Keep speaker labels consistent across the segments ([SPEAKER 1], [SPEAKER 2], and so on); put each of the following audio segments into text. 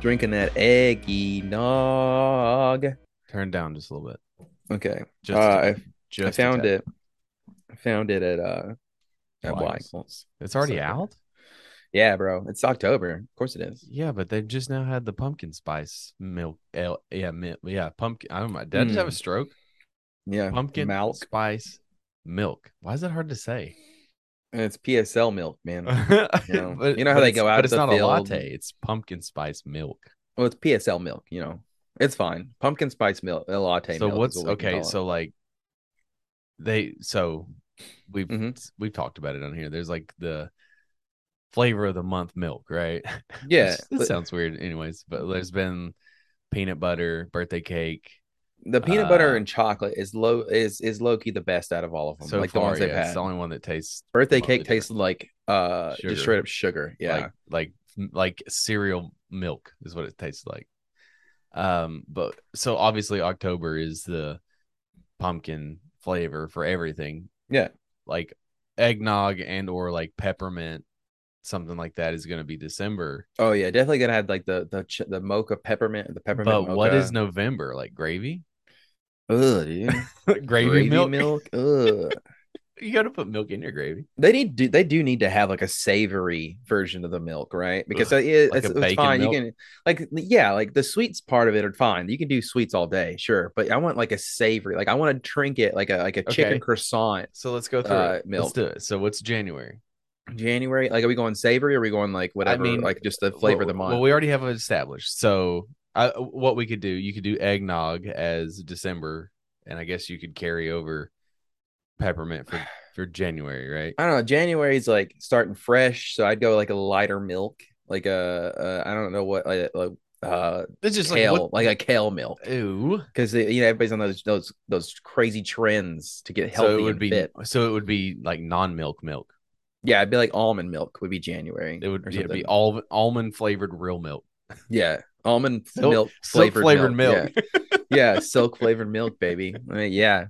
[SPEAKER 1] drinking that eggnog.
[SPEAKER 2] Turn down just a little bit.
[SPEAKER 1] Okay,
[SPEAKER 2] Just,
[SPEAKER 1] Uh, I- I
[SPEAKER 2] just a
[SPEAKER 1] found
[SPEAKER 2] tad.
[SPEAKER 1] it. I found it at uh at
[SPEAKER 2] Michael's.
[SPEAKER 1] Michael's.
[SPEAKER 2] It's already
[SPEAKER 1] So-
[SPEAKER 2] out.
[SPEAKER 1] Yeah, bro, it's October. Of course it is.
[SPEAKER 2] Yeah, but they just now had the pumpkin spice milk. Ale, yeah, mi- yeah, pumpkin. I don't know. Did I just have a
[SPEAKER 1] Mm.
[SPEAKER 2] stroke?
[SPEAKER 1] Yeah,
[SPEAKER 2] Pumpkin
[SPEAKER 1] milk.
[SPEAKER 2] spice milk. Why is that hard to say?
[SPEAKER 1] And it's PSL milk, man. know,
[SPEAKER 2] But-
[SPEAKER 1] Hmm. you know how
[SPEAKER 2] but
[SPEAKER 1] they
[SPEAKER 2] it's-
[SPEAKER 1] go out
[SPEAKER 2] But it's
[SPEAKER 1] the
[SPEAKER 2] not a
[SPEAKER 1] field.
[SPEAKER 2] latte. It's pumpkin spice milk.
[SPEAKER 1] well, it's PSL milk. You know, it's fine. Pumpkin spice milk, a latte.
[SPEAKER 2] so
[SPEAKER 1] milk is
[SPEAKER 2] what's
[SPEAKER 1] what we can
[SPEAKER 2] okay?
[SPEAKER 1] call it.
[SPEAKER 2] So like they so we've
[SPEAKER 1] Mhm.
[SPEAKER 2] we've talked about it on here. There's like the flavor of the month milk, right?
[SPEAKER 1] yeah,
[SPEAKER 2] it
[SPEAKER 1] but
[SPEAKER 2] sounds weird, anyways. But there's been peanut butter, birthday cake.
[SPEAKER 1] the peanut butter
[SPEAKER 2] uh,
[SPEAKER 1] and chocolate is low is is low key the best out of all of them.
[SPEAKER 2] So
[SPEAKER 1] Oh, like
[SPEAKER 2] far,
[SPEAKER 1] the ones they've
[SPEAKER 2] yeah, it's
[SPEAKER 1] had.
[SPEAKER 2] the only one that tastes
[SPEAKER 1] Birthday
[SPEAKER 2] Totally
[SPEAKER 1] cake tastes like uh
[SPEAKER 2] Sugar.
[SPEAKER 1] just straight up sugar. Yeah,
[SPEAKER 2] like like like cereal milk is what it tastes like. Um, but so obviously October is the pumpkin flavor for everything.
[SPEAKER 1] Yeah.
[SPEAKER 2] like eggnog and or like peppermint, something like that is going to be December.
[SPEAKER 1] Oh yeah, definitely gonna have like the the ch- the mocha peppermint, the peppermint.
[SPEAKER 2] but
[SPEAKER 1] mocha.
[SPEAKER 2] what is November like? Gravy,
[SPEAKER 1] Ugh, dude. Gravy
[SPEAKER 2] gravy, milk.
[SPEAKER 1] milk. Ugh.
[SPEAKER 2] You got to put milk in your gravy.
[SPEAKER 1] they need do, they do need to have like a savory version of the milk, right? Because
[SPEAKER 2] Ugh,
[SPEAKER 1] it, it's,
[SPEAKER 2] like a
[SPEAKER 1] it's
[SPEAKER 2] bacon
[SPEAKER 1] fine.
[SPEAKER 2] milk?
[SPEAKER 1] You can like yeah, like the sweets part of it are fine. You can do sweets all day, sure. But I want like a savory, like I want to drink it like a like a
[SPEAKER 2] Okay.
[SPEAKER 1] chicken croissant.
[SPEAKER 2] So let's go through
[SPEAKER 1] Uh,
[SPEAKER 2] it. Let's
[SPEAKER 1] milk.
[SPEAKER 2] do it. So what's January?
[SPEAKER 1] January, like are we going savory? Or are we going like whatever?
[SPEAKER 2] mean,
[SPEAKER 1] like just the flavor of
[SPEAKER 2] well,
[SPEAKER 1] the month.
[SPEAKER 2] Well, we already have it established. So I, what we could do, you could do eggnog as December, and I guess you could carry over peppermint for for January, right?
[SPEAKER 1] I don't know. January's like starting fresh, so I'd go like a lighter milk, like a, a I don't know what like, like uh
[SPEAKER 2] It's just
[SPEAKER 1] kale, like,
[SPEAKER 2] like
[SPEAKER 1] a kale milk,
[SPEAKER 2] what, ooh.
[SPEAKER 1] because you know everybody's on those those those crazy trends to get healthy
[SPEAKER 2] So it would
[SPEAKER 1] and
[SPEAKER 2] be
[SPEAKER 1] fit.
[SPEAKER 2] so it would be like non milk milk.
[SPEAKER 1] Yeah, it'd be like almond milk would be January.
[SPEAKER 2] It would
[SPEAKER 1] or
[SPEAKER 2] yeah, it'd be
[SPEAKER 1] something.
[SPEAKER 2] all almond flavored real milk,
[SPEAKER 1] yeah almond
[SPEAKER 2] Silk-
[SPEAKER 1] milk
[SPEAKER 2] silk
[SPEAKER 1] flavored,
[SPEAKER 2] flavored milk.
[SPEAKER 1] milk. Yeah, yeah, silk flavored milk, baby. I mean, yeah.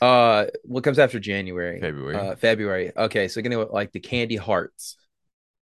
[SPEAKER 1] Uh, what comes after January?
[SPEAKER 2] February.
[SPEAKER 1] Uh, February. Okay, so gonna like the candy hearts,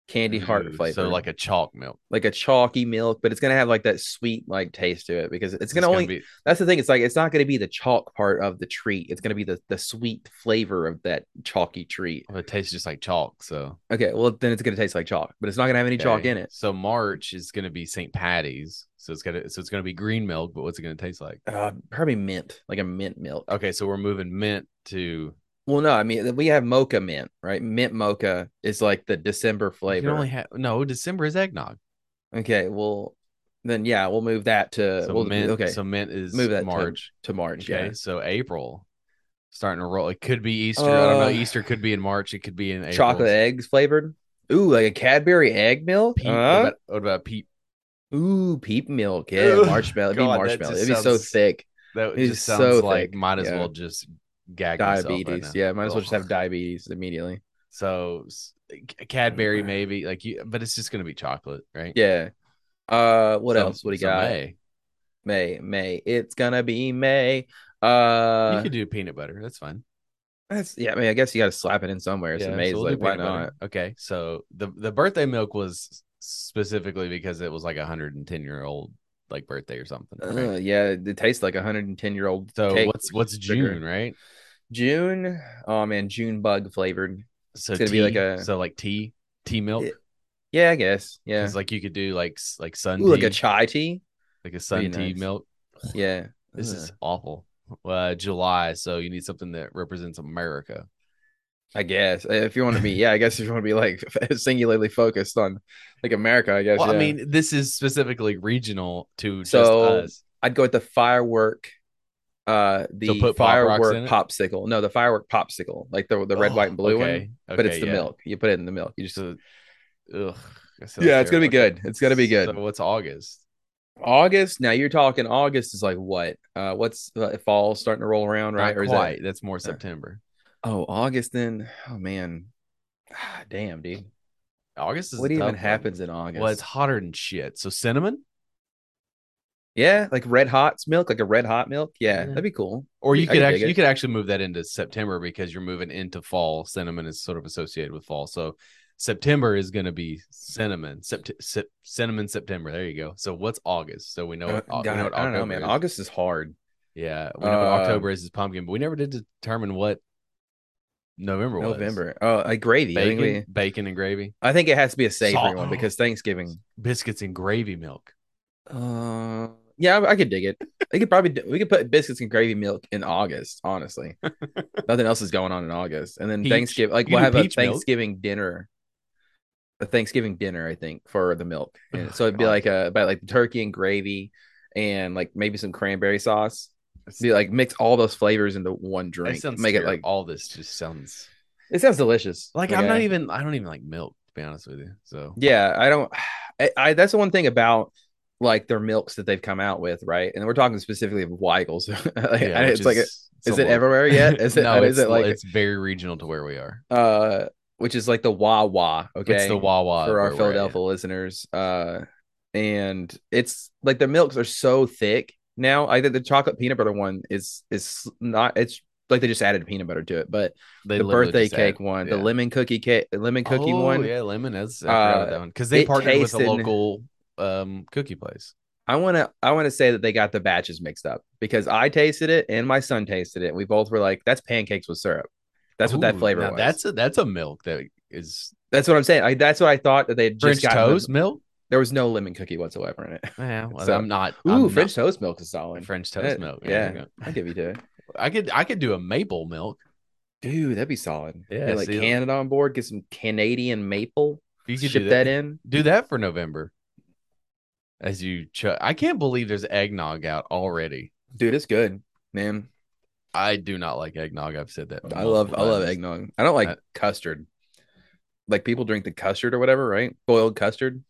[SPEAKER 1] candy heart
[SPEAKER 2] Ooh,
[SPEAKER 1] flavor.
[SPEAKER 2] So like a chalk milk.
[SPEAKER 1] like a chalky milk, but it's gonna have like that sweet like taste to it because it's,
[SPEAKER 2] It's
[SPEAKER 1] gonna only
[SPEAKER 2] be
[SPEAKER 1] that's the thing. It's like it's not gonna be the chalk part of the treat. It's gonna be the the sweet flavor of that chalky treat.
[SPEAKER 2] it tastes just like chalk. So
[SPEAKER 1] Okay, well then it's gonna taste like chalk, but it's not gonna have any chalk
[SPEAKER 2] Okay.
[SPEAKER 1] in it.
[SPEAKER 2] So March is going to be St. Patty's. So it's gonna so it's gonna be green milk, but what's it gonna taste like?
[SPEAKER 1] Uh, probably mint, like a mint milk. Uh,
[SPEAKER 2] Okay, so we're moving mint to
[SPEAKER 1] Well, no, I mean we have mocha mint, right? Mint mocha is like the December
[SPEAKER 2] you can
[SPEAKER 1] flavor.
[SPEAKER 2] only have no December is eggnog.
[SPEAKER 1] okay, well then yeah, we'll move that to
[SPEAKER 2] So
[SPEAKER 1] Uh, we'll,
[SPEAKER 2] mint.
[SPEAKER 1] okay
[SPEAKER 2] So mint is
[SPEAKER 1] Move that to
[SPEAKER 2] March.
[SPEAKER 1] to March.
[SPEAKER 2] okay,
[SPEAKER 1] Yeah.
[SPEAKER 2] so April starting to roll. It could be Easter. I don't know.
[SPEAKER 1] Uh,
[SPEAKER 2] Easter could be in March. It could be in April.
[SPEAKER 1] Chocolate eggs flavored. Ooh, like a Cadbury egg milk.
[SPEAKER 2] Peep,
[SPEAKER 1] Huh?
[SPEAKER 2] what, about, what about peep?
[SPEAKER 1] Ooh, peep milk. Yeah,
[SPEAKER 2] Ugh,
[SPEAKER 1] marshmallow. It'd be
[SPEAKER 2] God, that
[SPEAKER 1] marshmallow.
[SPEAKER 2] just
[SPEAKER 1] It'd be so
[SPEAKER 2] sounds
[SPEAKER 1] thick.
[SPEAKER 2] That
[SPEAKER 1] It's
[SPEAKER 2] just
[SPEAKER 1] so
[SPEAKER 2] sounds like
[SPEAKER 1] thick,
[SPEAKER 2] might as
[SPEAKER 1] yeah.
[SPEAKER 2] well just gag myself right
[SPEAKER 1] Diabetes.
[SPEAKER 2] now.
[SPEAKER 1] yeah, might as well just
[SPEAKER 2] Ugh.
[SPEAKER 1] have diabetes immediately.
[SPEAKER 2] So s- Cadbury maybe like you, but it's just gonna be chocolate, right?
[SPEAKER 1] Yeah. Uh, what
[SPEAKER 2] So-
[SPEAKER 1] else? What do you
[SPEAKER 2] so
[SPEAKER 1] got? May.
[SPEAKER 2] May.
[SPEAKER 1] May, It's gonna be May. Uh,
[SPEAKER 2] you could do peanut butter. That's fine.
[SPEAKER 1] that's, yeah. I mean, I guess you gotta slap it in somewhere. It's
[SPEAKER 2] Yeah, so
[SPEAKER 1] amazing.
[SPEAKER 2] we'll do
[SPEAKER 1] like, why
[SPEAKER 2] peanut butter.
[SPEAKER 1] not?
[SPEAKER 2] Okay, so the the birthday milk was specifically because it was like a hundred and ten year old like birthday or something. right?
[SPEAKER 1] Ugh, yeah, it tastes like a hundred and ten year old.
[SPEAKER 2] so
[SPEAKER 1] Uh, cake
[SPEAKER 2] what's what's
[SPEAKER 1] sugar.
[SPEAKER 2] June, right?
[SPEAKER 1] June? Oh man, June bug flavored.
[SPEAKER 2] So
[SPEAKER 1] It's gonna be like
[SPEAKER 2] tea-
[SPEAKER 1] a-
[SPEAKER 2] so like tea tea milk.
[SPEAKER 1] Yeah, Yeah, I guess. Yeah.
[SPEAKER 2] It's like you could do like s- like sun
[SPEAKER 1] Ooh, like
[SPEAKER 2] tea,
[SPEAKER 1] a chai tea.
[SPEAKER 2] like a sun tea
[SPEAKER 1] nice.
[SPEAKER 2] milk.
[SPEAKER 1] Yeah.
[SPEAKER 2] This is
[SPEAKER 1] Ugh.
[SPEAKER 2] awful. Uh, July, so you need something that represents America.
[SPEAKER 1] I guess uh, if you want to be, yeah, I guess if you want to be like singularly focused on like America, I guess.
[SPEAKER 2] Well, I
[SPEAKER 1] yeah.
[SPEAKER 2] mean, this is specifically regional to
[SPEAKER 1] So,
[SPEAKER 2] just us.
[SPEAKER 1] I'd go with the firework, uh the
[SPEAKER 2] So put Pop Rocks in
[SPEAKER 1] firework
[SPEAKER 2] it?
[SPEAKER 1] popsicle. No, the firework popsicle, like the the red,
[SPEAKER 2] Oh,
[SPEAKER 1] white, and blue one.
[SPEAKER 2] okay,
[SPEAKER 1] But it's
[SPEAKER 2] okay,
[SPEAKER 1] the
[SPEAKER 2] yeah.
[SPEAKER 1] milk. You put it in the milk. You just
[SPEAKER 2] So, ugh, that sounds
[SPEAKER 1] Yeah, it's gonna be
[SPEAKER 2] terrible.
[SPEAKER 1] good. It's gonna be good.
[SPEAKER 2] So what's August?
[SPEAKER 1] August. Now you're talking August is like what? Uh what's uh, fall starting to roll around, right?
[SPEAKER 2] Not
[SPEAKER 1] is
[SPEAKER 2] quite. That's more September.
[SPEAKER 1] that oh August then? Oh man. Ah, Damn, dude.
[SPEAKER 2] August is
[SPEAKER 1] What
[SPEAKER 2] a tough
[SPEAKER 1] even
[SPEAKER 2] one.
[SPEAKER 1] happens in August?
[SPEAKER 2] Well, it's hotter than shit. So cinnamon,
[SPEAKER 1] yeah, like red hot's milk, like a red hot milk. Yeah,
[SPEAKER 2] Yeah.
[SPEAKER 1] that'd be cool.
[SPEAKER 2] or you
[SPEAKER 1] I
[SPEAKER 2] could
[SPEAKER 1] could dig
[SPEAKER 2] actually
[SPEAKER 1] it.
[SPEAKER 2] you could actually move that into September because you're moving into fall. Cinnamon is sort of associated with fall. So September is going to be cinnamon. Sept- sep- cinnamon September. There you go. So what's August? So we know.
[SPEAKER 1] Uh,
[SPEAKER 2] what, Au- we
[SPEAKER 1] God,
[SPEAKER 2] know what
[SPEAKER 1] I don't know,
[SPEAKER 2] October
[SPEAKER 1] man.
[SPEAKER 2] is.
[SPEAKER 1] August is hard.
[SPEAKER 2] Yeah, we know what
[SPEAKER 1] Uh,
[SPEAKER 2] October is is pumpkin, but we never did determine what November was.
[SPEAKER 1] November. Oh, like gravy. I think,
[SPEAKER 2] Bacon,
[SPEAKER 1] we,
[SPEAKER 2] bacon and gravy,
[SPEAKER 1] I think it has to be a savory
[SPEAKER 2] Salt.
[SPEAKER 1] one because Thanksgiving.
[SPEAKER 2] biscuits and gravy milk.
[SPEAKER 1] Uh, yeah, I, I could dig it. We could probably do, we could put biscuits and gravy milk in August. Honestly, nothing else is going on in August, and then
[SPEAKER 2] Peach.
[SPEAKER 1] Thanksgiving. Like
[SPEAKER 2] You
[SPEAKER 1] we'll have
[SPEAKER 2] can do
[SPEAKER 1] a
[SPEAKER 2] peach milk.
[SPEAKER 1] Thanksgiving dinner, a Thanksgiving dinner, I think, for the milk. And
[SPEAKER 2] Ugh,
[SPEAKER 1] so it'd be
[SPEAKER 2] God.
[SPEAKER 1] like a about like turkey and gravy, and like maybe some cranberry sauce. Be like mix all those flavors into one
[SPEAKER 2] That
[SPEAKER 1] drink.
[SPEAKER 2] sounds
[SPEAKER 1] Make it
[SPEAKER 2] terrible.
[SPEAKER 1] like
[SPEAKER 2] all this just sounds
[SPEAKER 1] it sounds delicious.
[SPEAKER 2] like I'm not
[SPEAKER 1] okay?
[SPEAKER 2] even. I don't even like milk, to be honest with you. So
[SPEAKER 1] Yeah, I don't. I, I that's the one thing about like their milks that they've come out with, right? And we're talking specifically of Weigels. Like,
[SPEAKER 2] Yeah,
[SPEAKER 1] I-
[SPEAKER 2] which
[SPEAKER 1] it's like, a- is
[SPEAKER 2] is
[SPEAKER 1] it
[SPEAKER 2] somewhat-
[SPEAKER 1] everywhere yet? Is it?
[SPEAKER 2] no,
[SPEAKER 1] is
[SPEAKER 2] it's,
[SPEAKER 1] it like
[SPEAKER 2] it's very regional to where we are.
[SPEAKER 1] uh, which is like the Wawa? Okay,
[SPEAKER 2] It's the Wawa of
[SPEAKER 1] for our
[SPEAKER 2] where we're at, yeah.
[SPEAKER 1] Philadelphia listeners. Uh, and it's like their milks are so thick now. I think the chocolate peanut butter one is is not. It's like they just added peanut butter to it, but
[SPEAKER 2] They
[SPEAKER 1] the
[SPEAKER 2] literally
[SPEAKER 1] birthday
[SPEAKER 2] just
[SPEAKER 1] cake
[SPEAKER 2] add-
[SPEAKER 1] one,
[SPEAKER 2] yeah.
[SPEAKER 1] the lemon cookie cake, lemon cookie
[SPEAKER 2] Oh,
[SPEAKER 1] one.
[SPEAKER 2] yeah, lemon. That's I forgot about
[SPEAKER 1] Uh,
[SPEAKER 2] that one because they
[SPEAKER 1] it
[SPEAKER 2] partnered with a
[SPEAKER 1] tasted-
[SPEAKER 2] local um cookie place.
[SPEAKER 1] I want to I want to say that they got the batches mixed up because I tasted it and my son tasted it. And we both were like, "That's pancakes with syrup." That's what that
[SPEAKER 2] Ooh,
[SPEAKER 1] flavor
[SPEAKER 2] now
[SPEAKER 1] was.
[SPEAKER 2] That's a that's a milk that is
[SPEAKER 1] that's what I'm saying. I, that's what I thought that they had
[SPEAKER 2] French
[SPEAKER 1] just got.
[SPEAKER 2] toast milk.
[SPEAKER 1] there was no lemon cookie whatsoever in it.
[SPEAKER 2] Yeah, well,
[SPEAKER 1] So-
[SPEAKER 2] I'm not.
[SPEAKER 1] Ooh,
[SPEAKER 2] I'm
[SPEAKER 1] French toast milk is solid.
[SPEAKER 2] not, French toast
[SPEAKER 1] That-
[SPEAKER 2] milk.
[SPEAKER 1] yeah.
[SPEAKER 2] there you go.
[SPEAKER 1] I give you to it,
[SPEAKER 2] I could I could do a maple milk.
[SPEAKER 1] dude. That'd be solid.
[SPEAKER 2] Yeah,
[SPEAKER 1] Get, like
[SPEAKER 2] see,
[SPEAKER 1] Canada on board. Get some Canadian maple.
[SPEAKER 2] You could
[SPEAKER 1] Ship
[SPEAKER 2] do
[SPEAKER 1] that. in.
[SPEAKER 2] Do that for November. As you chug, I can't believe there's eggnog out already.
[SPEAKER 1] Dude, it's good, man.
[SPEAKER 2] I do not like eggnog. I've said that.
[SPEAKER 1] I love I
[SPEAKER 2] multiple
[SPEAKER 1] love
[SPEAKER 2] times.
[SPEAKER 1] eggnog. I don't like
[SPEAKER 2] I-
[SPEAKER 1] custard. Like people drink the custard or whatever, right? Boiled custard.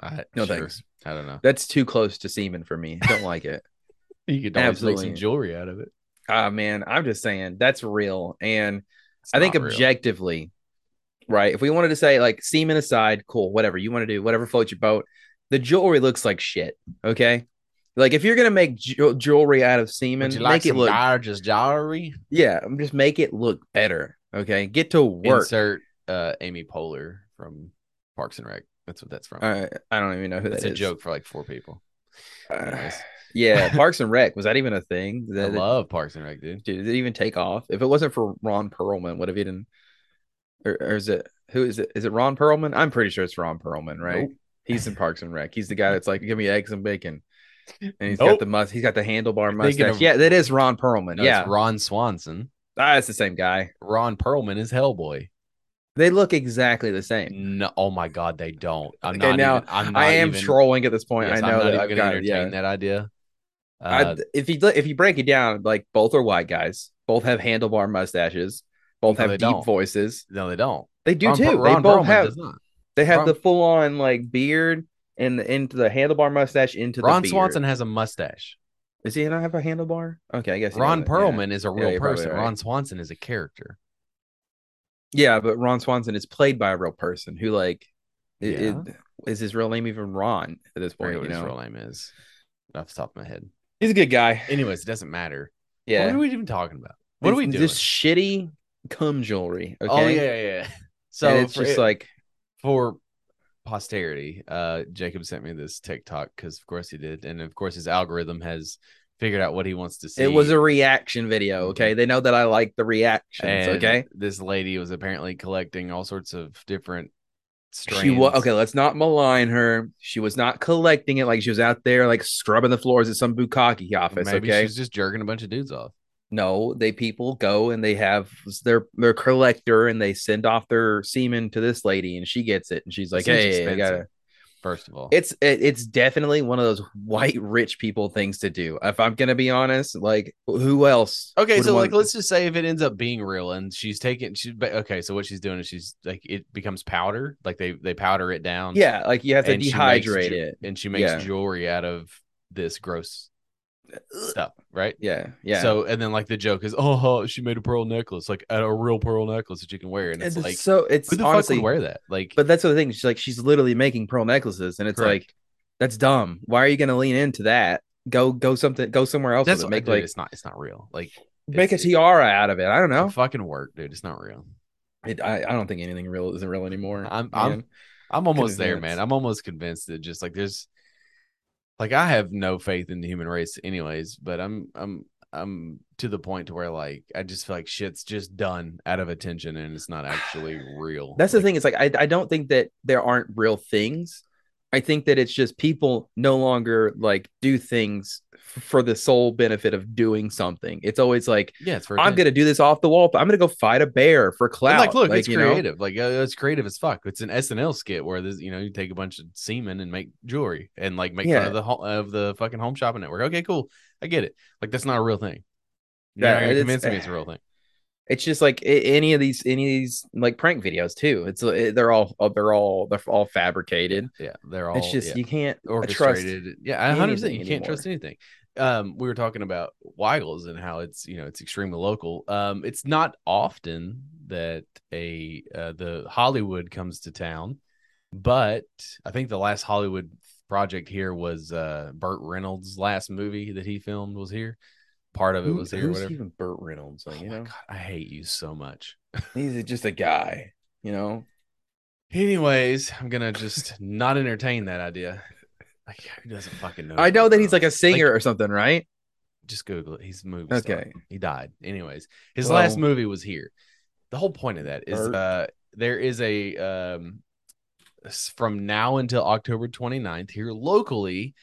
[SPEAKER 2] I,
[SPEAKER 1] No
[SPEAKER 2] sure.
[SPEAKER 1] thanks.
[SPEAKER 2] I don't know.
[SPEAKER 1] That's too close to semen for me. Don't like it.
[SPEAKER 2] You could always make some
[SPEAKER 1] Absolutely.
[SPEAKER 2] jewelry out of it.
[SPEAKER 1] Ah, man, I'm just saying that's real. And
[SPEAKER 2] It's
[SPEAKER 1] I think
[SPEAKER 2] not real.
[SPEAKER 1] objectively, right? If we wanted to say like semen aside, cool, whatever you want to do, whatever floats your boat, the jewelry looks like shit. Okay. Like if you're gonna make jew- jewelry out of semen,
[SPEAKER 2] Would you like
[SPEAKER 1] make it
[SPEAKER 2] some
[SPEAKER 1] look
[SPEAKER 2] gorgeous jewelry?
[SPEAKER 1] yeah, just make it look better. Okay, get to work.
[SPEAKER 2] Insert uh, Amy Poehler from Parks and Rec. That's what that's from.
[SPEAKER 1] Uh, I don't even know who
[SPEAKER 2] That's
[SPEAKER 1] that
[SPEAKER 2] a
[SPEAKER 1] is.
[SPEAKER 2] joke for like four people.
[SPEAKER 1] Uh,
[SPEAKER 2] Anyways,
[SPEAKER 1] yeah, Parks and Rec was that even a thing? Did
[SPEAKER 2] I
[SPEAKER 1] that,
[SPEAKER 2] love Parks and Rec, dude.
[SPEAKER 1] dude, did it even take off? If it wasn't for Ron Perlman, would have even or, or is it who is it? Is it Ron Perlman? I'm pretty sure it's Ron Perlman, right?
[SPEAKER 2] Nope.
[SPEAKER 1] He's in Parks and Rec. He's the guy that's like, give me eggs and bacon. And he's
[SPEAKER 2] Nope.
[SPEAKER 1] got the mus he's got the handlebar
[SPEAKER 2] You're thinking
[SPEAKER 1] mustache.
[SPEAKER 2] of-
[SPEAKER 1] yeah, that is Ron Perlman.
[SPEAKER 2] No,
[SPEAKER 1] yeah.
[SPEAKER 2] it's Ron Swanson.
[SPEAKER 1] Ah, it's the same guy.
[SPEAKER 2] Ron Perlman is Hellboy.
[SPEAKER 1] They look exactly the same.
[SPEAKER 2] No, oh my God, they don't. I'm
[SPEAKER 1] Okay,
[SPEAKER 2] not.
[SPEAKER 1] now,
[SPEAKER 2] even, I'm not
[SPEAKER 1] I am
[SPEAKER 2] even,
[SPEAKER 1] trolling at this point.
[SPEAKER 2] yes,
[SPEAKER 1] I
[SPEAKER 2] I'm
[SPEAKER 1] know
[SPEAKER 2] not
[SPEAKER 1] that
[SPEAKER 2] even
[SPEAKER 1] I've
[SPEAKER 2] gonna
[SPEAKER 1] got
[SPEAKER 2] entertain
[SPEAKER 1] yeah.
[SPEAKER 2] that idea.
[SPEAKER 1] I,
[SPEAKER 2] Uh,
[SPEAKER 1] if you if you break it down, like both are white guys, both have handlebar mustaches, both
[SPEAKER 2] No,
[SPEAKER 1] have
[SPEAKER 2] they
[SPEAKER 1] deep
[SPEAKER 2] don't.
[SPEAKER 1] voices.
[SPEAKER 2] no, they don't.
[SPEAKER 1] They do
[SPEAKER 2] Ron, Per-
[SPEAKER 1] too.
[SPEAKER 2] Ron
[SPEAKER 1] they both
[SPEAKER 2] Perlman
[SPEAKER 1] have
[SPEAKER 2] does not.
[SPEAKER 1] They have
[SPEAKER 2] Ron-
[SPEAKER 1] the full on like beard and the, into the handlebar mustache into the
[SPEAKER 2] Ron
[SPEAKER 1] beard.
[SPEAKER 2] Swanson has a mustache.
[SPEAKER 1] Is he not have a handlebar? Okay, I guess he
[SPEAKER 2] Ron
[SPEAKER 1] doesn't, yeah.
[SPEAKER 2] Perlman is a
[SPEAKER 1] Yeah,
[SPEAKER 2] real
[SPEAKER 1] you're probably
[SPEAKER 2] person.
[SPEAKER 1] right.
[SPEAKER 2] Ron Swanson is a character.
[SPEAKER 1] Yeah, but Ron Swanson is played by a real person who like i- i- is
[SPEAKER 2] Yeah.
[SPEAKER 1] his real name even Ron at this
[SPEAKER 2] I forget
[SPEAKER 1] point? You
[SPEAKER 2] what his
[SPEAKER 1] know,
[SPEAKER 2] real name is off the top of my head.
[SPEAKER 1] he's a good guy.
[SPEAKER 2] Anyways, it doesn't matter.
[SPEAKER 1] Yeah.
[SPEAKER 2] What are we even talking about? What are we
[SPEAKER 1] It's
[SPEAKER 2] doing?
[SPEAKER 1] This shitty cum jewelry. Okay.
[SPEAKER 2] Oh yeah, yeah. So
[SPEAKER 1] So it's
[SPEAKER 2] for-
[SPEAKER 1] just like
[SPEAKER 2] for posterity, uh, Jacob sent me this TikTok because of course he did, and of course his algorithm has figured out what he wants to see. Mm-hmm.
[SPEAKER 1] it was a reaction video. Okay, they know that I like the reactions.
[SPEAKER 2] And
[SPEAKER 1] okay.
[SPEAKER 2] This lady was apparently collecting all sorts of different strands.
[SPEAKER 1] She was okay. Let's not malign her. She was not collecting it like she was out there like scrubbing the floors at some bukkake office.
[SPEAKER 2] Maybe
[SPEAKER 1] okay,
[SPEAKER 2] she's just jerking a bunch of dudes off.
[SPEAKER 1] No, they people go and they have their their collector and they send off their semen to this lady and she gets it and she's like,
[SPEAKER 2] Seems
[SPEAKER 1] "Hey, I
[SPEAKER 2] expensive.
[SPEAKER 1] gotta."
[SPEAKER 2] First of all,
[SPEAKER 1] It's it, it's definitely one of those white rich people things to do. If I'm gonna be honest, like who else?
[SPEAKER 2] okay.
[SPEAKER 1] would
[SPEAKER 2] So like,
[SPEAKER 1] want-
[SPEAKER 2] let's just say if it ends up being real, and she's taking, she's ba- okay. So what she's doing is she's like, it becomes powder. Like they they powder it down.
[SPEAKER 1] yeah, like you have to
[SPEAKER 2] and she makes
[SPEAKER 1] dehydrate
[SPEAKER 2] ju-
[SPEAKER 1] it.
[SPEAKER 2] and she makes
[SPEAKER 1] Yeah.
[SPEAKER 2] jewelry out of this gross stuff, right?
[SPEAKER 1] Yeah, yeah.
[SPEAKER 2] So and then like the joke is, oh, she made a pearl necklace, like a a real pearl necklace that you can wear, and it's, like,
[SPEAKER 1] so it's
[SPEAKER 2] who the
[SPEAKER 1] honestly,
[SPEAKER 2] fuck would wear that? Like,
[SPEAKER 1] but that's the thing. She's like she's literally making pearl necklaces, and it's
[SPEAKER 2] Correct.
[SPEAKER 1] like that's dumb. Why are you gonna lean into that? Go go something go somewhere else.
[SPEAKER 2] that's
[SPEAKER 1] with it.
[SPEAKER 2] what
[SPEAKER 1] Make
[SPEAKER 2] make
[SPEAKER 1] like
[SPEAKER 2] it's not it's not real. Like
[SPEAKER 1] make a
[SPEAKER 2] it's-
[SPEAKER 1] tiara out of it. I don't
[SPEAKER 2] it's a
[SPEAKER 1] know.
[SPEAKER 2] fucking work, dude. It's not real.
[SPEAKER 1] It, I, I don't think anything real isn't real anymore.
[SPEAKER 2] I'm- I'm-
[SPEAKER 1] man.
[SPEAKER 2] I'm almost there,
[SPEAKER 1] Convinced.
[SPEAKER 2] man. I'm almost convinced that just like there's like I have no faith in the human race anyways, but I'm I'm I'm to the point to where like I just feel like shit's just done out of attention and it's not actually real.
[SPEAKER 1] That's the thing. It's like I, I don't think that there aren't real things. I think that it's just people no longer like do things f- for the sole benefit of doing something. It's always like
[SPEAKER 2] yeah, it's for
[SPEAKER 1] I'm
[SPEAKER 2] attention.
[SPEAKER 1] gonna do this off the wall, but I'm gonna go fight a bear for
[SPEAKER 2] And,
[SPEAKER 1] clout.
[SPEAKER 2] like look, it's
[SPEAKER 1] you know?
[SPEAKER 2] creative. Like uh, it's creative as fuck. It's an SNL skit where this, you know, you take a bunch of semen and make jewelry and like make fun
[SPEAKER 1] Yeah.
[SPEAKER 2] of the ho- of the fucking home shopping network. Okay, cool. I get it. Like that's not a real thing.
[SPEAKER 1] Yeah,
[SPEAKER 2] Yeah,
[SPEAKER 1] it's- eh.
[SPEAKER 2] convince me it's a real thing.
[SPEAKER 1] It's just like a- any of these any of these like prank videos too. It's uh, they're all uh, they're all they're all fabricated.
[SPEAKER 2] Yeah, they're all.
[SPEAKER 1] it's just
[SPEAKER 2] yeah.
[SPEAKER 1] you can't uh, trust.
[SPEAKER 2] orchestrated. yeah, a hundred percent. You
[SPEAKER 1] anything
[SPEAKER 2] can't trust anything. Um, we were talking about Weigels and how it's you know it's extremely local. Um, it's not often that a uh, the Hollywood comes to town, but I think the last Hollywood project here was uh Burt Reynolds' last movie that he filmed was here. Part of it
[SPEAKER 1] Who-
[SPEAKER 2] was here.
[SPEAKER 1] who's
[SPEAKER 2] whatever.
[SPEAKER 1] even Burt Reynolds? Like,
[SPEAKER 2] oh
[SPEAKER 1] you
[SPEAKER 2] my
[SPEAKER 1] know,
[SPEAKER 2] god, I hate you so much.
[SPEAKER 1] he's just a guy. You know,
[SPEAKER 2] Anyways, I'm gonna just not entertain that idea. Like, who doesn't fucking know?
[SPEAKER 1] I know
[SPEAKER 2] Burt
[SPEAKER 1] that he's like
[SPEAKER 2] Reynolds?
[SPEAKER 1] a singer or something, right?
[SPEAKER 2] just Google it. He's a movie. Star.
[SPEAKER 1] Okay.
[SPEAKER 2] He died. Anyways, his
[SPEAKER 1] Well-
[SPEAKER 2] last movie was here. The whole point of that is
[SPEAKER 1] Bert.
[SPEAKER 2] uh there is a um s- from now until October 29th here locally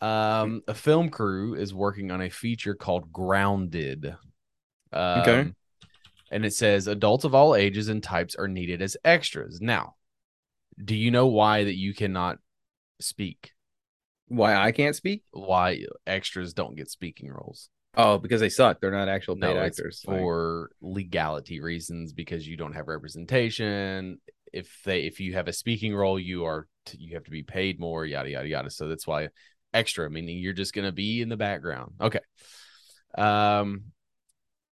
[SPEAKER 2] um a film crew is working on a feature called Grounded. Um,
[SPEAKER 1] Okay.
[SPEAKER 2] And it says adults of all ages and types are needed as extras. Now, do you know why that you cannot speak?
[SPEAKER 1] Why I can't speak?
[SPEAKER 2] Why extras don't get speaking roles?
[SPEAKER 1] Oh, because they suck. They're not actual paid
[SPEAKER 2] it's
[SPEAKER 1] actors. Like,
[SPEAKER 2] for legality reasons because you don't have representation. If they if you have a speaking role, you are t- you have to be paid more. Yada yada yada. So that's why extra meaning you're just gonna be in the background. Okay. Um,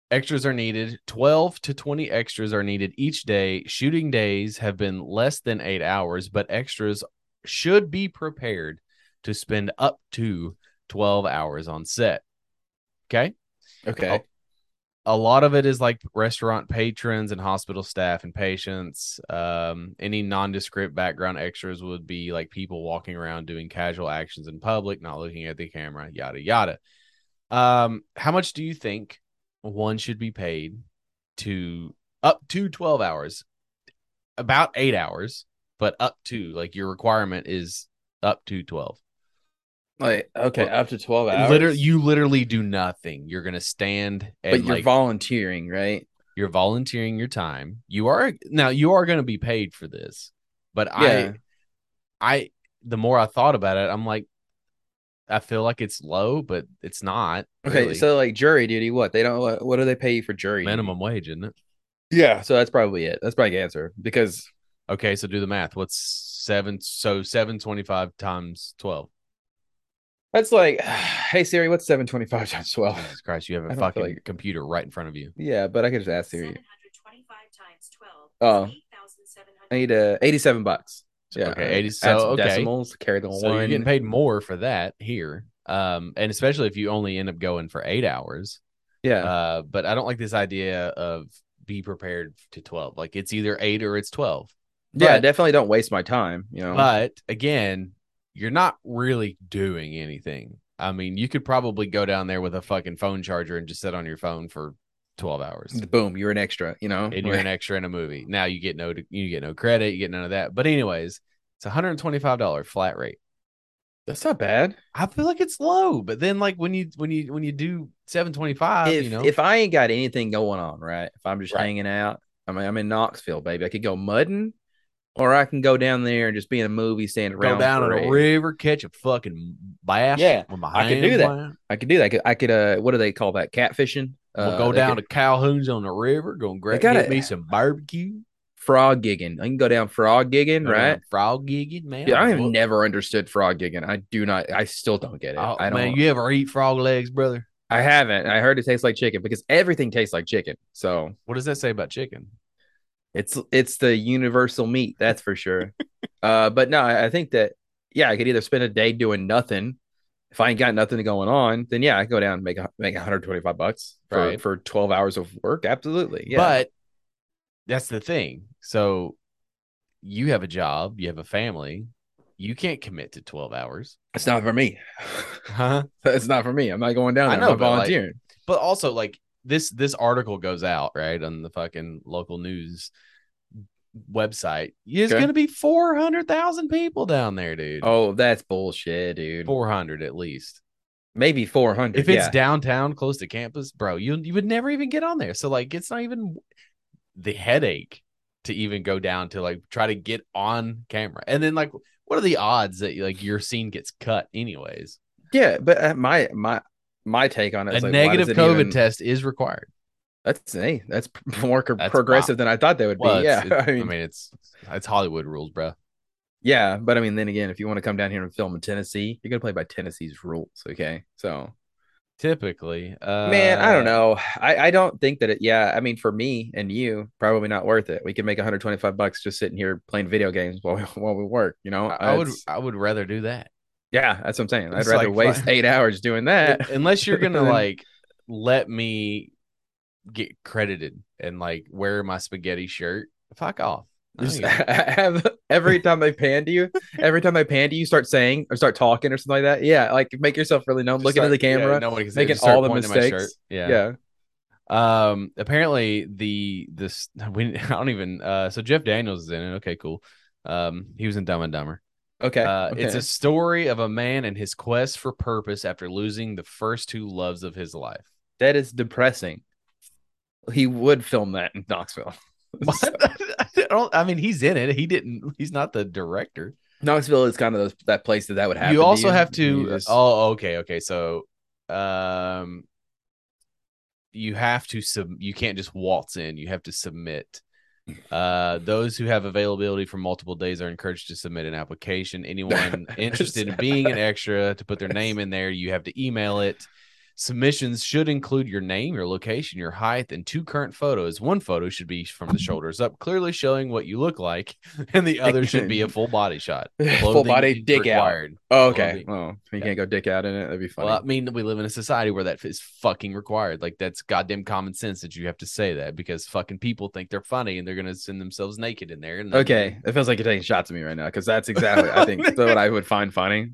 [SPEAKER 2] extras are needed. Twelve to twenty extras are needed each day. Shooting days have been less than eight hours, but extras should be prepared to spend up to twelve hours on set. Okay
[SPEAKER 1] okay.
[SPEAKER 2] a lot of it is like restaurant patrons and hospital staff and patients. Um, any nondescript background extras would be like people walking around doing casual actions in public, not looking at the camera, yada yada. Um, how much do you think one should be paid to up to 12 hours? About eight hours, but up to like your requirement is up to 12.
[SPEAKER 1] Like okay,
[SPEAKER 2] Oh. Well,
[SPEAKER 1] up to twelve hours.
[SPEAKER 2] Literally, you literally do nothing. You're gonna stand and
[SPEAKER 1] but you're
[SPEAKER 2] like,
[SPEAKER 1] volunteering, right?
[SPEAKER 2] you're volunteering your time you are now you are going to be paid for this but
[SPEAKER 1] Yeah.
[SPEAKER 2] i i the more i thought about it i'm like i feel like it's low but it's not
[SPEAKER 1] Okay,
[SPEAKER 2] really.
[SPEAKER 1] so like jury duty, what they don't, what, what do they pay you for jury? duty?
[SPEAKER 2] minimum wage isn't it
[SPEAKER 1] Yeah, so that's probably it. That's probably the answer because
[SPEAKER 2] okay so do the math what's seven so 725 times 12
[SPEAKER 1] that's like, hey Siri, what's seven twenty five times twelve?
[SPEAKER 2] jesus christ you have
[SPEAKER 1] I
[SPEAKER 2] a
[SPEAKER 1] don't feel
[SPEAKER 2] fucking
[SPEAKER 1] like-
[SPEAKER 2] computer right in front of you
[SPEAKER 1] Yeah, but I could just ask Siri.
[SPEAKER 3] 725 times 12
[SPEAKER 1] Oh.
[SPEAKER 3] is
[SPEAKER 1] I
[SPEAKER 3] 8,700.
[SPEAKER 1] need uh, eighty seven bucks.
[SPEAKER 2] So,
[SPEAKER 1] Yeah,
[SPEAKER 2] okay,
[SPEAKER 1] uh,
[SPEAKER 2] 80
[SPEAKER 1] add
[SPEAKER 2] so,
[SPEAKER 1] some
[SPEAKER 2] okay.
[SPEAKER 1] decimals, carry the
[SPEAKER 2] so
[SPEAKER 1] one.
[SPEAKER 2] you're getting paid more for that here um and especially if you only end up going for eight hours
[SPEAKER 1] Yeah,
[SPEAKER 2] Uh, but I don't like this idea of be prepared to 12. Like it's either eight or it's 12.
[SPEAKER 1] yeah,
[SPEAKER 2] but-
[SPEAKER 1] definitely don't waste my time. You know,
[SPEAKER 2] But again, you're not really doing anything. I mean, you could probably go down there with a fucking phone charger and just sit on your phone for 12 hours.
[SPEAKER 1] boom, you're an extra. You know,
[SPEAKER 2] And you're an extra in a movie. Now you get no you get no credit, you get none of that. But anyways, it's $125 flat rate.
[SPEAKER 1] that's not bad.
[SPEAKER 2] I feel like it's low, but then like when you when you when you do 725,
[SPEAKER 1] if,
[SPEAKER 2] Uh, you know.
[SPEAKER 1] if I ain't got anything going on, right? If I'm just
[SPEAKER 2] Right.
[SPEAKER 1] hanging out, I mean, I'm in Knoxville, baby. I could go mudding. Or I can go down there and just be in a movie, stand around.
[SPEAKER 2] Go down
[SPEAKER 1] for
[SPEAKER 2] in a river, catch a fucking bass.
[SPEAKER 1] Yeah,
[SPEAKER 2] with my
[SPEAKER 1] I could
[SPEAKER 2] hands
[SPEAKER 1] do that.
[SPEAKER 2] wide.
[SPEAKER 1] I could do that. I could, I could, uh, what do they call that? Catfishing.
[SPEAKER 2] We'll
[SPEAKER 1] Uh,
[SPEAKER 2] go
[SPEAKER 1] they
[SPEAKER 2] down
[SPEAKER 1] could-
[SPEAKER 2] to Calhoun's on the river. Go and grab
[SPEAKER 1] gotta-
[SPEAKER 2] get me some barbecue.
[SPEAKER 1] frog gigging. I can go down frog gigging,
[SPEAKER 2] Go
[SPEAKER 1] right?
[SPEAKER 2] down Frog gigging, man.
[SPEAKER 1] Yeah, I have
[SPEAKER 2] What-
[SPEAKER 1] never understood frog gigging. I do not. I still don't get it.
[SPEAKER 2] Oh,
[SPEAKER 1] I don't.
[SPEAKER 2] man, you ever eat frog legs, brother?
[SPEAKER 1] I haven't. I heard it tastes like chicken because everything tastes like chicken. So
[SPEAKER 2] What does that say about chicken?
[SPEAKER 1] it's it's the universal meat, that's for sure. uh, but no, I I think that yeah, I could either spend a day doing nothing. If I ain't got nothing going on, then yeah, I can go down and make a, make 125 bucks for,
[SPEAKER 2] Right.
[SPEAKER 1] for 12 hours of work. Absolutely. Yeah.
[SPEAKER 2] But that's the thing. So you have a job, you have a family, you can't commit to 12 hours.
[SPEAKER 1] it's not for me.
[SPEAKER 2] Huh?
[SPEAKER 1] it's not for me. I'm not going down
[SPEAKER 2] Uh-huh. I
[SPEAKER 1] there. I
[SPEAKER 2] know,
[SPEAKER 1] am not
[SPEAKER 2] but, like,
[SPEAKER 1] volunteering.
[SPEAKER 2] But also like this this article goes out, right, on the fucking local news website. There's
[SPEAKER 1] Okay.
[SPEAKER 2] going to be 400,000 people down there, dude.
[SPEAKER 1] oh, that's bullshit, dude.
[SPEAKER 2] 400 at least.
[SPEAKER 1] Maybe 400.
[SPEAKER 2] If it's
[SPEAKER 1] yeah.
[SPEAKER 2] downtown close to campus, bro, you you would never even get on there. So like it's not even the headache to even go down to like try to get on camera. And then like what are the odds that like your scene gets cut anyways?
[SPEAKER 1] Yeah, but uh, my my my take on it
[SPEAKER 2] A
[SPEAKER 1] is like, why does
[SPEAKER 2] negative
[SPEAKER 1] it
[SPEAKER 2] COVID
[SPEAKER 1] even-
[SPEAKER 2] test is required.
[SPEAKER 1] That's hey, that's p- more co-
[SPEAKER 2] That's
[SPEAKER 1] progressive than I thought they would be.
[SPEAKER 2] Well,
[SPEAKER 1] yeah,
[SPEAKER 2] it's-
[SPEAKER 1] I
[SPEAKER 2] it-
[SPEAKER 1] mean,
[SPEAKER 2] it's it's Hollywood rules, bro.
[SPEAKER 1] yeah, but I mean, then again, if you want to come down here and film in Tennessee, you're gonna play by Tennessee's rules. Okay, so
[SPEAKER 2] Typically, uh,
[SPEAKER 1] man, I don't know. I I don't think that it. Yeah, I mean, for me and you, probably not worth it. We could make 125 bucks just sitting here playing video games while we, while we work. You know,
[SPEAKER 2] I, I would
[SPEAKER 1] It's-
[SPEAKER 2] I would rather do that
[SPEAKER 1] Yeah, that's what I'm saying. I'd
[SPEAKER 2] It's
[SPEAKER 1] rather
[SPEAKER 2] like
[SPEAKER 1] waste
[SPEAKER 2] fi-
[SPEAKER 1] eight hours doing that.
[SPEAKER 2] unless you're gonna
[SPEAKER 1] Then-
[SPEAKER 2] like let me get credited and like wear my spaghetti shirt. Fuck off. I don't
[SPEAKER 1] Just
[SPEAKER 2] give a
[SPEAKER 1] have every time they pan to you, every time they pan to you, start saying or start talking or something like that. Yeah, like make yourself really known.
[SPEAKER 2] Just
[SPEAKER 1] Look into
[SPEAKER 2] start-
[SPEAKER 1] the
[SPEAKER 2] yeah,
[SPEAKER 1] camera.
[SPEAKER 2] no one can see it.
[SPEAKER 1] making
[SPEAKER 2] Just start
[SPEAKER 1] all the
[SPEAKER 2] pointing at my shirt.
[SPEAKER 1] mistakes.
[SPEAKER 2] Yeah.
[SPEAKER 1] yeah.
[SPEAKER 2] Um. Apparently, the this we I don't even. Uh. So Jeff Daniels is in it. Okay. Cool. Um. He was in Dumb and Dumber.
[SPEAKER 1] Okay.
[SPEAKER 2] Uh. It's
[SPEAKER 1] okay.
[SPEAKER 2] a story of a man and his quest for purpose after losing the first two loves of his life.
[SPEAKER 1] that is depressing. He would film that in Knoxville.
[SPEAKER 2] I don't. I mean, he's in it. He didn't. He's not the director.
[SPEAKER 1] Knoxville is kind of those, that place that that would happen.
[SPEAKER 2] you also have
[SPEAKER 1] You
[SPEAKER 2] to
[SPEAKER 1] just-
[SPEAKER 2] oh okay okay so um you have to sub you can't just waltz in you have to submit uh those who have availability for multiple days are encouraged to submit an application anyone interested in being an extra to put their name in there you have to email it submissions should include your name your location your height and two current photos one photo should be from the shoulders up clearly showing what you look like and the other should be a full body shot
[SPEAKER 1] full body
[SPEAKER 2] Clothing
[SPEAKER 1] dick out.
[SPEAKER 2] required.
[SPEAKER 1] Oh, okay.
[SPEAKER 2] Clothing.
[SPEAKER 1] Well, you
[SPEAKER 2] Yeah.
[SPEAKER 1] can't go dick out in it. That'd be funny.
[SPEAKER 2] Well, I mean, we live in a society where that is fucking required. Like that's goddamn common sense that you have to say that because fucking people think they're funny and they're gonna send themselves naked in there. And
[SPEAKER 1] okay. It feels like you're taking shots at me right now because that's exactly I think what I would find funny.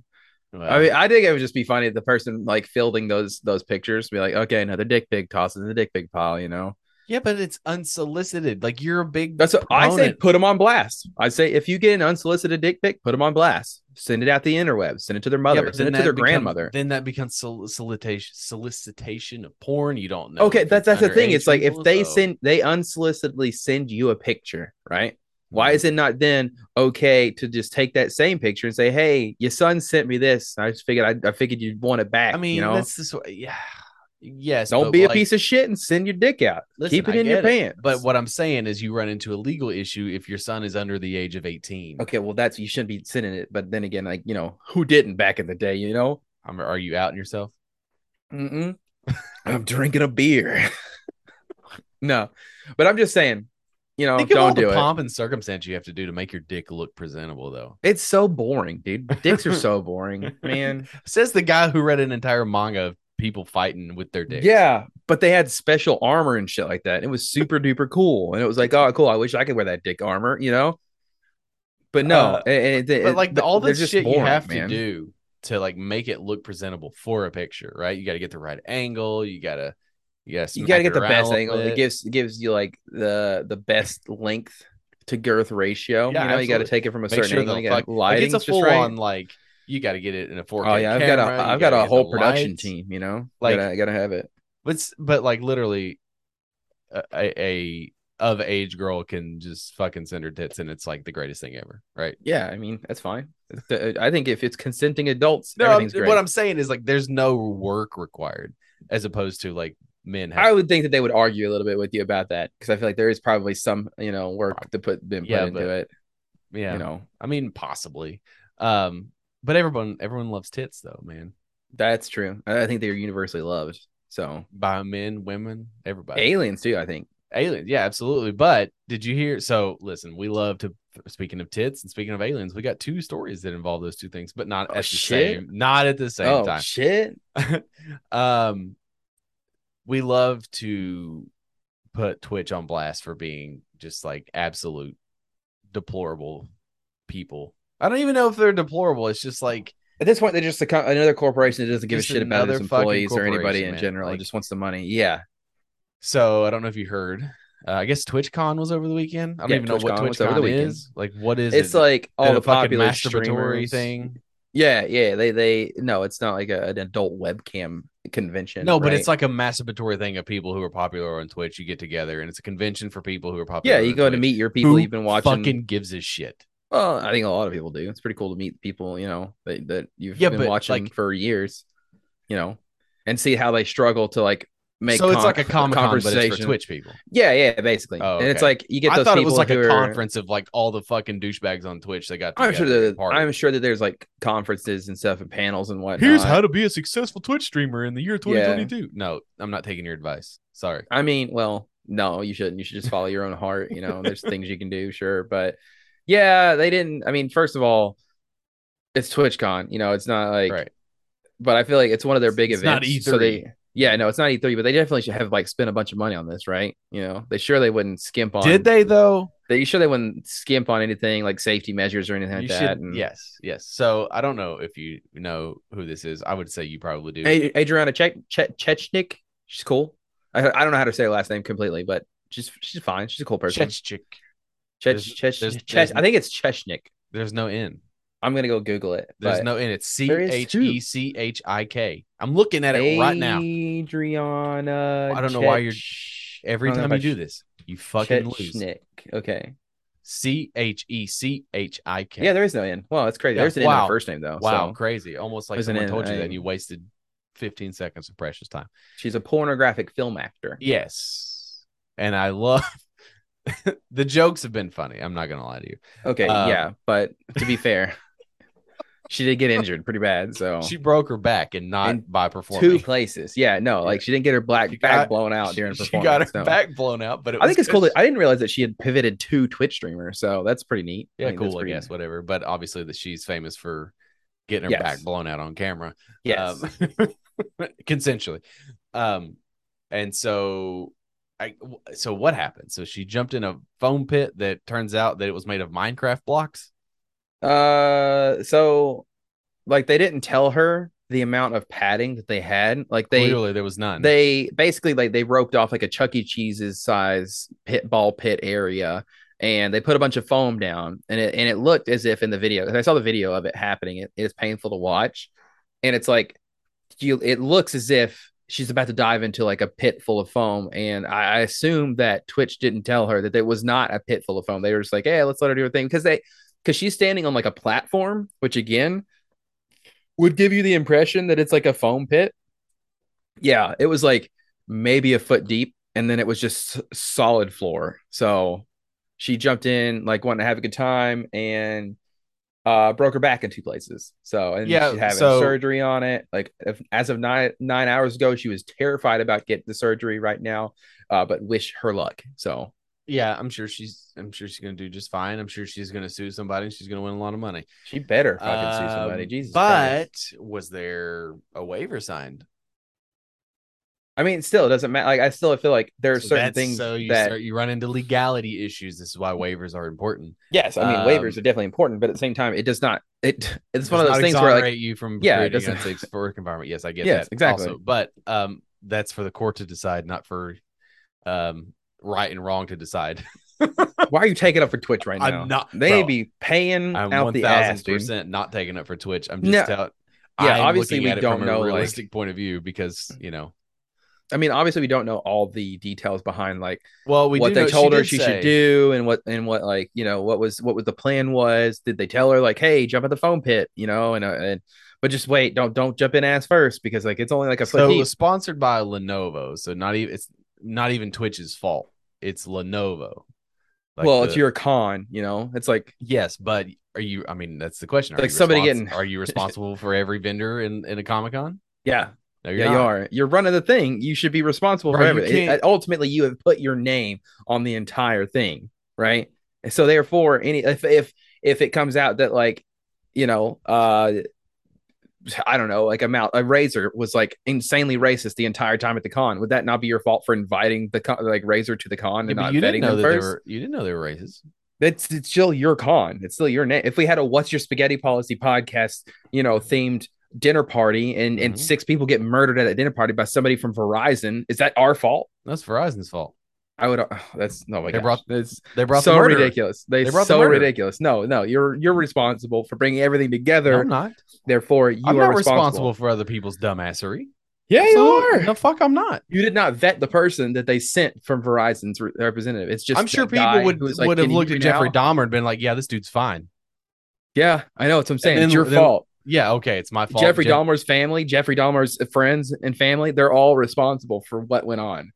[SPEAKER 2] Well,
[SPEAKER 1] I mean, I think it would just be funny if the person like fielding those those pictures be like, okay, another dick pig tosses in the dick pig pile, you know.
[SPEAKER 2] yeah, but it's unsolicited. Like you're a big.
[SPEAKER 1] That's what I say.
[SPEAKER 2] proponent.
[SPEAKER 1] Put them on blast. I say if you get an unsolicited dick pic, put them on blast. Send it out the interwebs. Send it to their
[SPEAKER 2] Yeah,
[SPEAKER 1] mother.
[SPEAKER 2] but
[SPEAKER 1] send it
[SPEAKER 2] then
[SPEAKER 1] to their
[SPEAKER 2] that becomes-
[SPEAKER 1] grandmother.
[SPEAKER 2] Then that becomes sol- solicitation solicitation of porn. You don't know.
[SPEAKER 1] Okay,
[SPEAKER 2] if
[SPEAKER 1] that's that's the thing.
[SPEAKER 2] underage
[SPEAKER 1] It's like if
[SPEAKER 2] people,
[SPEAKER 1] they
[SPEAKER 2] so-
[SPEAKER 1] send they unsolicitedly send you a picture, right? Why
[SPEAKER 2] Mm-hmm.
[SPEAKER 1] is it not then okay to just take that same picture and say, "Hey, your son sent me this. I just figured I, I figured you'd want it back."
[SPEAKER 2] I mean,
[SPEAKER 1] you know,
[SPEAKER 2] that's this. Yeah. Yes.
[SPEAKER 1] don't
[SPEAKER 2] but,
[SPEAKER 1] be a
[SPEAKER 2] like,
[SPEAKER 1] piece of shit and send your dick out.
[SPEAKER 2] listen,
[SPEAKER 1] Keep it
[SPEAKER 2] I
[SPEAKER 1] in your
[SPEAKER 2] get it.
[SPEAKER 1] pants.
[SPEAKER 2] But what I'm saying is, you run into a legal issue if your son is under the age of 18.
[SPEAKER 1] Okay, well, that's you shouldn't be sending it. But then again, like you know, who didn't back in the day? You know,
[SPEAKER 2] Um, are you outing yourself?
[SPEAKER 1] Mm-mm. I'm drinking a beer. no, but I'm just saying, you know,
[SPEAKER 2] Think of all
[SPEAKER 1] don't
[SPEAKER 2] the
[SPEAKER 1] do it.
[SPEAKER 2] pomp and circumstance you have to do to make your dick look presentable, though.
[SPEAKER 1] It's so boring, dude. Dicks are so boring, man.
[SPEAKER 2] Says the guy who read an entire manga of people fighting with their dick.
[SPEAKER 1] Yeah, but they had special armor and shit like that. It was super duper cool, and it was like, oh, cool. I wish I could wear that dick armor, you know. But no,
[SPEAKER 2] Uh,
[SPEAKER 1] it- it-
[SPEAKER 2] but like the,
[SPEAKER 1] they're
[SPEAKER 2] all this
[SPEAKER 1] just
[SPEAKER 2] shit you
[SPEAKER 1] boring,
[SPEAKER 2] have
[SPEAKER 1] man.
[SPEAKER 2] to do to like make it look presentable for a picture, right? You got to get the right angle. You gotta, you gotta,
[SPEAKER 1] you
[SPEAKER 2] got
[SPEAKER 1] gotta get the best angle. It gives gives you like the the best length to girth ratio.
[SPEAKER 2] Yeah,
[SPEAKER 1] you know, you gotta
[SPEAKER 2] absolutely.
[SPEAKER 1] take it from a
[SPEAKER 2] Make
[SPEAKER 1] certain
[SPEAKER 2] sure
[SPEAKER 1] angle.
[SPEAKER 2] the
[SPEAKER 1] You gotta
[SPEAKER 2] fuck- like
[SPEAKER 1] lighting's
[SPEAKER 2] it's a
[SPEAKER 1] just
[SPEAKER 2] full
[SPEAKER 1] right.
[SPEAKER 2] on like. You got to get it in a 4K.
[SPEAKER 1] Oh yeah, I've got
[SPEAKER 2] camera,
[SPEAKER 1] a
[SPEAKER 2] you
[SPEAKER 1] I've got
[SPEAKER 2] gotta
[SPEAKER 1] a
[SPEAKER 2] get
[SPEAKER 1] whole
[SPEAKER 2] the
[SPEAKER 1] production
[SPEAKER 2] lights.
[SPEAKER 1] team. You know,
[SPEAKER 2] Like-
[SPEAKER 1] like gotta, gotta have it.
[SPEAKER 2] But s- but like literally, a, a of age girl can just fucking send her tits and it's like the greatest thing ever, right?
[SPEAKER 1] Yeah, I mean that's fine. It's the- I think if it's consenting adults,
[SPEAKER 2] No, I'm-
[SPEAKER 1] everything's great.
[SPEAKER 2] what I'm saying is like there's no work required as opposed to like men have
[SPEAKER 1] I would think that they would argue a little bit with you about that because I feel like there is probably some you know work to put been put
[SPEAKER 2] Yeah,
[SPEAKER 1] into
[SPEAKER 2] but-
[SPEAKER 1] it.
[SPEAKER 2] yeah.
[SPEAKER 1] You know,
[SPEAKER 2] I mean possibly. Um but everyone everyone loves tits though, man.
[SPEAKER 1] that's true. I I think they're universally loved. So
[SPEAKER 2] By men, women, everybody.
[SPEAKER 1] aliens too, I think.
[SPEAKER 2] Aliens, yeah, absolutely. But did you hear? So, listen, we love to. Speaking of tits and speaking of aliens, we got two stories that involve those two things, but not
[SPEAKER 1] Oh,
[SPEAKER 2] at the
[SPEAKER 1] shit.
[SPEAKER 2] same, not at the same
[SPEAKER 1] oh
[SPEAKER 2] time.
[SPEAKER 1] shit!
[SPEAKER 2] um, we love to put Twitch on blast for being just like absolute deplorable people. I don't even know if they're deplorable. It's just like
[SPEAKER 1] At this point, they're just a, co- another corporation that doesn't give
[SPEAKER 2] Just
[SPEAKER 1] a shit about its
[SPEAKER 2] another fucking
[SPEAKER 1] employees or anybody
[SPEAKER 2] corporation,
[SPEAKER 1] in
[SPEAKER 2] man.
[SPEAKER 1] general.
[SPEAKER 2] Like-
[SPEAKER 1] it just wants the money. Yeah,
[SPEAKER 2] So I don't know if you heard. Uh, I guess TwitchCon was over the weekend. I don't
[SPEAKER 1] Yeah,
[SPEAKER 2] even know what
[SPEAKER 1] TwitchCon was
[SPEAKER 2] TwitchCon
[SPEAKER 1] over the weekend.
[SPEAKER 2] is. Like, what is
[SPEAKER 1] it's
[SPEAKER 2] it?
[SPEAKER 1] like
[SPEAKER 2] Is
[SPEAKER 1] all
[SPEAKER 2] it
[SPEAKER 1] the
[SPEAKER 2] a fucking
[SPEAKER 1] popular
[SPEAKER 2] masturbatory
[SPEAKER 1] streamers.
[SPEAKER 2] thing.
[SPEAKER 1] Yeah, yeah. They they no, it's not like a, an adult webcam convention.
[SPEAKER 2] No, but
[SPEAKER 1] right?
[SPEAKER 2] it's like a masturbatory thing of people who are popular on Twitch. You get together, and it's a convention for people who are popular.
[SPEAKER 1] yeah, you
[SPEAKER 2] on
[SPEAKER 1] go to
[SPEAKER 2] Twitch.
[SPEAKER 1] meet your people
[SPEAKER 2] Who
[SPEAKER 1] you've been watching.
[SPEAKER 2] Fucking gives a shit.
[SPEAKER 1] Well, I think a lot of people do. It's pretty cool to meet people, you know, that, that you've
[SPEAKER 2] Yeah,
[SPEAKER 1] been
[SPEAKER 2] but,
[SPEAKER 1] watching
[SPEAKER 2] like-
[SPEAKER 1] for years, you know, and see how they struggle to like make.
[SPEAKER 2] so it's
[SPEAKER 1] con-
[SPEAKER 2] like a comic con, but it's for
[SPEAKER 1] conversation.
[SPEAKER 2] Twitch people.
[SPEAKER 1] Yeah, yeah, basically.
[SPEAKER 2] Oh,
[SPEAKER 1] And it's
[SPEAKER 2] okay.
[SPEAKER 1] like you get
[SPEAKER 2] I
[SPEAKER 1] those
[SPEAKER 2] thought
[SPEAKER 1] people
[SPEAKER 2] it was like
[SPEAKER 1] who
[SPEAKER 2] a
[SPEAKER 1] are-
[SPEAKER 2] conference of like all the fucking douchebags on Twitch. They got.
[SPEAKER 1] I'm sure
[SPEAKER 2] together
[SPEAKER 1] that
[SPEAKER 2] and partied.
[SPEAKER 1] I'm sure that there's like conferences and stuff and panels and whatnot.
[SPEAKER 2] Here's how to be a successful Twitch streamer in the year
[SPEAKER 1] Yeah.
[SPEAKER 2] 2022. No, I'm not taking your advice. Sorry.
[SPEAKER 1] I mean, well, no, you shouldn't. You should just follow your own heart. You know, there's things you can do, sure. But yeah, they didn't. I mean, first of all, it's TwitchCon. You know, it's not like,
[SPEAKER 2] Right.
[SPEAKER 1] but I feel like it's one of their big
[SPEAKER 2] It's not E
[SPEAKER 1] events. So
[SPEAKER 2] E3.
[SPEAKER 1] they, yeah, no, it's not E3, but they definitely should have like spent a bunch of money on this, right? You know, they sure they wouldn't skimp on.
[SPEAKER 2] Did they though?
[SPEAKER 1] They sure they wouldn't skimp on anything like safety measures or anything like
[SPEAKER 2] you
[SPEAKER 1] that.
[SPEAKER 2] should,
[SPEAKER 1] and-
[SPEAKER 2] yes, yes. So I don't know if you know who this is. I would say you probably do.
[SPEAKER 1] Ad- Adriana Chek Chek Chechnik, she's cool. I, I don't know how to say her last name completely, but she's she's fine. She's a cool person.
[SPEAKER 2] Chechik.
[SPEAKER 1] Chech,
[SPEAKER 2] There's-
[SPEAKER 1] Chech,
[SPEAKER 2] there's-
[SPEAKER 1] Chech-
[SPEAKER 2] there's-
[SPEAKER 1] I think it's Chechnik.
[SPEAKER 2] There's no N.
[SPEAKER 1] I'm gonna go Google it.
[SPEAKER 2] There's
[SPEAKER 1] but-
[SPEAKER 2] no N. It's C
[SPEAKER 1] There is
[SPEAKER 2] H
[SPEAKER 1] two.
[SPEAKER 2] E C H I K. I'm looking at it right now.
[SPEAKER 1] Adriana.
[SPEAKER 2] I don't know why you're-
[SPEAKER 1] Chech-
[SPEAKER 2] Every
[SPEAKER 1] I don't know
[SPEAKER 2] time
[SPEAKER 1] if
[SPEAKER 2] you
[SPEAKER 1] I
[SPEAKER 2] do
[SPEAKER 1] sh-
[SPEAKER 2] this, you fucking lose.
[SPEAKER 1] Chechnik. Okay.
[SPEAKER 2] C H E C H I K.
[SPEAKER 1] Yeah, there is no N. Wow, that's crazy.
[SPEAKER 2] Yeah,
[SPEAKER 1] There's an N in
[SPEAKER 2] wow.
[SPEAKER 1] her first name though.
[SPEAKER 2] Wow,
[SPEAKER 1] So
[SPEAKER 2] crazy. Almost like
[SPEAKER 1] There's an
[SPEAKER 2] someone
[SPEAKER 1] N,
[SPEAKER 2] told you that
[SPEAKER 1] I-
[SPEAKER 2] and you wasted 15 seconds of precious time.
[SPEAKER 1] she's a pornographic film actor.
[SPEAKER 2] Yes. And I love the jokes have been funny. I'm not gonna lie to you.
[SPEAKER 1] Okay,
[SPEAKER 2] Um,
[SPEAKER 1] yeah, but to be fair, she did get injured pretty bad. So
[SPEAKER 2] She broke her back and not
[SPEAKER 1] In
[SPEAKER 2] by
[SPEAKER 1] Oh. two
[SPEAKER 2] performing.
[SPEAKER 1] places. Yeah, no, like she didn't get her black
[SPEAKER 2] She
[SPEAKER 1] back
[SPEAKER 2] got-
[SPEAKER 1] blown out during
[SPEAKER 2] she,
[SPEAKER 1] performance.
[SPEAKER 2] she got her
[SPEAKER 1] no.
[SPEAKER 2] back blown out, but it
[SPEAKER 1] I think
[SPEAKER 2] was
[SPEAKER 1] it's cool.
[SPEAKER 2] good.
[SPEAKER 1] That, I didn't realize that she had pivoted to Twitch streamer, so that's pretty neat.
[SPEAKER 2] yeah,
[SPEAKER 1] think that's
[SPEAKER 2] cool, I
[SPEAKER 1] pretty-
[SPEAKER 2] guess, whatever. But obviously that she's famous for getting her
[SPEAKER 1] Yes.
[SPEAKER 2] back blown out on camera.
[SPEAKER 1] Yes.
[SPEAKER 2] Um, consensually. Um, and so I w- so what happened? So she jumped in a foam pit that turns out that it was made of Minecraft blocks.
[SPEAKER 1] uh, so like they didn't tell her the amount of padding that they had. Like they
[SPEAKER 2] Clearly there was none.
[SPEAKER 1] they basically like they roped off like a Chuck E. Cheese's size pit ball pit area, and they put a bunch of foam down, and it and it looked as if in the video. And I saw the video of it happening. It, it is painful to watch, and it's like you. It looks as if she's about to dive into like a pit full of foam, and I, I assume that Twitch didn't tell her that there was not a pit full of foam. They were just like, hey, let's let her do her thing because they because she's standing on like a platform, which again would give you the impression that it's like a foam pit yeah, it was like maybe a foot deep, and then it was just s- solid floor. So she jumped in, like wanting to have a good time, and uh broke her back in two places. So and
[SPEAKER 2] Yeah,
[SPEAKER 1] she's having
[SPEAKER 2] so-
[SPEAKER 1] surgery on it. Like if, as of nine nine hours ago, she was terrified about getting the surgery right now, uh, but wish her luck. So
[SPEAKER 2] yeah, I'm sure she's I'm sure she's gonna do just fine. I'm sure she's gonna sue somebody and she's gonna win a lot of money.
[SPEAKER 1] she better fucking sue somebody.
[SPEAKER 2] Um,
[SPEAKER 1] Jesus,
[SPEAKER 2] But
[SPEAKER 1] Christ.
[SPEAKER 2] was there a waiver signed?
[SPEAKER 1] I mean, still it doesn't matter. Like I still feel like there are
[SPEAKER 2] So
[SPEAKER 1] certain
[SPEAKER 2] that's-
[SPEAKER 1] things
[SPEAKER 2] So you
[SPEAKER 1] that
[SPEAKER 2] start, you run into legality issues. This is why waivers are important.
[SPEAKER 1] yes, I mean
[SPEAKER 2] um,
[SPEAKER 1] waivers are definitely important, but at the same time, it does not. It it's
[SPEAKER 2] Does
[SPEAKER 1] one of those
[SPEAKER 2] not
[SPEAKER 1] things where like
[SPEAKER 2] exonerate you from
[SPEAKER 1] Yeah,
[SPEAKER 2] yeah,
[SPEAKER 1] it
[SPEAKER 2] creating
[SPEAKER 1] doesn't-
[SPEAKER 2] unsafe work environment. Yes, I get
[SPEAKER 1] Yes,
[SPEAKER 2] that.
[SPEAKER 1] exactly.
[SPEAKER 2] Also, but um, that's for the court to decide, not for um right and wrong to decide.
[SPEAKER 1] Why are you taking up for Twitch right
[SPEAKER 2] I'm
[SPEAKER 1] now?
[SPEAKER 2] not-
[SPEAKER 1] They
[SPEAKER 2] bro,
[SPEAKER 1] be paying
[SPEAKER 2] I'm
[SPEAKER 1] out
[SPEAKER 2] one
[SPEAKER 1] the ass,
[SPEAKER 2] thousand
[SPEAKER 1] dude.
[SPEAKER 2] percent not taking it for Twitch. I'm
[SPEAKER 1] No.
[SPEAKER 2] just out.
[SPEAKER 1] Yeah,
[SPEAKER 2] I'm
[SPEAKER 1] obviously
[SPEAKER 2] looking
[SPEAKER 1] we
[SPEAKER 2] at it
[SPEAKER 1] don't
[SPEAKER 2] from
[SPEAKER 1] know,
[SPEAKER 2] a
[SPEAKER 1] like-
[SPEAKER 2] realistic point of view because you know
[SPEAKER 1] I mean, obviously, we don't know all the details behind like
[SPEAKER 2] Well, we
[SPEAKER 1] what
[SPEAKER 2] do
[SPEAKER 1] they
[SPEAKER 2] know-
[SPEAKER 1] told her
[SPEAKER 2] did
[SPEAKER 1] she
[SPEAKER 2] say-
[SPEAKER 1] should do, and what and what like you know what was what was the plan was. Did they tell her like, hey, jump at the foam pit, you know, and uh, and but just wait, don't don't jump in ass first because like it's only like a foot
[SPEAKER 2] So it
[SPEAKER 1] deep.
[SPEAKER 2] was sponsored by Lenovo, so not even it's not even Twitch's fault. It's Lenovo. Like
[SPEAKER 1] well,
[SPEAKER 2] the-
[SPEAKER 1] it's your con, you know. It's like
[SPEAKER 2] yes, but are you? I mean, that's the question. Are
[SPEAKER 1] Like
[SPEAKER 2] you
[SPEAKER 1] somebody
[SPEAKER 2] respons-
[SPEAKER 1] getting-
[SPEAKER 2] Are you responsible for every vendor in in a Comic Con?
[SPEAKER 1] yeah,
[SPEAKER 2] No,
[SPEAKER 1] yeah, you are. You're running the thing. You should be responsible
[SPEAKER 2] Right,
[SPEAKER 1] for
[SPEAKER 2] you
[SPEAKER 1] everything. It-
[SPEAKER 2] can't-
[SPEAKER 1] ultimately, you have put your name on the entire thing, right? And so therefore, any if if if it comes out that like, you know, uh, I don't know, like a mount a razor was like insanely racist the entire time at the con. Would that not be your fault for inviting the con, like razor to the con
[SPEAKER 2] Yeah,
[SPEAKER 1] and
[SPEAKER 2] but
[SPEAKER 1] not
[SPEAKER 2] you didn't
[SPEAKER 1] vetting
[SPEAKER 2] know
[SPEAKER 1] them
[SPEAKER 2] that
[SPEAKER 1] first?
[SPEAKER 2] they were. You didn't know they were racist.
[SPEAKER 1] It's it's still your con. It's still your name. If we had a "What's Your Spaghetti Policy" podcast, you know, themed dinner party, and
[SPEAKER 2] Mhm.
[SPEAKER 1] and six people get murdered at a dinner party by somebody from Verizon, is that our fault?
[SPEAKER 2] That's Verizon's fault.
[SPEAKER 1] I would. oh, that's no. My
[SPEAKER 2] They
[SPEAKER 1] gosh.
[SPEAKER 2] brought-
[SPEAKER 1] that's
[SPEAKER 2] They brought
[SPEAKER 1] so
[SPEAKER 2] the murderer.
[SPEAKER 1] ridiculous. They,
[SPEAKER 2] They brought the
[SPEAKER 1] so
[SPEAKER 2] murderer.
[SPEAKER 1] ridiculous. No, no, you're you're responsible for bringing everything
[SPEAKER 2] No,
[SPEAKER 1] together.
[SPEAKER 2] I'm not.
[SPEAKER 1] Therefore, you
[SPEAKER 2] I'm
[SPEAKER 1] are
[SPEAKER 2] not responsible.
[SPEAKER 1] responsible.
[SPEAKER 2] for other people's dumbassery.
[SPEAKER 1] Yeah,
[SPEAKER 2] So, No, fuck, I'm not.
[SPEAKER 1] You did not vet the person that they sent from Verizon's re- representative. It's just
[SPEAKER 2] I'm sure
[SPEAKER 1] that guy
[SPEAKER 2] people would
[SPEAKER 1] who was like,
[SPEAKER 2] would have
[SPEAKER 1] "Can you
[SPEAKER 2] looked
[SPEAKER 1] hear
[SPEAKER 2] at
[SPEAKER 1] me
[SPEAKER 2] Jeffrey
[SPEAKER 1] now?"
[SPEAKER 2] Dahmer and been like, "Yeah, this dude's fine."
[SPEAKER 1] Yeah, I know. It's what I'm saying.
[SPEAKER 2] then-
[SPEAKER 1] it's your
[SPEAKER 2] then-
[SPEAKER 1] fault.
[SPEAKER 2] Yeah, okay, it's my fault.
[SPEAKER 1] Jeffrey
[SPEAKER 2] Jeff-
[SPEAKER 1] Dahmer's family, Jeffrey Dahmer's friends and family, they're all responsible for what went on.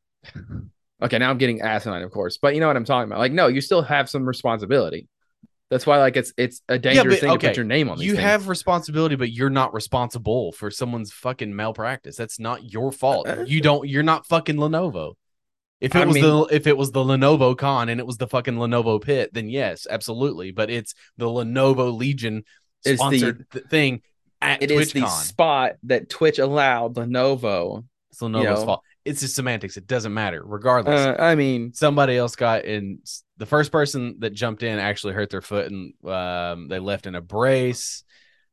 [SPEAKER 1] Okay, now I'm getting asinine, of course, but you know what I'm talking about. Like, no, you still have some responsibility. That's why, like, it's it's a dangerous
[SPEAKER 2] but-
[SPEAKER 1] thing to
[SPEAKER 2] okay,
[SPEAKER 1] put your name on. These
[SPEAKER 2] You
[SPEAKER 1] things.
[SPEAKER 2] have responsibility, but you're not responsible for someone's fucking malpractice. That's not your fault.
[SPEAKER 1] Uh,
[SPEAKER 2] You don't. You're not fucking Lenovo. If it
[SPEAKER 1] I
[SPEAKER 2] was
[SPEAKER 1] mean-
[SPEAKER 2] the if it was the Lenovo con and it was the fucking Lenovo pit, then yes, absolutely. But it's the Lenovo Legion
[SPEAKER 1] It's the-
[SPEAKER 2] sponsored th- thing at
[SPEAKER 1] it
[SPEAKER 2] TwitchCon.
[SPEAKER 1] is the spot that Twitch allowed Lenovo.
[SPEAKER 2] it's Lenovo's
[SPEAKER 1] know.
[SPEAKER 2] fault. It's just semantics. It doesn't matter. Regardless,
[SPEAKER 1] Uh, I mean,
[SPEAKER 2] somebody else got in the first person that jumped in actually hurt their foot and um, they left in a brace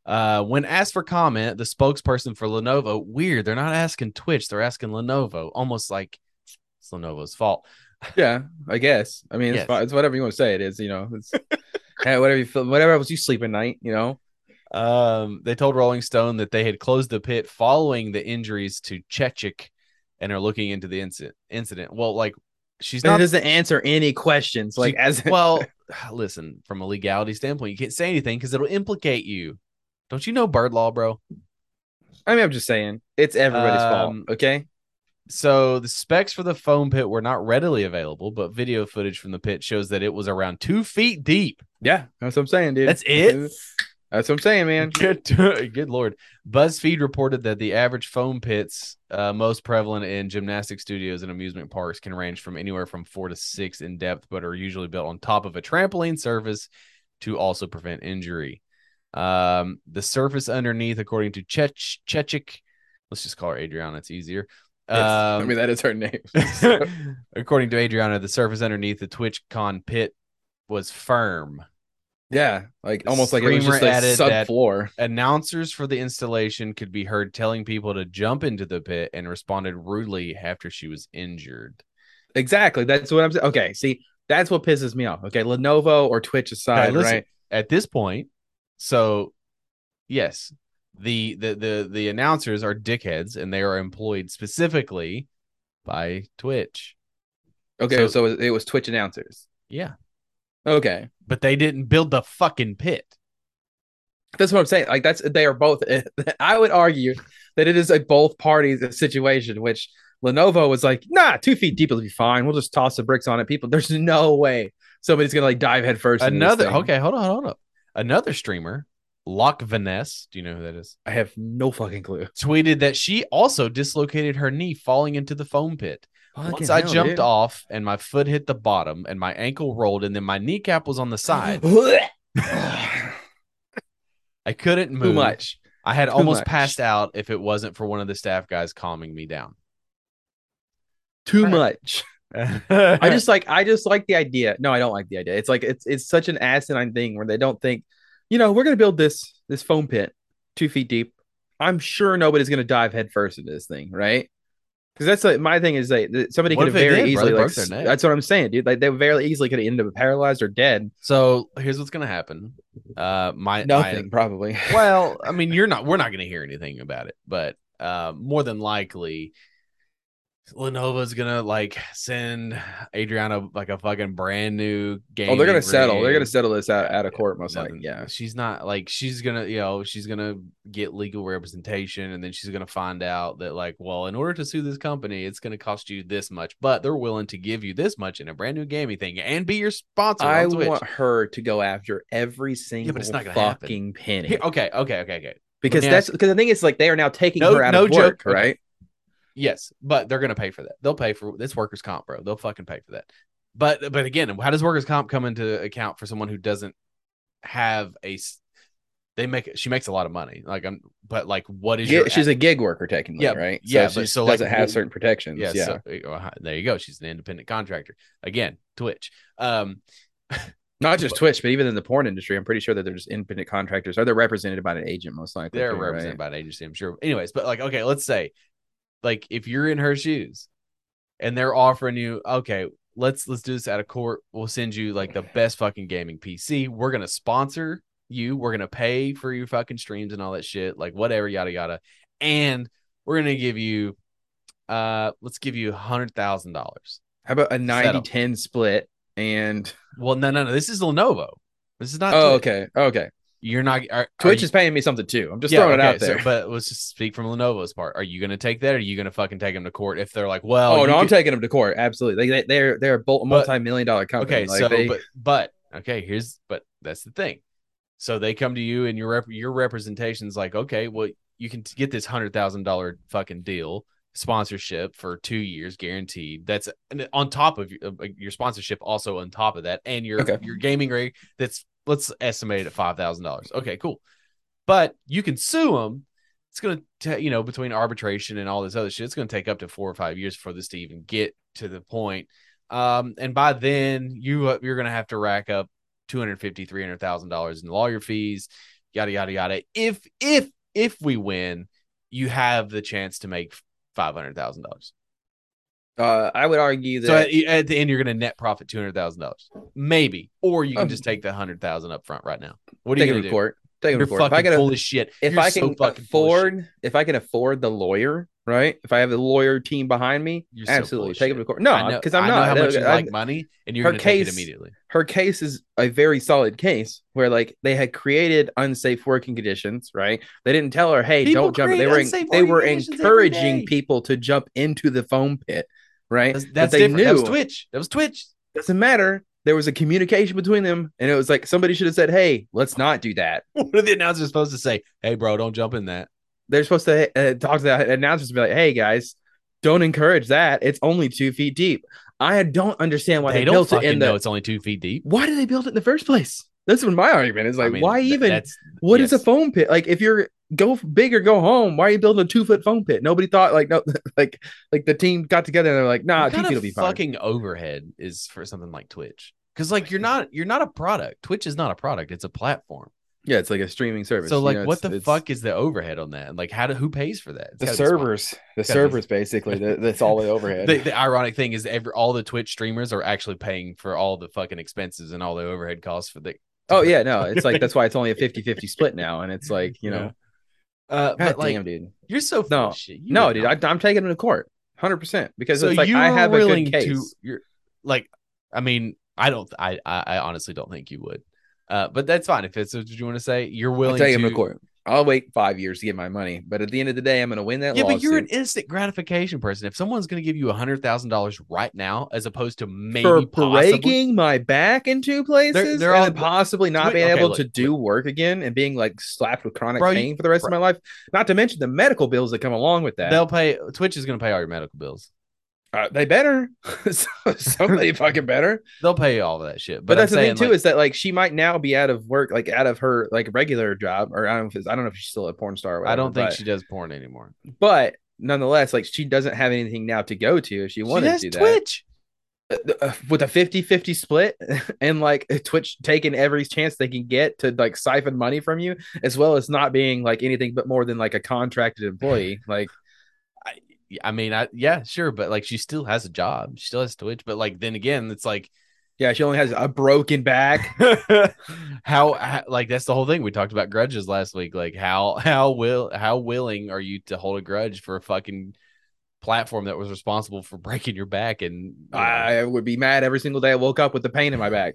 [SPEAKER 2] uh, when asked for comment the spokesperson for lenovo weird they're not asking twitch they're asking lenovo almost like it's lenovo's fault
[SPEAKER 1] yeah, I guess. I mean,
[SPEAKER 2] Yes.
[SPEAKER 1] it's, fi- it's whatever you want to say. It is, you know, it's hey, whatever you feel, whatever helps you sleep at night, you know.
[SPEAKER 2] um, they told rolling stone that they had closed the pit following the injuries to chechik and are looking into the incident incident well like she's
[SPEAKER 1] It
[SPEAKER 2] not
[SPEAKER 1] doesn't answer any questions. Like,
[SPEAKER 2] She-
[SPEAKER 1] as
[SPEAKER 2] well, listen, from a legality standpoint, you can't say anything because it'll implicate you. Don't you know bird law, bro?
[SPEAKER 1] I mean, I'm just saying, it's everybody's
[SPEAKER 2] Um,
[SPEAKER 1] fault. Okay.
[SPEAKER 2] So the specs for the foam pit were not readily available, but video footage from the pit shows that it was around two feet deep.
[SPEAKER 1] Yeah, that's what I'm saying, dude.
[SPEAKER 2] That's it.
[SPEAKER 1] That's what I'm saying, man.
[SPEAKER 2] Good, good lord. BuzzFeed reported that the average foam pits, uh, most prevalent in gymnastic studios and amusement parks, can range from anywhere from four to six in depth, but are usually built on top of a trampoline surface to also prevent injury. Um, the surface underneath, according to Chech Chechik, let's just call her Adriana. It's easier. Um,
[SPEAKER 1] I mean, that is her name.
[SPEAKER 2] according to Adriana, the surface underneath the TwitchCon pit was firm.
[SPEAKER 1] yeah, like
[SPEAKER 2] The
[SPEAKER 1] almost like it was
[SPEAKER 2] screamer
[SPEAKER 1] just like
[SPEAKER 2] added that-
[SPEAKER 1] subfloor.
[SPEAKER 2] announcers for the installation could be heard telling people to jump into the pit and responded rudely after she was injured.
[SPEAKER 1] Exactly. That's what I'm saying. Okay, see, that's what pisses me off. Okay, Lenovo or Twitch aside,
[SPEAKER 2] listen.
[SPEAKER 1] right?
[SPEAKER 2] At this point, so yes, the the the the announcers are dickheads and they are employed specifically by Twitch.
[SPEAKER 1] Okay,
[SPEAKER 2] So-
[SPEAKER 1] so, it was- it was Twitch announcers.
[SPEAKER 2] Yeah,
[SPEAKER 1] Okay,
[SPEAKER 2] but they didn't build the fucking pit.
[SPEAKER 1] that's what I'm saying. Like that's they are both. I would argue that it is a both parties situation, which. Lenovo was like, nah, two feet deep will be fine. We'll just toss the bricks on it. People, there's no way somebody's gonna like dive head first. into this
[SPEAKER 2] Another
[SPEAKER 1] thing.
[SPEAKER 2] okay, hold on, hold up. Another streamer, Lock Vaness, do you know who that is?
[SPEAKER 1] I have no fucking clue.
[SPEAKER 2] Tweeted that she also dislocated her knee falling into the foam pit. Once I jumped off and my foot hit the bottom and my ankle rolled and then my kneecap was on the side.
[SPEAKER 1] Too
[SPEAKER 2] I couldn't move.
[SPEAKER 1] much.
[SPEAKER 2] I had
[SPEAKER 1] Too
[SPEAKER 2] almost
[SPEAKER 1] much.
[SPEAKER 2] passed out if it wasn't for one of the staff guys calming me down.
[SPEAKER 1] Too
[SPEAKER 2] Right.
[SPEAKER 1] much. I
[SPEAKER 2] I
[SPEAKER 1] just like I just like the idea. No, I don't like the idea. It's like it's it's such an asinine thing where they don't think, you know, we're gonna build this this foam pit two feet deep. I'm sure nobody's gonna dive headfirst into this thing, right? Because that's like my thing is like that somebody
[SPEAKER 2] What
[SPEAKER 1] could have
[SPEAKER 2] if they
[SPEAKER 1] very
[SPEAKER 2] did, bro?
[SPEAKER 1] easily
[SPEAKER 2] They
[SPEAKER 1] like
[SPEAKER 2] broke their
[SPEAKER 1] s-
[SPEAKER 2] neck.
[SPEAKER 1] that's what I'm saying, dude. Like they very easily could have ended up paralyzed or dead.
[SPEAKER 2] so here's what's gonna happen. Uh my my-
[SPEAKER 1] Nothing probably.
[SPEAKER 2] well, I mean, you're not we're not gonna hear anything about it, but uh more than likely Lenovo's gonna like send Adriana like a fucking brand new game.
[SPEAKER 1] Oh, they're gonna settle. They're gonna settle this out out of court, most
[SPEAKER 2] Nothing-
[SPEAKER 1] likely. Yeah.
[SPEAKER 2] she's not like she's gonna, you know, she's gonna get legal representation, and then she's gonna find out that like, well, in order to sue this company, it's gonna cost you this much, but they're willing to give you this much in a brand new gaming thing and be your sponsor. on
[SPEAKER 1] I
[SPEAKER 2] Twitch.
[SPEAKER 1] want her to go after every single
[SPEAKER 2] but it's not gonna happen.
[SPEAKER 1] fucking penny
[SPEAKER 2] Here- okay, okay, okay, okay.
[SPEAKER 1] because
[SPEAKER 2] me
[SPEAKER 1] that's because the thing is like they are now taking
[SPEAKER 2] No-
[SPEAKER 1] her out
[SPEAKER 2] no
[SPEAKER 1] of work,
[SPEAKER 2] joke. Okay.
[SPEAKER 1] right?
[SPEAKER 2] Yes, but they're gonna pay for that. They'll pay for this workers' comp, bro. They'll fucking pay for that. But but again, how does workers' comp come into account for someone who doesn't have a? s- They make she makes a lot of money. Like I'm, but like, what is
[SPEAKER 1] Gi-
[SPEAKER 2] your?
[SPEAKER 1] she's a gig worker technically,
[SPEAKER 2] Yeah,
[SPEAKER 1] right?
[SPEAKER 2] yeah,
[SPEAKER 1] so
[SPEAKER 2] but
[SPEAKER 1] she
[SPEAKER 2] so,
[SPEAKER 1] doesn't
[SPEAKER 2] like,
[SPEAKER 1] have
[SPEAKER 2] wh-
[SPEAKER 1] certain protections. Yeah,
[SPEAKER 2] yeah, so- uh, there you go. She's an independent contractor again. Twitch. Um,
[SPEAKER 1] not just Twitch, but even in the porn industry, I'm pretty sure that they're just independent contractors. Are they represented by an agent most likely?
[SPEAKER 2] they're
[SPEAKER 1] too, right?
[SPEAKER 2] represented by an agency, I'm sure. Anyways, but like, okay, let's say, like, if you're in her shoes, and they're offering you, okay, let's let's do this out of court. We'll send you like the best fucking gaming PC. We're gonna sponsor you. We're gonna pay for your fucking streams and all that shit. Like whatever, yada yada. And we're gonna give you, uh, let's give you a hundred thousand dollars.
[SPEAKER 1] How about a 90-10 split? And
[SPEAKER 2] Well, no, no, no. This is Lenovo. This is not.
[SPEAKER 1] oh,
[SPEAKER 2] Twitch.
[SPEAKER 1] okay, okay.
[SPEAKER 2] You're not. Are, are
[SPEAKER 1] Twitch
[SPEAKER 2] you-
[SPEAKER 1] is paying me something too. I'm just
[SPEAKER 2] Yeah,
[SPEAKER 1] throwing it
[SPEAKER 2] okay,
[SPEAKER 1] out there.
[SPEAKER 2] So, but let's just speak from Lenovo's part. Are you going to take that? Or are you going to fucking take them to court if they're like, well,
[SPEAKER 1] oh
[SPEAKER 2] you
[SPEAKER 1] no, I'm
[SPEAKER 2] could-
[SPEAKER 1] taking them to court. Absolutely, they, they are they're a bul-
[SPEAKER 2] But-
[SPEAKER 1] multi-million dollar company.
[SPEAKER 2] okay.
[SPEAKER 1] Like,
[SPEAKER 2] so,
[SPEAKER 1] they-
[SPEAKER 2] but, but okay, here's but that's the thing. So they come to you and your rep, your representation's like, okay, well, you can t- get this hundred thousand dollar fucking deal sponsorship for two years guaranteed. That's and on top of your, uh, your sponsorship, also on top of that, and your
[SPEAKER 1] Okay.
[SPEAKER 2] your gaming rig that's let's estimate it at five thousand dollars. Okay, cool. But you can sue them. It's gonna ta- you know between arbitration and all this other shit, it's gonna take up to four or five years for this to even get to the point. Um, and by then you uh, you're gonna have to rack up two hundred fifty, three hundred thousand dollars in lawyer fees, yada yada yada. If if if we win, you have the chance to make five hundred thousand dollars.
[SPEAKER 1] uh, I would argue that
[SPEAKER 2] So at, at the end, you're going to net profit two hundred thousand dollars, maybe, or you can
[SPEAKER 1] Um,
[SPEAKER 2] just take the hundred thousand up front right now. What are
[SPEAKER 1] take
[SPEAKER 2] you
[SPEAKER 1] them to
[SPEAKER 2] going to do?
[SPEAKER 1] court. Take them
[SPEAKER 2] You're
[SPEAKER 1] to court. If I
[SPEAKER 2] fucking
[SPEAKER 1] get a
[SPEAKER 2] full as shit.
[SPEAKER 1] if
[SPEAKER 2] You're
[SPEAKER 1] I
[SPEAKER 2] so
[SPEAKER 1] can
[SPEAKER 2] fucking full of shit.
[SPEAKER 1] afford, if I can afford the lawyer, right? If I have the lawyer team behind me,
[SPEAKER 2] You're so
[SPEAKER 1] absolutely
[SPEAKER 2] full of
[SPEAKER 1] take him
[SPEAKER 2] shit.
[SPEAKER 1] to court.
[SPEAKER 2] I
[SPEAKER 1] No,
[SPEAKER 2] know-
[SPEAKER 1] because I'm
[SPEAKER 2] I
[SPEAKER 1] not.
[SPEAKER 2] know how much you
[SPEAKER 1] I-
[SPEAKER 2] like money, and you're
[SPEAKER 1] her
[SPEAKER 2] going to take it
[SPEAKER 1] case-
[SPEAKER 2] immediately.
[SPEAKER 1] her case is a very solid case where like they had created unsafe working conditions, right? They didn't tell her, "Hey,
[SPEAKER 2] People
[SPEAKER 1] don't jump." in." They
[SPEAKER 2] create
[SPEAKER 1] were
[SPEAKER 2] unsafe
[SPEAKER 1] they
[SPEAKER 2] working
[SPEAKER 1] were
[SPEAKER 2] conditions every day.
[SPEAKER 1] encouraging people to jump into the foam pit, right?
[SPEAKER 2] That's,
[SPEAKER 1] But
[SPEAKER 2] that's
[SPEAKER 1] they
[SPEAKER 2] different. That was
[SPEAKER 1] knew
[SPEAKER 2] Twitch. That was Twitch.
[SPEAKER 1] doesn't matter. There was a communication between them, and it was like somebody should have said, "Hey, let's not do that."
[SPEAKER 2] What are the announcers supposed to say? Hey, bro, don't jump in that.
[SPEAKER 1] they're supposed to uh, talk to the announcers and be like, "Hey guys, don't encourage that. It's only two feet deep." I don't understand why they,
[SPEAKER 2] they don't
[SPEAKER 1] built it
[SPEAKER 2] fucking
[SPEAKER 1] in
[SPEAKER 2] know
[SPEAKER 1] the.
[SPEAKER 2] it's only two feet deep.
[SPEAKER 1] Why did they build it in the first place? That's what my argument is.
[SPEAKER 2] I
[SPEAKER 1] Like,
[SPEAKER 2] mean,
[SPEAKER 1] why
[SPEAKER 2] th-
[SPEAKER 1] even? What is a
[SPEAKER 2] That's yes.
[SPEAKER 1] foam pit? Like, if you're go big or go home, why are you building a two foot foam pit? Nobody thought like no, like like the team got together and they're like, "Nah,
[SPEAKER 2] what
[SPEAKER 1] two
[SPEAKER 2] kind
[SPEAKER 1] feet will
[SPEAKER 2] of
[SPEAKER 1] be fine."
[SPEAKER 2] fucking overhead is for something like Twitch? Because like you're not you're not a product. Twitch is not a product. It's a platform.
[SPEAKER 1] Yeah, it's like a streaming service.
[SPEAKER 2] So
[SPEAKER 1] you
[SPEAKER 2] like,
[SPEAKER 1] know,
[SPEAKER 2] what
[SPEAKER 1] it's-
[SPEAKER 2] the
[SPEAKER 1] it's-
[SPEAKER 2] fuck is the overhead on that? And like, how do who pays for that? It's
[SPEAKER 1] The
[SPEAKER 2] gotta be spon-
[SPEAKER 1] servers, the
[SPEAKER 2] gotta be-
[SPEAKER 1] servers, basically. that- That's all the overhead.
[SPEAKER 2] The, the ironic thing is, every all the Twitch streamers are actually paying for all the fucking expenses and all the overhead costs for the.
[SPEAKER 1] oh yeah, no, it's like that's why it's only a 50-50 split now, and it's like you know,
[SPEAKER 2] Yeah. Uh,
[SPEAKER 1] God
[SPEAKER 2] but like,
[SPEAKER 1] damn, dude.
[SPEAKER 2] you're so full
[SPEAKER 1] No.
[SPEAKER 2] of shit. You
[SPEAKER 1] No,
[SPEAKER 2] are
[SPEAKER 1] dude,
[SPEAKER 2] not.
[SPEAKER 1] I, I'm taking him to court, hundred percent, because
[SPEAKER 2] so
[SPEAKER 1] it's like
[SPEAKER 2] you
[SPEAKER 1] I
[SPEAKER 2] were
[SPEAKER 1] have a
[SPEAKER 2] willing
[SPEAKER 1] good case.
[SPEAKER 2] to. You're like, I mean, I don't. I I, I honestly don't think you would. Uh, but that's fine if it's what you want to say. You're
[SPEAKER 1] I'll
[SPEAKER 2] willing
[SPEAKER 1] take
[SPEAKER 2] to
[SPEAKER 1] him to court. I'll wait five years to get my money, but at the end of the day, I'm going to win that
[SPEAKER 2] Yeah,
[SPEAKER 1] lawsuit.
[SPEAKER 2] but you're an instant gratification person. If someone's going to give you a hundred thousand dollars right now, as opposed to maybe
[SPEAKER 1] for
[SPEAKER 2] possibly,
[SPEAKER 1] breaking my back in two places
[SPEAKER 2] they're
[SPEAKER 1] and
[SPEAKER 2] all-
[SPEAKER 1] then possibly not
[SPEAKER 2] Wait,
[SPEAKER 1] being
[SPEAKER 2] okay,
[SPEAKER 1] able
[SPEAKER 2] look,
[SPEAKER 1] to do work again and being like slapped with chronic
[SPEAKER 2] Bro, you-
[SPEAKER 1] pain for the rest of
[SPEAKER 2] bro.
[SPEAKER 1] my life. Not to mention the medical bills that come along with that.
[SPEAKER 2] they'll pay. Twitch is going to pay all your medical bills.
[SPEAKER 1] Uh, they better. So- Somebody fucking better.
[SPEAKER 2] They'll pay you all of that shit.
[SPEAKER 1] But,
[SPEAKER 2] I'm
[SPEAKER 1] that's the
[SPEAKER 2] saying,
[SPEAKER 1] thing too
[SPEAKER 2] like,
[SPEAKER 1] is that like she might now be out of work, like out of her like regular job, or I don't know if it's, I don't know if she's still a porn star. Or whatever,
[SPEAKER 2] I don't think
[SPEAKER 1] but-
[SPEAKER 2] she does porn anymore.
[SPEAKER 1] but nonetheless, like she doesn't have anything now to go to if she wanted to do
[SPEAKER 2] Twitch.
[SPEAKER 1] that Uh, with a 50 50 split and like uh, Twitch taking every chance they can get to like siphon money from you, as well as not being like anything but more than like a contracted employee. Like,
[SPEAKER 2] I mean, I yeah, sure, but like she still has a job. She still has Twitch, but like then again, it's like
[SPEAKER 1] yeah, she only has a broken back.
[SPEAKER 2] how, how like that's the whole thing we talked about grudges last week. Like how how will how willing are you to hold a grudge for a fucking platform that was responsible for breaking your back and you know,
[SPEAKER 1] I would be mad every single day I woke up with the pain in my back.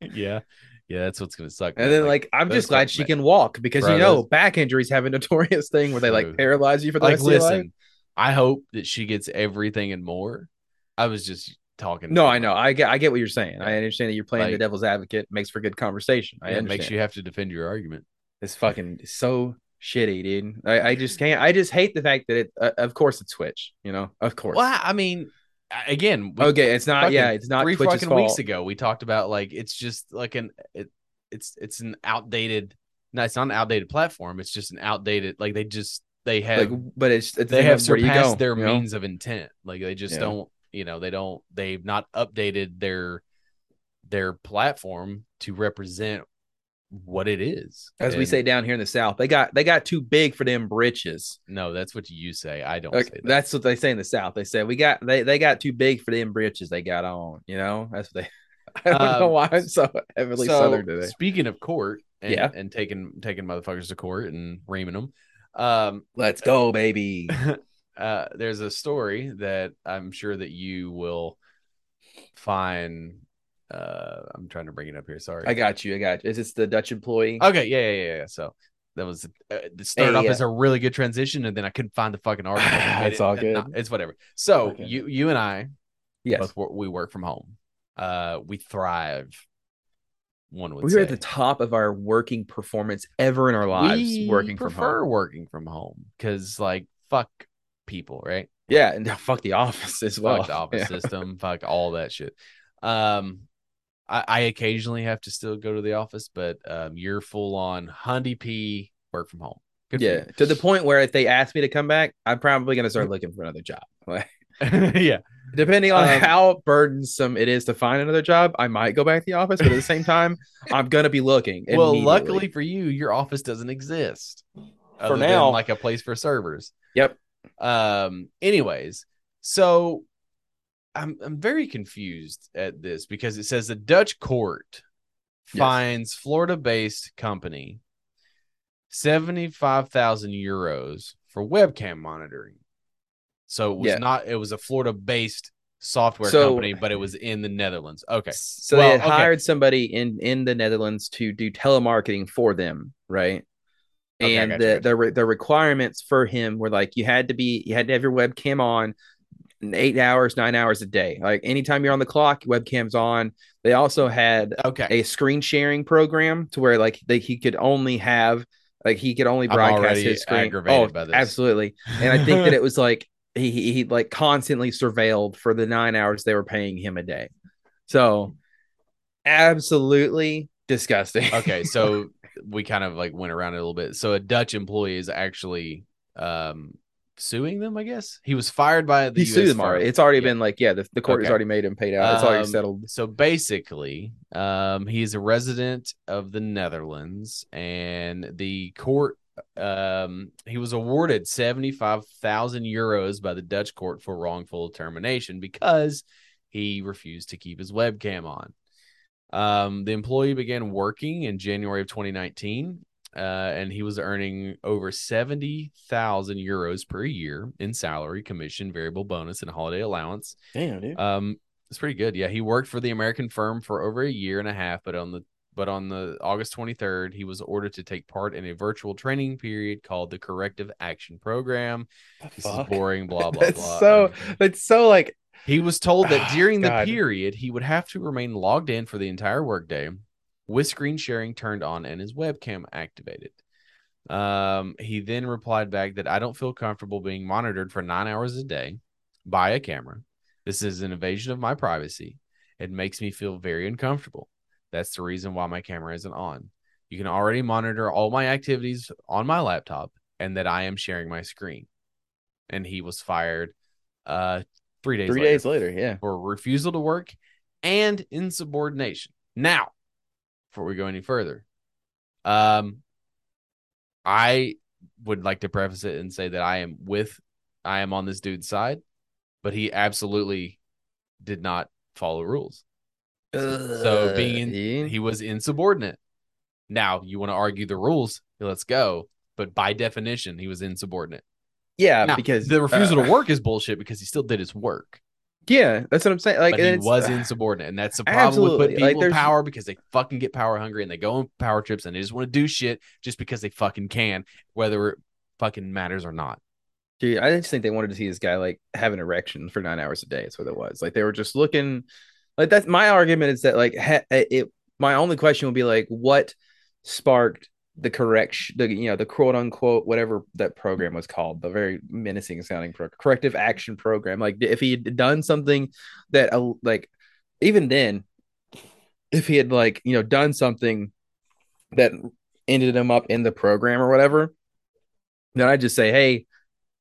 [SPEAKER 2] yeah yeah that's what's gonna suck
[SPEAKER 1] And
[SPEAKER 2] man.
[SPEAKER 1] then like I'm
[SPEAKER 2] those
[SPEAKER 1] just glad
[SPEAKER 2] don't
[SPEAKER 1] she
[SPEAKER 2] ma-
[SPEAKER 1] can walk because
[SPEAKER 2] Bro,
[SPEAKER 1] you know
[SPEAKER 2] those-
[SPEAKER 1] back injuries have a notorious thing where they
[SPEAKER 2] True.
[SPEAKER 1] like paralyze you for the
[SPEAKER 2] like
[SPEAKER 1] rest of your life.
[SPEAKER 2] listen i hope that she gets everything and more i was just talking
[SPEAKER 1] No,
[SPEAKER 2] too
[SPEAKER 1] I know.
[SPEAKER 2] much.
[SPEAKER 1] I get. I get what you're saying. I understand that you're playing the
[SPEAKER 2] Like-
[SPEAKER 1] devil's advocate. Makes for good conversation. I
[SPEAKER 2] Yeah, it
[SPEAKER 1] understand.
[SPEAKER 2] makes you have to defend your argument
[SPEAKER 1] It's fucking so shitty, dude. I, I just can't. I just hate the fact that it. Uh, of course, it's Twitch. You know, of course.
[SPEAKER 2] well i mean I- again we-
[SPEAKER 1] Okay, it's not. yeah,
[SPEAKER 2] fucking
[SPEAKER 1] it's not
[SPEAKER 2] three
[SPEAKER 1] Twitch's
[SPEAKER 2] fucking
[SPEAKER 1] fault.
[SPEAKER 2] weeks ago we talked about like it's just like an it, it's it's an outdated no it's not an outdated platform it's just an outdated like they just they have
[SPEAKER 1] Like, but it's at the
[SPEAKER 2] they
[SPEAKER 1] same
[SPEAKER 2] have
[SPEAKER 1] time, where you
[SPEAKER 2] surpassed
[SPEAKER 1] go,
[SPEAKER 2] their
[SPEAKER 1] you know?
[SPEAKER 2] means of intent like they just
[SPEAKER 1] Yeah.
[SPEAKER 2] don't you know they don't they've not updated their their platform to represent what it is
[SPEAKER 1] As we
[SPEAKER 2] And-
[SPEAKER 1] say down here in the South, they got they got too big for them britches.
[SPEAKER 2] no that's what you say i don't
[SPEAKER 1] Like,
[SPEAKER 2] say that
[SPEAKER 1] that's what they say in the South. They say we got they they got too big for them britches they got on. You know, that's what they. I don't know
[SPEAKER 2] Um,
[SPEAKER 1] why I'm so heavily southern today.
[SPEAKER 2] speaking of court and,
[SPEAKER 1] Yeah.
[SPEAKER 2] and taking taking motherfuckers to court and reaming them um
[SPEAKER 1] Let's go, baby.
[SPEAKER 2] uh, there's a story that I'm sure that you will find. Uh, I'm trying to bring it up here. Sorry.
[SPEAKER 1] I got you. I got you. Is this the Dutch employee?
[SPEAKER 2] okay. Yeah, yeah. Yeah. Yeah. So that was uh, it started
[SPEAKER 1] Hey,
[SPEAKER 2] off
[SPEAKER 1] uh,
[SPEAKER 2] as a really good transition, and then I couldn't find the fucking article. that made
[SPEAKER 1] It's
[SPEAKER 2] it-
[SPEAKER 1] all
[SPEAKER 2] nah,
[SPEAKER 1] good.
[SPEAKER 2] it's whatever. So
[SPEAKER 1] Okay.
[SPEAKER 2] you, you and I
[SPEAKER 1] yes.
[SPEAKER 2] both work, we work from home. Uh, we thrive. One would
[SPEAKER 1] we
[SPEAKER 2] say.
[SPEAKER 1] are at the top of our working performance ever in our lives
[SPEAKER 2] We
[SPEAKER 1] working from
[SPEAKER 2] prefer
[SPEAKER 1] home.
[SPEAKER 2] working from home because like fuck people, right?
[SPEAKER 1] Yeah, and fuck the office as well.
[SPEAKER 2] fuck the office
[SPEAKER 1] Yeah.
[SPEAKER 2] system, fuck all that shit. Um, I, I occasionally have to still go to the office, but um, you're full on Hundy P work from home. Good for
[SPEAKER 1] Yeah, to the point where if they ask me to come back, I'm probably gonna
[SPEAKER 2] Mm-hmm.
[SPEAKER 1] start looking for another job. Like,
[SPEAKER 2] you. yeah.
[SPEAKER 1] depending on
[SPEAKER 2] Um,
[SPEAKER 1] how burdensome it is to find another job, I might go back to the office, but at the same time, I'm gonna be looking.
[SPEAKER 2] Well,
[SPEAKER 1] immediately.
[SPEAKER 2] luckily for you, your office doesn't exist other than,
[SPEAKER 1] now.
[SPEAKER 2] like a place for servers.
[SPEAKER 1] Yep.
[SPEAKER 2] Um. Anyways, so I'm I'm very confused at this because it says the Dutch court
[SPEAKER 1] Yes.
[SPEAKER 2] finds Florida-based company seventy-five thousand euros for webcam monitoring. So it was
[SPEAKER 1] Yeah.
[SPEAKER 2] not. It was a Florida-based software
[SPEAKER 1] So-
[SPEAKER 2] company, but it was in the Netherlands. Okay.
[SPEAKER 1] So
[SPEAKER 2] Well,
[SPEAKER 1] they had
[SPEAKER 2] okay.
[SPEAKER 1] hired somebody in in the Netherlands to do telemarketing for them, right?
[SPEAKER 2] Okay, I
[SPEAKER 1] and
[SPEAKER 2] gotcha,
[SPEAKER 1] the
[SPEAKER 2] gotcha.
[SPEAKER 1] the, re- the requirements for him were like you had to be you had to have your webcam on eight hours nine hours a day like anytime you're on the clock webcam's on they also had
[SPEAKER 2] Okay.
[SPEAKER 1] a screen sharing program to where like they, he could only have like he could only
[SPEAKER 2] I'm
[SPEAKER 1] broadcast
[SPEAKER 2] already
[SPEAKER 1] his screen Oh,
[SPEAKER 2] aggravated by this.
[SPEAKER 1] absolutely and i think that it was like he, he he like constantly surveilled for the nine hours they were paying him a day so absolutely disgusting
[SPEAKER 2] okay so we kind of like went around it a little bit so a dutch employee is actually um suing them i guess he was fired by the
[SPEAKER 1] he
[SPEAKER 2] US
[SPEAKER 1] sued them
[SPEAKER 2] firm.
[SPEAKER 1] already it's already
[SPEAKER 2] Yeah.
[SPEAKER 1] been like yeah the, the court has
[SPEAKER 2] Okay.
[SPEAKER 1] already made him paid out it's already
[SPEAKER 2] Um,
[SPEAKER 1] settled
[SPEAKER 2] so basically um he is a resident of the netherlands and the court um he was awarded 75,000 euros by the dutch court for wrongful termination because he refused to keep his webcam on um the employee began working in january of 2019 uh, and he was earning over 70,000 euros per year in salary, commission, variable bonus, and holiday allowance.
[SPEAKER 1] damn dude
[SPEAKER 2] Um, it's pretty good. Yeah, he worked for the American firm for over a year and a half, but on the but on the August 23rd, he was ordered to take part in a virtual training period called the Corrective Action Program. This is boring. Blah blah
[SPEAKER 1] That's
[SPEAKER 2] blah. Um,
[SPEAKER 1] so- it's so like
[SPEAKER 2] He was told that
[SPEAKER 1] Ah,
[SPEAKER 2] during the
[SPEAKER 1] God.
[SPEAKER 2] period, he would have to remain logged in for the entire workday with screen sharing turned on and his webcam activated. Um, he then replied back that I don't feel comfortable being monitored for nine hours a day by a camera. This is an invasion of my privacy. It makes me feel very uncomfortable. That's the reason why my camera isn't on. You can already monitor all my activities on my laptop and that I am sharing my screen. And he was fired uh three days
[SPEAKER 1] three
[SPEAKER 2] later
[SPEAKER 1] days later yeah
[SPEAKER 2] for refusal to work and insubordination. Now, before we go any further, um, I would like to preface it and say that I am with, I am on this dude's side, but he absolutely did not follow rules. So being in-
[SPEAKER 1] Ugh,
[SPEAKER 2] He was insubordinate. Now, you want to argue the rules? Let's go. But by definition, he was insubordinate.
[SPEAKER 1] yeah,
[SPEAKER 2] Now,
[SPEAKER 1] because
[SPEAKER 2] the refusal
[SPEAKER 1] uh,
[SPEAKER 2] to work is bullshit because he still did his work,
[SPEAKER 1] Yeah, that's what I'm saying. Like
[SPEAKER 2] but
[SPEAKER 1] and
[SPEAKER 2] he
[SPEAKER 1] it's-
[SPEAKER 2] was insubordinate, and that's the problem with
[SPEAKER 1] Absolutely.
[SPEAKER 2] putting
[SPEAKER 1] Like,
[SPEAKER 2] people in
[SPEAKER 1] there's-
[SPEAKER 2] power because they fucking get power hungry and they go on power trips and they just want to do shit just because they fucking can, whether it fucking matters or not.
[SPEAKER 1] Dude, I just think they wanted to see this guy like have an erection for nine hours a day. Is what it was. Like they were just looking. Like that's my argument is that like ha- it. My only question would be like, what sparked the correction? The you know the quote unquote whatever that program was called, the very menacing sounding pro- corrective action program. Like if he had done something that uh, like even then, if he had like you know done something that ended him up in the program or whatever, then I would just say, hey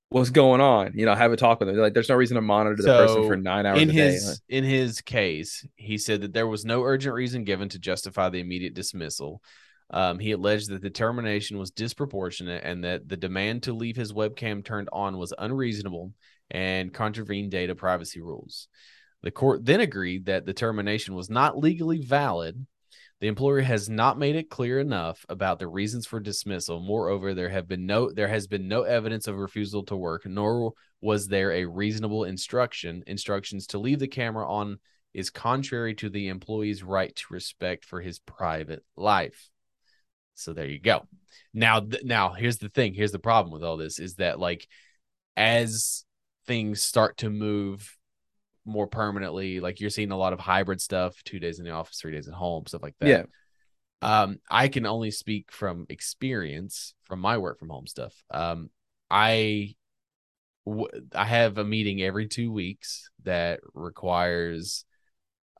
[SPEAKER 1] what's going on? You know, have a talk with them. Like, there's no reason to monitor the person
[SPEAKER 2] So,
[SPEAKER 1] for nine hours
[SPEAKER 2] in
[SPEAKER 1] a
[SPEAKER 2] his
[SPEAKER 1] day. Like,
[SPEAKER 2] in his case, he said that there was no urgent reason given to justify the immediate dismissal. Um, he alleged that the termination was disproportionate and that the demand to leave his webcam turned on was unreasonable and contravened data privacy rules. The court then agreed that the termination was not legally valid. The employer has not made it clear enough about the reasons for dismissal. Moreover, there have been no there has been no evidence of refusal to work, nor was there a reasonable instruction instructions to leave the camera on is contrary to the employee's right to respect for his private life so there you go now th- now here's the thing here's the problem with all this is that like as things start to move more permanently like you're seeing a lot of hybrid stuff two days in the office three days at home stuff like that
[SPEAKER 1] yeah,
[SPEAKER 2] um i can only speak from experience from my work from home stuff um i w- i have a meeting every two weeks that requires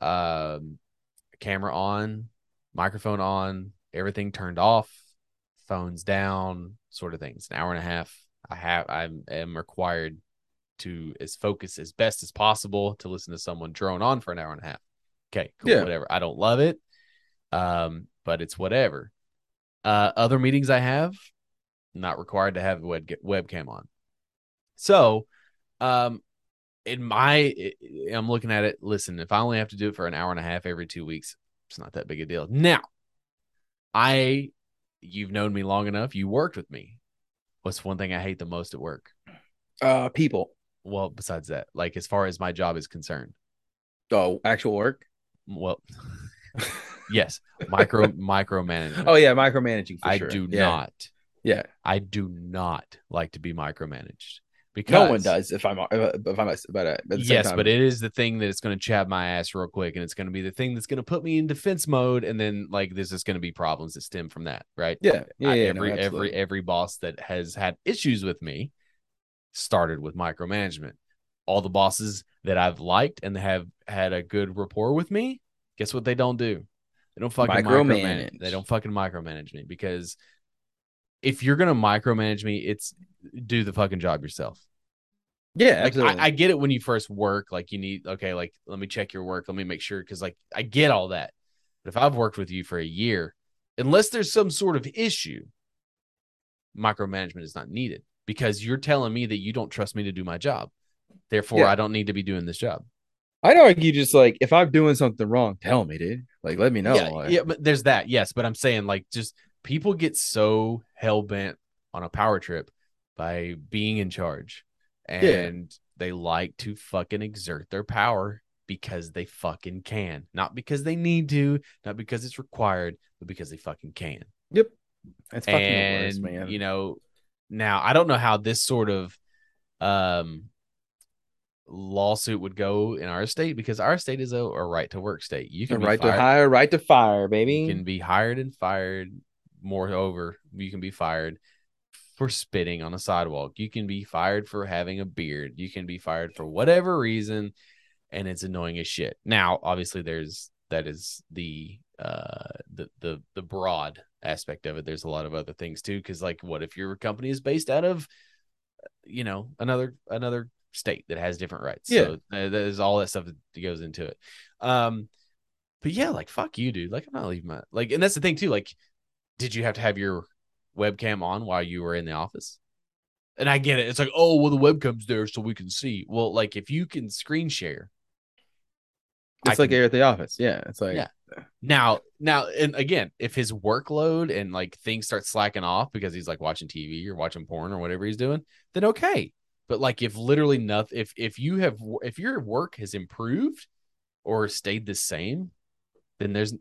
[SPEAKER 2] um camera on microphone on everything turned off phones down sort of things an hour and a half i have i'm am required to as focus as best as possible to listen to someone drone on for an hour and a half okay cool
[SPEAKER 1] Yeah.
[SPEAKER 2] whatever i don't love it um but it's whatever uh other meetings i have not required to have a web- webcam on so um in my i'm looking at it listen if i only have to do it for an hour and a half every two weeks it's not that big a deal now i you've known me long enough you worked with me what's one thing i hate the most at work
[SPEAKER 1] uh, people.
[SPEAKER 2] well besides that like as far as my job is concerned
[SPEAKER 1] Oh, actual work.
[SPEAKER 2] well yes micro micromanagement
[SPEAKER 1] Oh yeah, micromanaging. For
[SPEAKER 2] i
[SPEAKER 1] sure.
[SPEAKER 2] do
[SPEAKER 1] Yeah.
[SPEAKER 2] not
[SPEAKER 1] Yeah,
[SPEAKER 2] i do not like to be micromanaged because
[SPEAKER 1] no one does. If I'm, uh, if I'm, but uh, at the same
[SPEAKER 2] yes,
[SPEAKER 1] time-
[SPEAKER 2] but it is the thing that's going to chab my ass real quick, and it's going to be the thing that's going to put me in defense mode, and then like there's just going to be problems that stem from that, right?
[SPEAKER 1] yeah, yeah,
[SPEAKER 2] I-
[SPEAKER 1] yeah, no,
[SPEAKER 2] every e-, every
[SPEAKER 1] absolutely.
[SPEAKER 2] every boss that has had issues with me started with micromanagement. All the bosses that I've liked and have had a good rapport with me, guess what they don't do? They don't fucking micromanage.
[SPEAKER 1] Micromanage.
[SPEAKER 2] They don't fucking micromanage me because if you're gonna micromanage me, it's do the fucking job yourself.
[SPEAKER 1] yeah,
[SPEAKER 2] Like,
[SPEAKER 1] absolutely.
[SPEAKER 2] I, I get it when you first work, like you need okay, like let me check your work, let me make sure because like I get all that. But if I've worked with you for a year, unless there's some sort of issue, micromanagement is not needed because you're telling me that you don't trust me to do my job. Therefore,
[SPEAKER 1] Yeah.
[SPEAKER 2] I don't need to be doing this job.
[SPEAKER 1] I'd argue just like if I'm doing something wrong, tell me, dude. Like, let me know.
[SPEAKER 2] yeah,
[SPEAKER 1] Like,
[SPEAKER 2] yeah, but there's that. Yes, but I'm saying like just people get so hell bent on a power trip by being in charge, and they like to fucking exert their power because they fucking can, not because they need to, not because it's required, but because they fucking can.
[SPEAKER 1] That's fucking the
[SPEAKER 2] And
[SPEAKER 1] worst, man.
[SPEAKER 2] you know, now I don't know how this sort of um lawsuit would go in our state because our state is a, a right to work state. You can be
[SPEAKER 1] right to
[SPEAKER 2] fired-
[SPEAKER 1] hire, right to fire, baby.
[SPEAKER 2] you can be hired and fired. Moreover, you can be fired for spitting on a sidewalk. You can be fired for having a beard. You can be fired for whatever reason, and it's annoying as shit. Now, obviously, there's that is the uh the the the broad aspect of it. There's a lot of other things too, because like, what if your company is based out of, you know, another another state that has different rights?
[SPEAKER 1] Yeah.
[SPEAKER 2] So th- there's all that stuff that goes into it. Um, but yeah, like fuck you, dude. Like I'm not leaving my like, and that's the thing too. Like, did you have to have your webcam on while you were in the office? And I get it. It's like, oh well, the webcam's there so we can see. Well, like if you can screen share, I
[SPEAKER 1] it's like
[SPEAKER 2] can-
[SPEAKER 1] you're at the office. Yeah, it's like
[SPEAKER 2] yeah, Now, now, and again, if his workload and like things start slacking off because he's like watching TV or watching porn or whatever he's doing, then okay. But like, if literally nothing, if if you have if your work has improved or stayed the same, then there's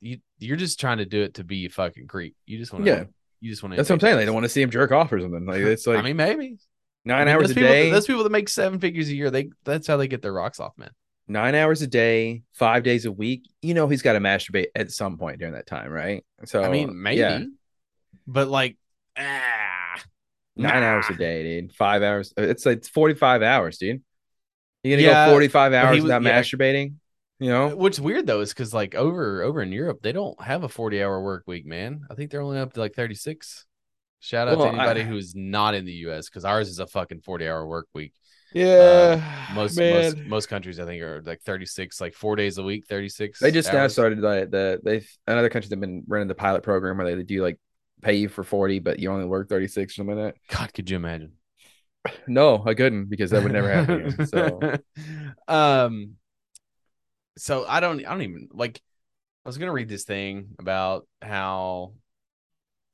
[SPEAKER 2] you you're just trying to do it to be a fucking creep. You just want to,
[SPEAKER 1] Yeah.
[SPEAKER 2] You just want to.
[SPEAKER 1] That's what I'm saying. They don't want to see him jerk off or something. Like it's like
[SPEAKER 2] I mean, maybe
[SPEAKER 1] nine
[SPEAKER 2] I mean,
[SPEAKER 1] hours
[SPEAKER 2] those
[SPEAKER 1] a
[SPEAKER 2] people,
[SPEAKER 1] day.
[SPEAKER 2] Those people that make seven figures a year, they that's how they get their rocks off, man.
[SPEAKER 1] nine hours a day, five days a week, you know he's got to masturbate at some point during that time, right? So
[SPEAKER 2] I mean, maybe,
[SPEAKER 1] yeah,
[SPEAKER 2] but like, ah,
[SPEAKER 1] nine
[SPEAKER 2] nah.
[SPEAKER 1] hours a day, dude. Five hours. It's like forty five hours, dude. You're gonna
[SPEAKER 2] Yeah,
[SPEAKER 1] go forty five hours
[SPEAKER 2] he was-
[SPEAKER 1] without
[SPEAKER 2] yeah.
[SPEAKER 1] masturbating, you know?
[SPEAKER 2] What's weird though is because like over over in Europe, they don't have a forty hour work week, man. I think they're only up to like thirty six. Shout out
[SPEAKER 1] Well,
[SPEAKER 2] to anybody
[SPEAKER 1] I-
[SPEAKER 2] who's not in the U.S. because ours is a fucking forty hour work week.
[SPEAKER 1] Yeah,
[SPEAKER 2] Most most most countries, I think, are like thirty six, like four days a week, thirty six.
[SPEAKER 1] They just now started like the they've in other countries have been running the pilot program where they do like pay you for forty, but you only work thirty six or something like
[SPEAKER 2] God, could you imagine?
[SPEAKER 1] that. No, I couldn't because that would never happen. again, so
[SPEAKER 2] um, so I don't, I don't even like. I was gonna read this thing about how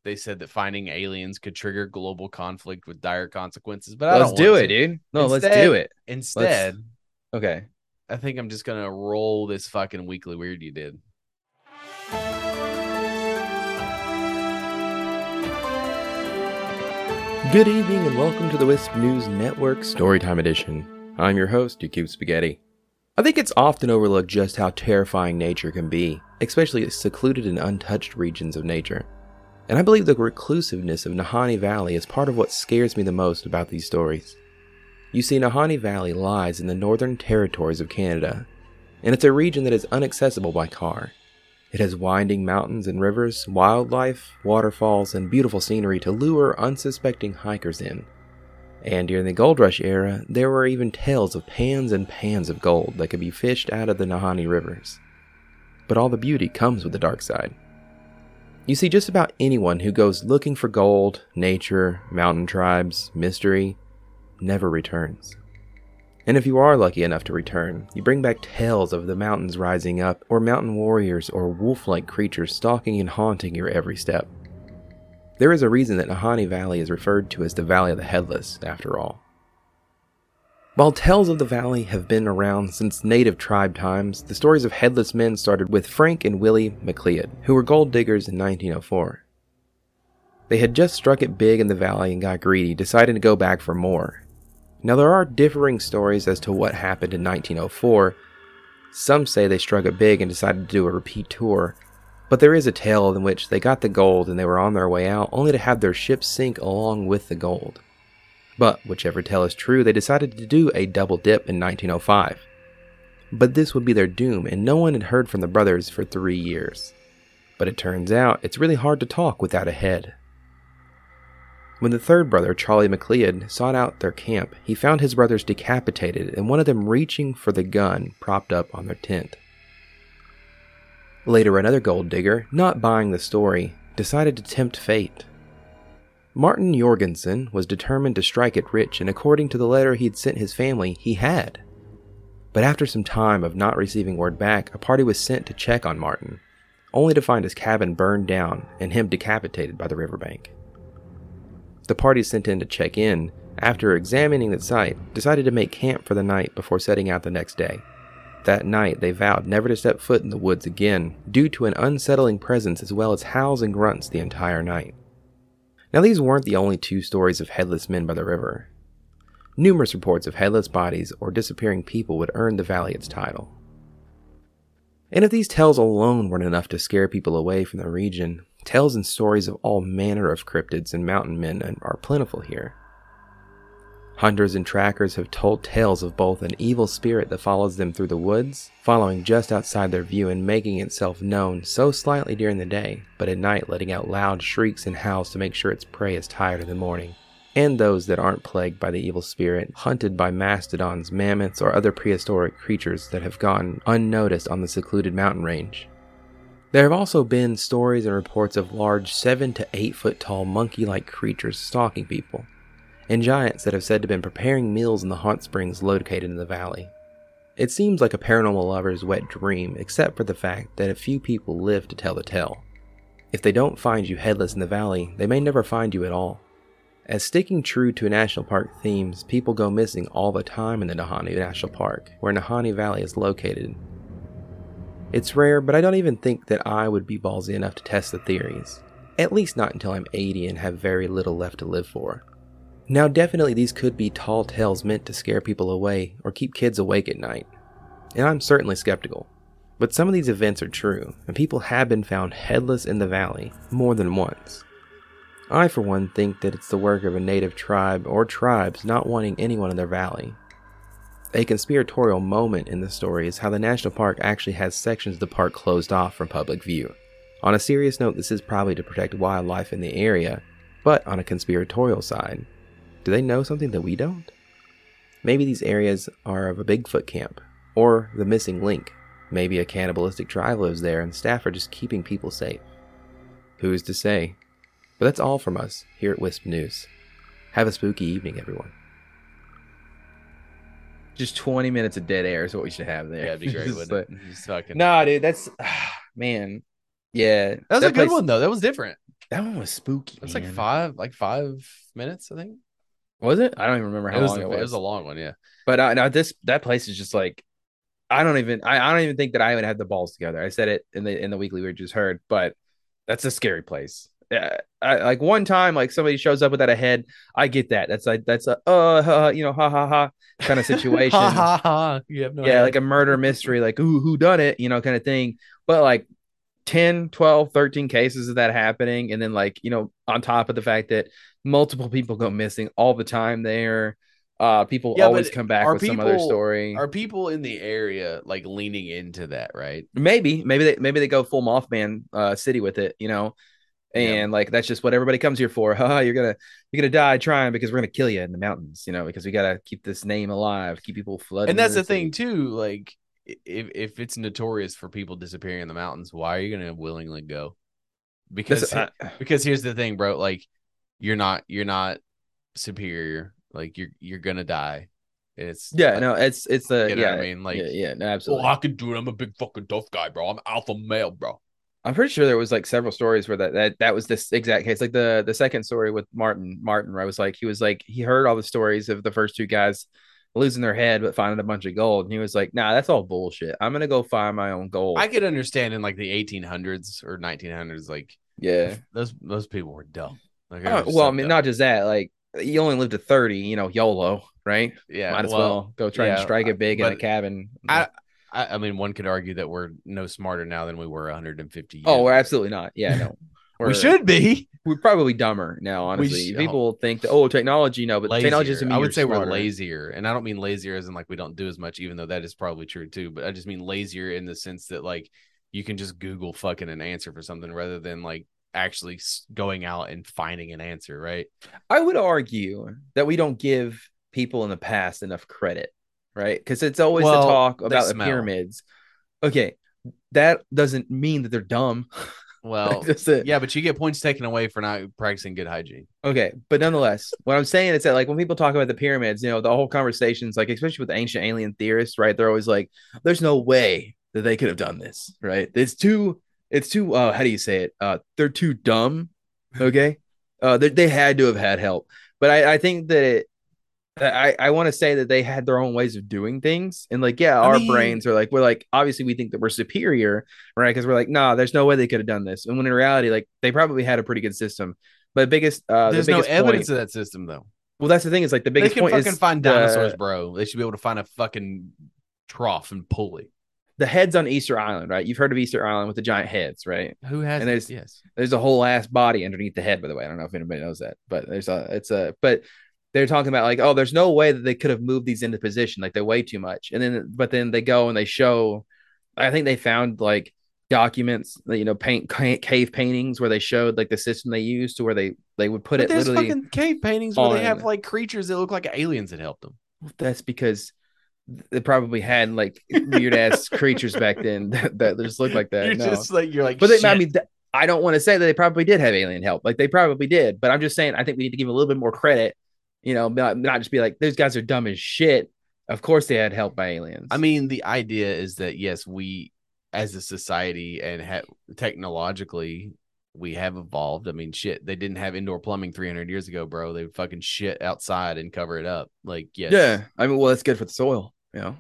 [SPEAKER 2] they said that finding aliens could trigger global conflict with dire consequences, but I
[SPEAKER 1] let's
[SPEAKER 2] don't
[SPEAKER 1] do
[SPEAKER 2] want
[SPEAKER 1] it,
[SPEAKER 2] to.
[SPEAKER 1] dude. No, let's
[SPEAKER 2] Instead-
[SPEAKER 1] do it.
[SPEAKER 2] Instead,
[SPEAKER 1] Okay.
[SPEAKER 2] I think I'm just gonna roll this fucking weekly weird you did.
[SPEAKER 1] Good evening and welcome to the Wisp News Network Storytime Edition. I'm your host, Yakub Spaghetti.
[SPEAKER 4] I think it's often overlooked just how terrifying nature can be, especially secluded and untouched regions of nature. And I believe the reclusiveness of Nahani Valley is part of what scares me the most about these stories. You see, Nahani Valley lies in the northern territories of Canada, and it's a region that is inaccessible by car. It has winding mountains and rivers, wildlife, waterfalls, and beautiful scenery to lure unsuspecting hikers in. And during the gold rush era, there were even tales of pans and pans of gold that could be fished out of the Nahani rivers. But all the beauty comes with the dark side. You see, just about anyone who goes looking for gold, nature, mountain tribes, mystery, never returns. And if you are lucky enough to return, you bring back tales of the mountains rising up, or mountain warriors or wolf like creatures stalking and haunting your every step. There is a reason that Nahani Valley is referred to as the Valley of the Headless, after all. While tales of the valley have been around since native tribe times, the stories of headless men started with Frank and Willie McLeod, who were gold diggers in 1904. They had just struck it big in the valley and got greedy, deciding to go back for more. Now, there are differing stories as to what happened in 1904. Some say they struck it big and decided to do a repeat tour, but there is a tale in which they got the gold and they were on their way out, only to have their ship sink along with the gold. But whichever tale is true, they decided to do a double dip in 1905. But this would be their doom, and no one had heard from the brothers for three years. But it turns out it's really hard to talk without a head. When the third brother, Charlie McLeod, sought out their camp, he found his brothers decapitated and one of them reaching for the gun propped up on their tent. Later, another gold digger, not buying the story, decided to tempt fate. Martin Jorgensen was determined to strike it rich, and according to the letter he'd sent his family, he had. But after some time of not receiving word back, a party was sent to check on Martin, only to find his cabin burned down and him decapitated by the riverbank. The party sent in to check in, after examining the site, decided to make camp for the night before setting out the next day. That night, they vowed never to step foot in the woods again, due to an unsettling presence as well as howls and grunts the entire night. Now, these weren't the only two stories of headless men by the river. Numerous reports of headless bodies or disappearing people would earn the valley its title. And if these tales alone weren't enough to scare people away from the region, tales and stories of all manner of cryptids and mountain men are plentiful here. Hunters and trackers have told tales of both an evil spirit that follows them through the woods, following just outside their view and making itself known so slightly during the day, but at night letting out loud shrieks and howls to make sure its prey is tired in the morning, and those that aren't plagued by the evil spirit, hunted by mastodons, mammoths, or other prehistoric creatures that have gone unnoticed on the secluded mountain range. There have also been stories and reports of large 7 to 8 foot tall monkey like creatures stalking people and giants that have said to have been preparing meals in the hot springs located in the valley. It seems like a paranormal lover's wet dream, except for the fact that a few people live to tell the tale. If they don't find you headless in the valley, they may never find you at all. As sticking true to national park themes, people go missing all the time in the Nahani National Park, where Nahani Valley is located. It's rare, but I don't even think that I would be ballsy enough to test the theories. At least not until I'm 80 and have very little left to live for. Now, definitely, these could be tall tales meant to scare people away or keep kids awake at night. And I'm certainly skeptical. But some of these events are true, and people have been found headless in the valley more than once. I, for one, think that it's the work of a native tribe or tribes not wanting anyone in their valley. A conspiratorial moment in the story is how the national park actually has sections of the park closed off from public view. On a serious note, this is probably to protect wildlife in the area, but on a conspiratorial side, do they know something that we don't? Maybe these areas are of a Bigfoot camp, or the missing link. Maybe a cannibalistic tribe lives there and staff are just keeping people safe. Who is to say? But that's all from us here at Wisp News. Have a spooky evening, everyone.
[SPEAKER 1] Just 20 minutes of dead air is what we should have there.
[SPEAKER 2] Yeah, that'd be great,
[SPEAKER 1] Just
[SPEAKER 2] wouldn't
[SPEAKER 1] like-
[SPEAKER 2] it? Just fucking-
[SPEAKER 1] Nah, dude, that's man. Yeah,
[SPEAKER 2] that was a good
[SPEAKER 1] place-
[SPEAKER 2] one though. That was different.
[SPEAKER 1] That one was spooky.
[SPEAKER 2] That's like
[SPEAKER 1] man.
[SPEAKER 2] five, like five minutes, I think.
[SPEAKER 1] Was it? I don't even remember how
[SPEAKER 2] It was,
[SPEAKER 1] long
[SPEAKER 2] it
[SPEAKER 1] it was.
[SPEAKER 2] was a long one, yeah.
[SPEAKER 1] But I, now this that place is just like I don't even I, I don't even think that I even had the balls together. I said it in the in the weekly we just heard, but that's a scary place. Yeah, I, like one time, like somebody shows up without a head. I get that. That's like that's a uh, ha, ha, you know ha ha ha kind of situation.
[SPEAKER 2] ha ha ha! You have no.
[SPEAKER 1] yeah, like a murder mystery, like ooh who done it, you know, kind of thing. But like 10, 12, 13 cases of that happening, and then like you know on top of the fact that multiple people go missing all the time there. Uh, people
[SPEAKER 2] Yeah,
[SPEAKER 1] always
[SPEAKER 2] but
[SPEAKER 1] come back
[SPEAKER 2] are
[SPEAKER 1] with some other
[SPEAKER 2] people-
[SPEAKER 1] story.
[SPEAKER 2] Are people in the area like leaning into that? Right?
[SPEAKER 1] maybe maybe they maybe they go full mothman uh city with it you know
[SPEAKER 2] Yeah.
[SPEAKER 1] and like that's just what everybody comes here for Haha, you're gonna you're gonna die trying because we're gonna kill you in the mountains you know because we gotta keep this name alive keep people flooding
[SPEAKER 2] and that's
[SPEAKER 1] into
[SPEAKER 2] the thing
[SPEAKER 1] city.
[SPEAKER 2] too. Like, i- if if it's notorious for people disappearing in the mountains, why are you going to willingly go? Because
[SPEAKER 1] That's- I-
[SPEAKER 2] because here's the thing, bro. Like, you're not you're not superior. Like you're you're gonna die. And It's
[SPEAKER 1] yeah
[SPEAKER 2] like,
[SPEAKER 1] no it's it's the
[SPEAKER 2] you know
[SPEAKER 1] yeah
[SPEAKER 2] what I mean. Like,
[SPEAKER 1] yeah, yeah no,
[SPEAKER 2] oh,
[SPEAKER 1] absolutely
[SPEAKER 2] I can do it. I'm a big fucking tough guy, bro. I'm alpha male, bro.
[SPEAKER 1] i'm pretty sure there was like several stories where that that, that was this exact case like the the second story with martin martin where i was like he was like he heard all the stories of the first two guys losing their head but finding a bunch of gold and he was like nah that's all bullshit i'm gonna go find my own gold
[SPEAKER 2] I could understand in like the 1800s or 1900s, like
[SPEAKER 1] yeah
[SPEAKER 2] those those people were dumb. Like, they
[SPEAKER 1] Oh,
[SPEAKER 2] were just
[SPEAKER 1] well,
[SPEAKER 2] so
[SPEAKER 1] I mean,
[SPEAKER 2] dumb.
[SPEAKER 1] not just that. Like, you only live to thirty. You know, YOLO, right?
[SPEAKER 2] yeah.
[SPEAKER 1] Might as well, go try and
[SPEAKER 2] yeah,
[SPEAKER 1] strike it big in a
[SPEAKER 2] but
[SPEAKER 1] cabin.
[SPEAKER 2] I- I, I mean, one could argue that we're no smarter now than we were 150 years.
[SPEAKER 1] oh, we're
[SPEAKER 2] ago.
[SPEAKER 1] absolutely not. Yeah, no.
[SPEAKER 2] we
[SPEAKER 1] We're-
[SPEAKER 2] should be.
[SPEAKER 1] We're probably dumber now. Honestly,
[SPEAKER 2] should-
[SPEAKER 1] people think that oh, technology. No, but technology doesn't
[SPEAKER 2] Lazier.
[SPEAKER 1] mean
[SPEAKER 2] I would
[SPEAKER 1] you're
[SPEAKER 2] say we're
[SPEAKER 1] smarter.
[SPEAKER 2] lazier, and I don't mean lazier as in like we don't do as much, even though that is probably true too. But I just mean lazier in the sense that like you can just Google fucking an answer for something rather than like actually s- going out and finding an answer, right?
[SPEAKER 1] I would argue that we don't give people in the past enough credit, right? Because it's always
[SPEAKER 2] Well,
[SPEAKER 1] the talk
[SPEAKER 2] they
[SPEAKER 1] about the
[SPEAKER 2] smell.
[SPEAKER 1] pyramids. Okay, that doesn't mean that they're dumb.
[SPEAKER 2] Well,
[SPEAKER 1] That's it.
[SPEAKER 2] yeah, but you get points taken away for not practicing good hygiene.
[SPEAKER 1] Okay, but nonetheless, what I'm saying is that like when people talk about the pyramids, you know, the whole conversations, like especially with ancient alien theorists, right? They're always like, "There's no way that they could have done this, right? It's too, it's too. Uh, how do you say it? Uh, they're too dumb. Okay, uh, they they had to have had help, but I I think that it, I I want to say that they had their own ways of doing things, and like yeah,
[SPEAKER 2] I
[SPEAKER 1] our
[SPEAKER 2] mean-
[SPEAKER 1] brains are like we're like obviously we think that we're superior, right? Because we're like, nah, there's no way they could have done this, and when in reality, like they probably had a pretty good system. But biggest, uh,
[SPEAKER 2] There's
[SPEAKER 1] the
[SPEAKER 2] no
[SPEAKER 1] biggest
[SPEAKER 2] evidence
[SPEAKER 1] Point,
[SPEAKER 2] of that system though.
[SPEAKER 1] well, that's the thing is like the biggest
[SPEAKER 2] they can
[SPEAKER 1] point
[SPEAKER 2] fucking
[SPEAKER 1] is
[SPEAKER 2] find
[SPEAKER 1] the-
[SPEAKER 2] dinosaurs, bro. They should be able to find a fucking trough and pull it.
[SPEAKER 1] The heads on Easter Island, right? You've heard of Easter Island with the giant heads, right?
[SPEAKER 2] Who has?
[SPEAKER 1] And
[SPEAKER 2] it?
[SPEAKER 1] there's-
[SPEAKER 2] yes.
[SPEAKER 1] There's a whole ass body underneath the head, by the way. I don't know if anybody knows that, but there's a, it's a, but they're talking about like, oh, there's no way that they could have moved these into position, like they weigh too much. And then, but then they go and they show, I think they found like documents, you know, paint ca- cave paintings where they showed like the system they used to where they they would put
[SPEAKER 2] But
[SPEAKER 1] it
[SPEAKER 2] there's
[SPEAKER 1] literally.
[SPEAKER 2] fucking cave paintings where they
[SPEAKER 1] on-
[SPEAKER 2] have like creatures that look like aliens that help them.
[SPEAKER 1] That's because they probably had like weird ass creatures back then that, that just looked like that.
[SPEAKER 2] You're
[SPEAKER 1] no.
[SPEAKER 2] just like you're like.
[SPEAKER 1] but they, I
[SPEAKER 2] "Shit."
[SPEAKER 1] mean, th- I don't want to say that they probably did have alien help. Like they probably did. But I'm just saying, I think we need to give a little bit more credit. You know, not, not just be like those guys are dumb as shit. Of course, they had help by aliens.
[SPEAKER 2] I mean, the idea is that yes, we as a society and ha- technologically we have evolved. I mean, shit, they didn't have indoor plumbing 300 years ago, bro. They would fucking shit outside and cover it up. Like, yes,
[SPEAKER 1] yeah. I mean, well, that's good for the soil. You know,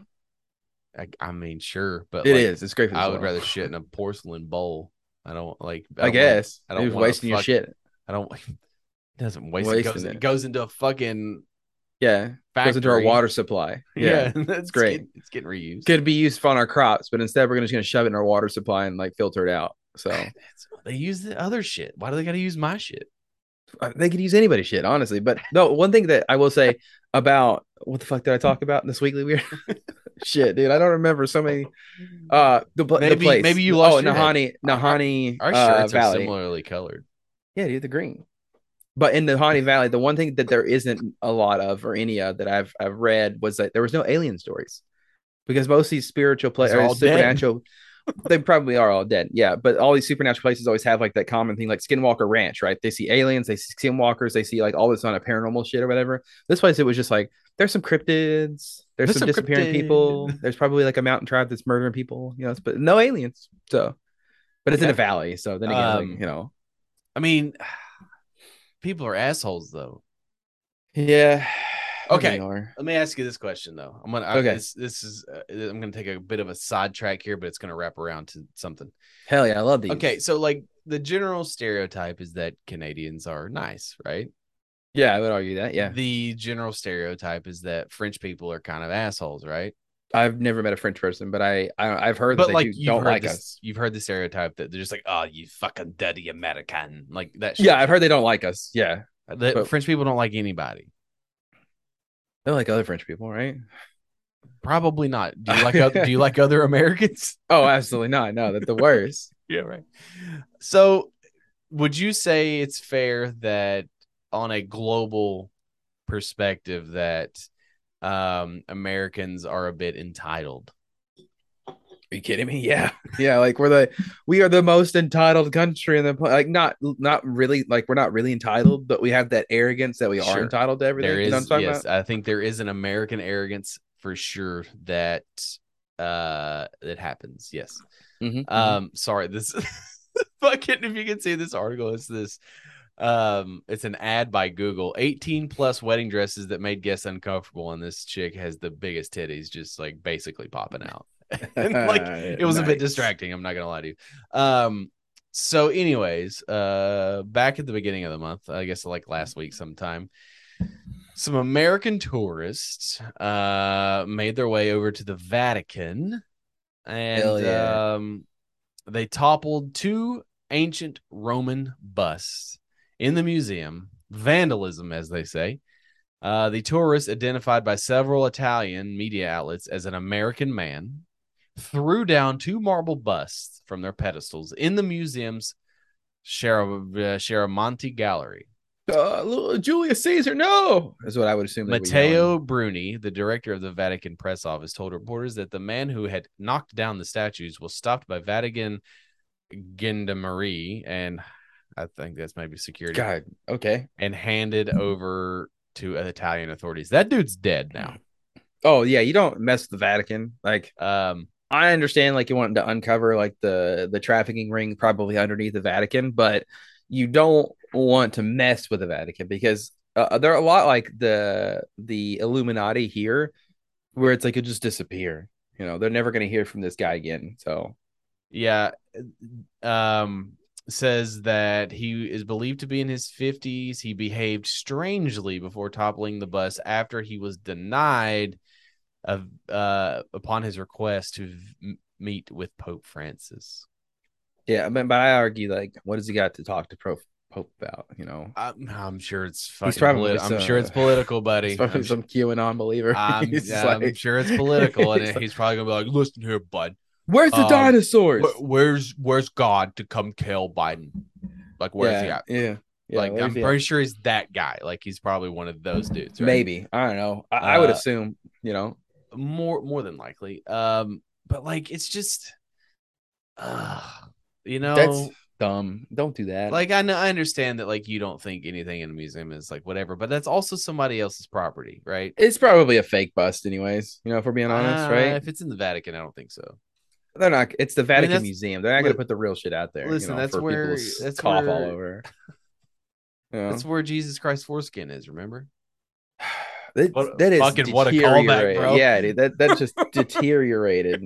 [SPEAKER 2] I, I mean, sure, but
[SPEAKER 1] it
[SPEAKER 2] like,
[SPEAKER 1] is. It's great for the
[SPEAKER 2] I
[SPEAKER 1] soil.
[SPEAKER 2] would rather shit in a porcelain bowl. I don't like.
[SPEAKER 1] I
[SPEAKER 2] don't wanna-
[SPEAKER 1] guess.
[SPEAKER 2] I don't
[SPEAKER 1] It was
[SPEAKER 2] wanna
[SPEAKER 1] wasting your
[SPEAKER 2] fuck-
[SPEAKER 1] shit.
[SPEAKER 2] I don't. It doesn't waste. It
[SPEAKER 1] Wasting
[SPEAKER 2] goes,
[SPEAKER 1] it.
[SPEAKER 2] it goes into a fucking
[SPEAKER 1] Yeah.
[SPEAKER 2] factory.
[SPEAKER 1] Goes into our water supply.
[SPEAKER 2] Yeah, that's
[SPEAKER 1] great.
[SPEAKER 2] getting- it's getting reused.
[SPEAKER 1] Could be used on our crops, but instead we're just going to shove it in our water supply and like filter it out. So
[SPEAKER 2] That's- they use the other shit. Why do they got to use my shit?
[SPEAKER 1] Uh, they could use anybody's shit, honestly. But no, one thing that I will say about what the fuck did I talk about in this weekly weird shit, dude? I don't remember so many. Uh, the, pl- the
[SPEAKER 2] Maybe-
[SPEAKER 1] place.
[SPEAKER 2] maybe you lost
[SPEAKER 1] Oh,
[SPEAKER 2] your head.
[SPEAKER 1] Nahani, Nahani
[SPEAKER 2] Our
[SPEAKER 1] uh,
[SPEAKER 2] shirts are
[SPEAKER 1] Valley.
[SPEAKER 2] similarly colored.
[SPEAKER 1] Yeah, dude, the green. But in the Haunted Valley, the one thing that there isn't a lot of or any of that I've I've read was that there was no alien stories. Because most of these spiritual places
[SPEAKER 2] They're all dead.
[SPEAKER 1] supernatural they probably are all dead. Yeah. But all these supernatural places always have like that common thing, like Skinwalker Ranch, right? They see aliens, they see skinwalkers, they see like all this on a paranormal shit or whatever. This place it was just like there's some cryptids, there's,
[SPEAKER 2] There's
[SPEAKER 1] some,
[SPEAKER 2] some
[SPEAKER 1] disappearing
[SPEAKER 2] cryptid.
[SPEAKER 1] people, there's probably like a mountain tribe that's murdering people, you know, but no aliens. So but it's in a
[SPEAKER 2] Okay.
[SPEAKER 1] valley, so then again, like,
[SPEAKER 2] Um,
[SPEAKER 1] you know.
[SPEAKER 2] I mean, people are assholes though.
[SPEAKER 1] Yeah. They
[SPEAKER 2] Okay.
[SPEAKER 1] are.
[SPEAKER 2] Let me ask you this question though. I'm gonna I-
[SPEAKER 1] Okay.
[SPEAKER 2] this, this is uh, I'm gonna take a bit of a sidetrack here, but it's gonna wrap around to something.
[SPEAKER 1] Hell yeah, I love these.
[SPEAKER 2] Okay, so like the general stereotype is that Canadians are nice, right?
[SPEAKER 1] Yeah, I would argue that. Yeah.
[SPEAKER 2] The general stereotype is that French people are kind of assholes, right?
[SPEAKER 1] I've never met a French person, but I, I I've heard that
[SPEAKER 2] But
[SPEAKER 1] they
[SPEAKER 2] like
[SPEAKER 1] do,
[SPEAKER 2] you've
[SPEAKER 1] don't
[SPEAKER 2] heard
[SPEAKER 1] like
[SPEAKER 2] this,
[SPEAKER 1] us.
[SPEAKER 2] you've heard the stereotype that they're just like, oh, you fucking dirty American, like that. Shit.
[SPEAKER 1] Yeah, I've heard they don't like us. Yeah.
[SPEAKER 2] that
[SPEAKER 1] but-
[SPEAKER 2] French people don't like anybody.
[SPEAKER 1] They like other French people, right?
[SPEAKER 2] Probably not. Do you like other, do you like other Americans?
[SPEAKER 1] Oh, absolutely not. No, that's the worst.
[SPEAKER 2] Yeah, right. So, would you say it's fair that on a global perspective that um Americans are a bit entitled?
[SPEAKER 1] Are you kidding me? Yeah. Yeah. Like we're the we are the most entitled country in the pla- like not not really like we're not really entitled, but we have that arrogance that we are
[SPEAKER 2] Sure.
[SPEAKER 1] entitled to everything.
[SPEAKER 2] There
[SPEAKER 1] you know what
[SPEAKER 2] is
[SPEAKER 1] I'm talking
[SPEAKER 2] yes,
[SPEAKER 1] about?
[SPEAKER 2] I think there is an American arrogance for sure that uh that happens. Yes.
[SPEAKER 1] Mm-hmm.
[SPEAKER 2] Um, sorry, this fucking if you can see this article, it's this. Um, it's an ad by Google. 18 plus wedding dresses that made guests uncomfortable, and this chick has the biggest titties, just like basically popping out. and, like it was a bit
[SPEAKER 1] Nice.
[SPEAKER 2] distracting, I'm not gonna lie to you. Um, so, anyways, uh back at the beginning of the month, I guess like last week sometime, some American tourists uh made their way over to the Vatican
[SPEAKER 1] Hell
[SPEAKER 2] and
[SPEAKER 1] yeah.
[SPEAKER 2] um they toppled two ancient Roman busts in the museum, vandalism as they say. Uh, the tourist, identified by several Italian media outlets as an American man, threw down two marble busts from their pedestals in the museum's Charamonte uh, Scaramonte Gallery.
[SPEAKER 1] Uh, little Julius Caesar, no, is what I would assume. they were yelling.
[SPEAKER 2] Matteo Bruni, the director of the Vatican press office, told reporters that the man who had knocked down the statues was stopped by Vatican Gendarmerie, and I think that's maybe security,
[SPEAKER 1] God, okay.
[SPEAKER 2] and handed over to Italian authorities. That dude's dead now.
[SPEAKER 1] Oh yeah, you don't mess with the Vatican. Like
[SPEAKER 2] Um,
[SPEAKER 1] I understand, like you want to uncover like the the trafficking ring probably underneath the Vatican, but you don't want to mess with the Vatican because uh, they're a lot like the the Illuminati here, where it's like it just disappear. You know, they're never going to hear from this guy again. So
[SPEAKER 2] yeah um says that he is believed to be in his 50s he behaved strangely before toppling the bus after he was denied of uh upon his request to v- meet with pope francis
[SPEAKER 1] yeah, but, but I argue like, what has he got to talk to Pro- Pope about? You know,
[SPEAKER 2] i'm, I'm sure it's fucking
[SPEAKER 1] probably
[SPEAKER 2] polit-
[SPEAKER 1] some-
[SPEAKER 2] i'm sure it's political buddy
[SPEAKER 1] it's probably
[SPEAKER 2] I'm,
[SPEAKER 1] some QAnon believer.
[SPEAKER 2] I'm-
[SPEAKER 1] He's just
[SPEAKER 2] yeah, I'm
[SPEAKER 1] like,
[SPEAKER 2] sure it's political and
[SPEAKER 1] He's
[SPEAKER 2] he's,
[SPEAKER 1] like,
[SPEAKER 2] probably gonna be like listen here bud
[SPEAKER 1] Where's the
[SPEAKER 2] um,
[SPEAKER 1] dinosaurs?
[SPEAKER 2] wh- where's where's god to come kill biden like where's
[SPEAKER 1] yeah,
[SPEAKER 2] he at
[SPEAKER 1] Yeah. yeah,
[SPEAKER 2] like
[SPEAKER 1] where's
[SPEAKER 2] I'm
[SPEAKER 1] he at?
[SPEAKER 2] pretty sure he's that guy. Like he's probably one of those dudes. Right?
[SPEAKER 1] Mm-hmm. Maybe. I don't know. I, I would
[SPEAKER 2] Uh,
[SPEAKER 1] assume, you know.
[SPEAKER 2] more more than likely. Um, but like it's just, uh, you know,
[SPEAKER 1] That's- dumb. Don't do that.
[SPEAKER 2] Like I know I understand that like you don't think anything in a museum is like whatever, but that's also somebody else's property, right?
[SPEAKER 1] it's probably a fake bust, anyways. You know, if we're being honest,
[SPEAKER 2] Uh,
[SPEAKER 1] right?
[SPEAKER 2] If it's in the Vatican, I don't think so.
[SPEAKER 1] They're not. It's the Vatican
[SPEAKER 2] that's-
[SPEAKER 1] Museum. They're not going
[SPEAKER 2] li-
[SPEAKER 1] to put the real shit out there. you
[SPEAKER 2] listen,
[SPEAKER 1] know,
[SPEAKER 2] that's
[SPEAKER 1] for people
[SPEAKER 2] where-
[SPEAKER 1] to s-
[SPEAKER 2] that's
[SPEAKER 1] cough all
[SPEAKER 2] where-
[SPEAKER 1] over. You know?
[SPEAKER 2] That's where Jesus Christ's foreskin is, remember?
[SPEAKER 1] That,
[SPEAKER 2] What a-
[SPEAKER 1] that is
[SPEAKER 2] fucking what a callback,
[SPEAKER 1] deteriorate-
[SPEAKER 2] bro.
[SPEAKER 1] Yeah, dude, that that just deteriorated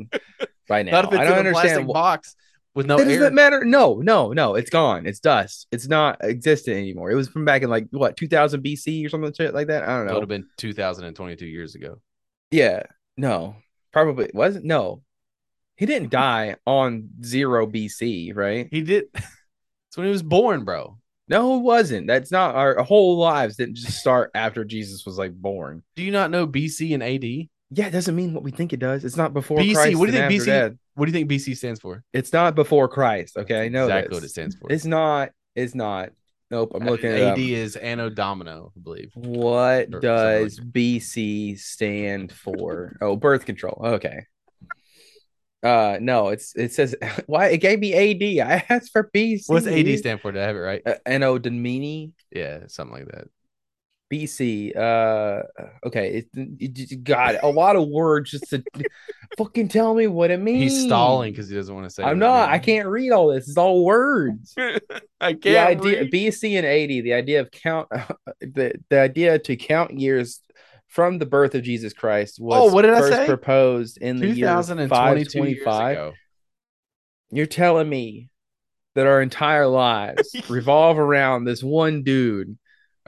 [SPEAKER 1] by now.
[SPEAKER 2] Not if it's
[SPEAKER 1] I don't
[SPEAKER 2] in a plastic
[SPEAKER 1] understand why.
[SPEAKER 2] box with no
[SPEAKER 1] that doesn't
[SPEAKER 2] air.
[SPEAKER 1] matter. No, no, no. It's gone. It's dust. It's not existent anymore. It was from back in like what 2000 BC or something shit like that. I don't
[SPEAKER 2] It would have
[SPEAKER 1] know.
[SPEAKER 2] been 2022 years ago.
[SPEAKER 1] Yeah, no, probably wasn't. No, he didn't die
[SPEAKER 2] Mm-hmm.
[SPEAKER 1] on zero BC, right?
[SPEAKER 2] He did. It's when he was born, bro.
[SPEAKER 1] No, it wasn't. That's not our whole lives didn't just start after Jesus was like born.
[SPEAKER 2] Do you not know BC and AD?
[SPEAKER 1] Yeah, it doesn't mean what we think it does. It's not before
[SPEAKER 2] BC,
[SPEAKER 1] Christ.
[SPEAKER 2] what do you
[SPEAKER 1] and
[SPEAKER 2] think
[SPEAKER 1] after
[SPEAKER 2] BC
[SPEAKER 1] death.
[SPEAKER 2] What do you think BC stands for?
[SPEAKER 1] It's not before Christ. Okay, I know
[SPEAKER 2] exactly
[SPEAKER 1] this.
[SPEAKER 2] what it stands for.
[SPEAKER 1] It's not. It's not. Nope. I'm looking at
[SPEAKER 2] AD
[SPEAKER 1] AD.
[SPEAKER 2] is Anno Domino, I believe.
[SPEAKER 1] What
[SPEAKER 2] Or something
[SPEAKER 1] does
[SPEAKER 2] like
[SPEAKER 1] BC stand for? Oh, birth control. Okay. Uh, no, it's it says why it gave me AD. I asked for BC.
[SPEAKER 2] What's AD stand for? Did I have it right?
[SPEAKER 1] Uh, Anno Domini
[SPEAKER 2] Yeah, something like that.
[SPEAKER 1] BC. Uh, okay. It, it, it- God, a lot of words just to fucking tell me what it means.
[SPEAKER 2] He's stalling because he doesn't want to say.
[SPEAKER 1] I'm
[SPEAKER 2] what it
[SPEAKER 1] not. I
[SPEAKER 2] means.
[SPEAKER 1] can't read all this. It's all words.
[SPEAKER 2] I can't.
[SPEAKER 1] the idea BC and 80, the idea of count the, the idea to count years from the birth of Jesus Christ was
[SPEAKER 2] Oh, what did I
[SPEAKER 1] first
[SPEAKER 2] say?
[SPEAKER 1] proposed in the year
[SPEAKER 2] 2022 years
[SPEAKER 1] 525.
[SPEAKER 2] ago.
[SPEAKER 1] You're telling me that our entire lives revolve around this one dude.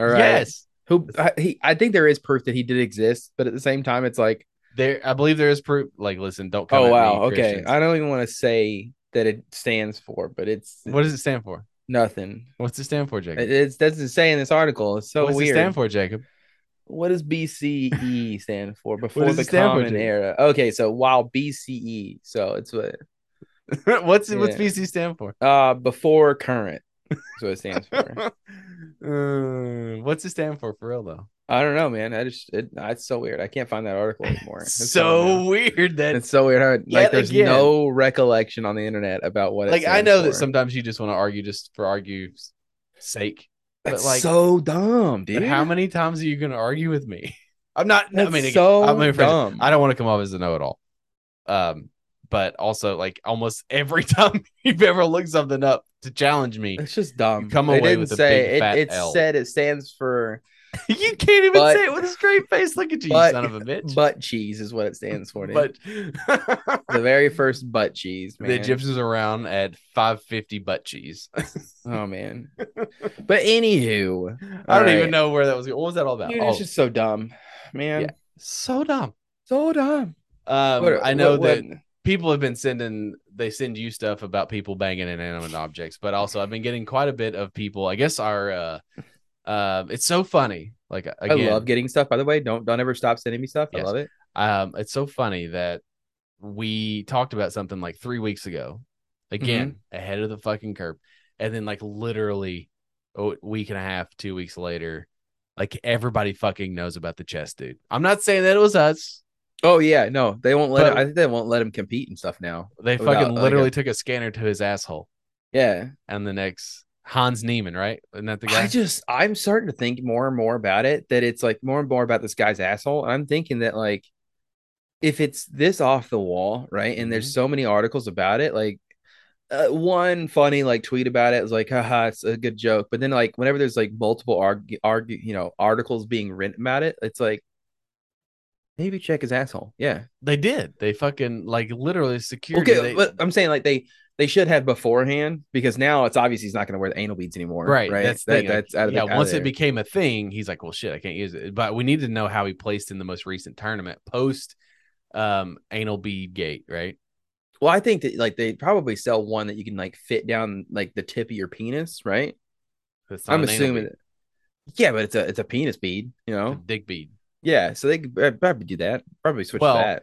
[SPEAKER 1] All right.
[SPEAKER 2] Yes,
[SPEAKER 1] Who I, he I think there is proof that he did exist, but at the same time it's like,
[SPEAKER 2] there. I believe there is proof. Like, listen, don't. Come
[SPEAKER 1] oh
[SPEAKER 2] at
[SPEAKER 1] wow,
[SPEAKER 2] me,
[SPEAKER 1] okay.
[SPEAKER 2] Christians.
[SPEAKER 1] I don't even want to say that it stands for, but it's
[SPEAKER 2] What does it stand for?
[SPEAKER 1] nothing.
[SPEAKER 2] What's it stand for,
[SPEAKER 1] It,
[SPEAKER 2] Jacob?
[SPEAKER 1] it doesn't say in this article. It's so
[SPEAKER 2] What's
[SPEAKER 1] weird.
[SPEAKER 2] it stand for, Jacob?
[SPEAKER 1] what does BCE stand for? Before
[SPEAKER 2] does
[SPEAKER 1] the
[SPEAKER 2] it stand for,
[SPEAKER 1] Common
[SPEAKER 2] dude?
[SPEAKER 1] Era. Okay, so while BCE, so it's what
[SPEAKER 2] what's what's
[SPEAKER 1] Yeah.
[SPEAKER 2] BC stand for?
[SPEAKER 1] uh before current. That's what it stands for.
[SPEAKER 2] Uh, what's it stand for for real though?
[SPEAKER 1] I don't know, man. I just it, it's so weird. I can't find that article anymore. That's all I
[SPEAKER 2] so
[SPEAKER 1] know.
[SPEAKER 2] weird that
[SPEAKER 1] it's so weird. How, it- like
[SPEAKER 2] Yet
[SPEAKER 1] there's
[SPEAKER 2] again.
[SPEAKER 1] no recollection on the internet about what. It
[SPEAKER 2] like I
[SPEAKER 1] stands
[SPEAKER 2] know
[SPEAKER 1] for.
[SPEAKER 2] that sometimes you just want to argue just for argue's sake. but,
[SPEAKER 1] That's
[SPEAKER 2] like-
[SPEAKER 1] so dumb, dude.
[SPEAKER 2] But how many times are you going to argue with me? I'm not.
[SPEAKER 1] That's
[SPEAKER 2] I mean, again,
[SPEAKER 1] so
[SPEAKER 2] I'm gonna phrase it.
[SPEAKER 1] dumb.
[SPEAKER 2] I don't want to come off as a know-it-all. Um, but also like almost every time you've ever looked something up to challenge me,
[SPEAKER 1] It's just dumb.
[SPEAKER 2] come
[SPEAKER 1] They
[SPEAKER 2] away
[SPEAKER 1] didn't
[SPEAKER 2] with a
[SPEAKER 1] say
[SPEAKER 2] big
[SPEAKER 1] it.
[SPEAKER 2] fat
[SPEAKER 1] it
[SPEAKER 2] L.
[SPEAKER 1] said it stands for
[SPEAKER 2] you can't even
[SPEAKER 1] But-
[SPEAKER 2] say it with a straight face. Look at you,
[SPEAKER 1] but-
[SPEAKER 2] you son of a bitch.
[SPEAKER 1] butt cheese is what it stands for. dude.
[SPEAKER 2] but
[SPEAKER 1] the very first butt cheese, man.
[SPEAKER 2] the Egyptians around at 550 butt cheese.
[SPEAKER 1] Oh man. but anywho,
[SPEAKER 2] I don't
[SPEAKER 1] All right.
[SPEAKER 2] even know where that was. What was that all about?
[SPEAKER 1] dude,
[SPEAKER 2] oh,
[SPEAKER 1] it's just so dumb, man.
[SPEAKER 2] Yeah. so dumb.
[SPEAKER 1] So dumb.
[SPEAKER 2] Um,
[SPEAKER 1] What-
[SPEAKER 2] I know
[SPEAKER 1] what- what-
[SPEAKER 2] that people have been sending they send you stuff about people banging inanimate objects but also i've been getting quite a bit of people i guess our uh um it's so funny like again
[SPEAKER 1] I love getting stuff. By the way, don't don't ever stop sending me stuff. I
[SPEAKER 2] Yes.
[SPEAKER 1] love it.
[SPEAKER 2] um it's so funny that we talked about something like three weeks ago again
[SPEAKER 1] Mm-hmm.
[SPEAKER 2] ahead of the fucking curb and then like literally a week and a half two weeks later like everybody fucking knows about the chess dude i'm not saying that it was us
[SPEAKER 1] Oh yeah, no, they won't let.
[SPEAKER 2] But-
[SPEAKER 1] him- I think they won't let him compete and stuff now.
[SPEAKER 2] they
[SPEAKER 1] Without,
[SPEAKER 2] fucking
[SPEAKER 1] like, a-
[SPEAKER 2] literally took a scanner to his asshole
[SPEAKER 1] Yeah,
[SPEAKER 2] and the next Hans Niemann, right? Isn't that the guy?
[SPEAKER 1] I just I'm starting to think more and more about it. That it's like more and more about this guy's asshole. And I'm thinking that like, if it's this off the wall, right? And
[SPEAKER 2] Mm-hmm.
[SPEAKER 1] there's so many articles about it, like. Uh, one funny like tweet about it was like haha it's a good joke but then like whenever there's like multiple argue argue you know articles being written about it it's like maybe check his asshole yeah
[SPEAKER 2] they did. They fucking like literally security.
[SPEAKER 1] Okay,
[SPEAKER 2] they-
[SPEAKER 1] but I'm saying like they they should have beforehand because now it's obvious he's not going to wear the anal beads anymore.
[SPEAKER 2] right,
[SPEAKER 1] right.
[SPEAKER 2] That's the
[SPEAKER 1] That-
[SPEAKER 2] thing, like,
[SPEAKER 1] that's out of
[SPEAKER 2] yeah.
[SPEAKER 1] the, out
[SPEAKER 2] once
[SPEAKER 1] of
[SPEAKER 2] it
[SPEAKER 1] there.
[SPEAKER 2] became a thing, he's like, "Well, shit, I can't use it." But we need to know how he placed in the most recent tournament post um anal bead gate, right?
[SPEAKER 1] Well, I think that like they probably sell one that you can like fit down like the tip of your penis, right?
[SPEAKER 2] That's
[SPEAKER 1] I'm
[SPEAKER 2] an anal
[SPEAKER 1] assuming.
[SPEAKER 2] bead,
[SPEAKER 1] That, yeah, but it's a it's a penis bead, you
[SPEAKER 2] it's a
[SPEAKER 1] know.
[SPEAKER 2] dick bead.
[SPEAKER 1] Yeah, so they could uh, probably do that. Probably switch
[SPEAKER 2] Well,
[SPEAKER 1] that.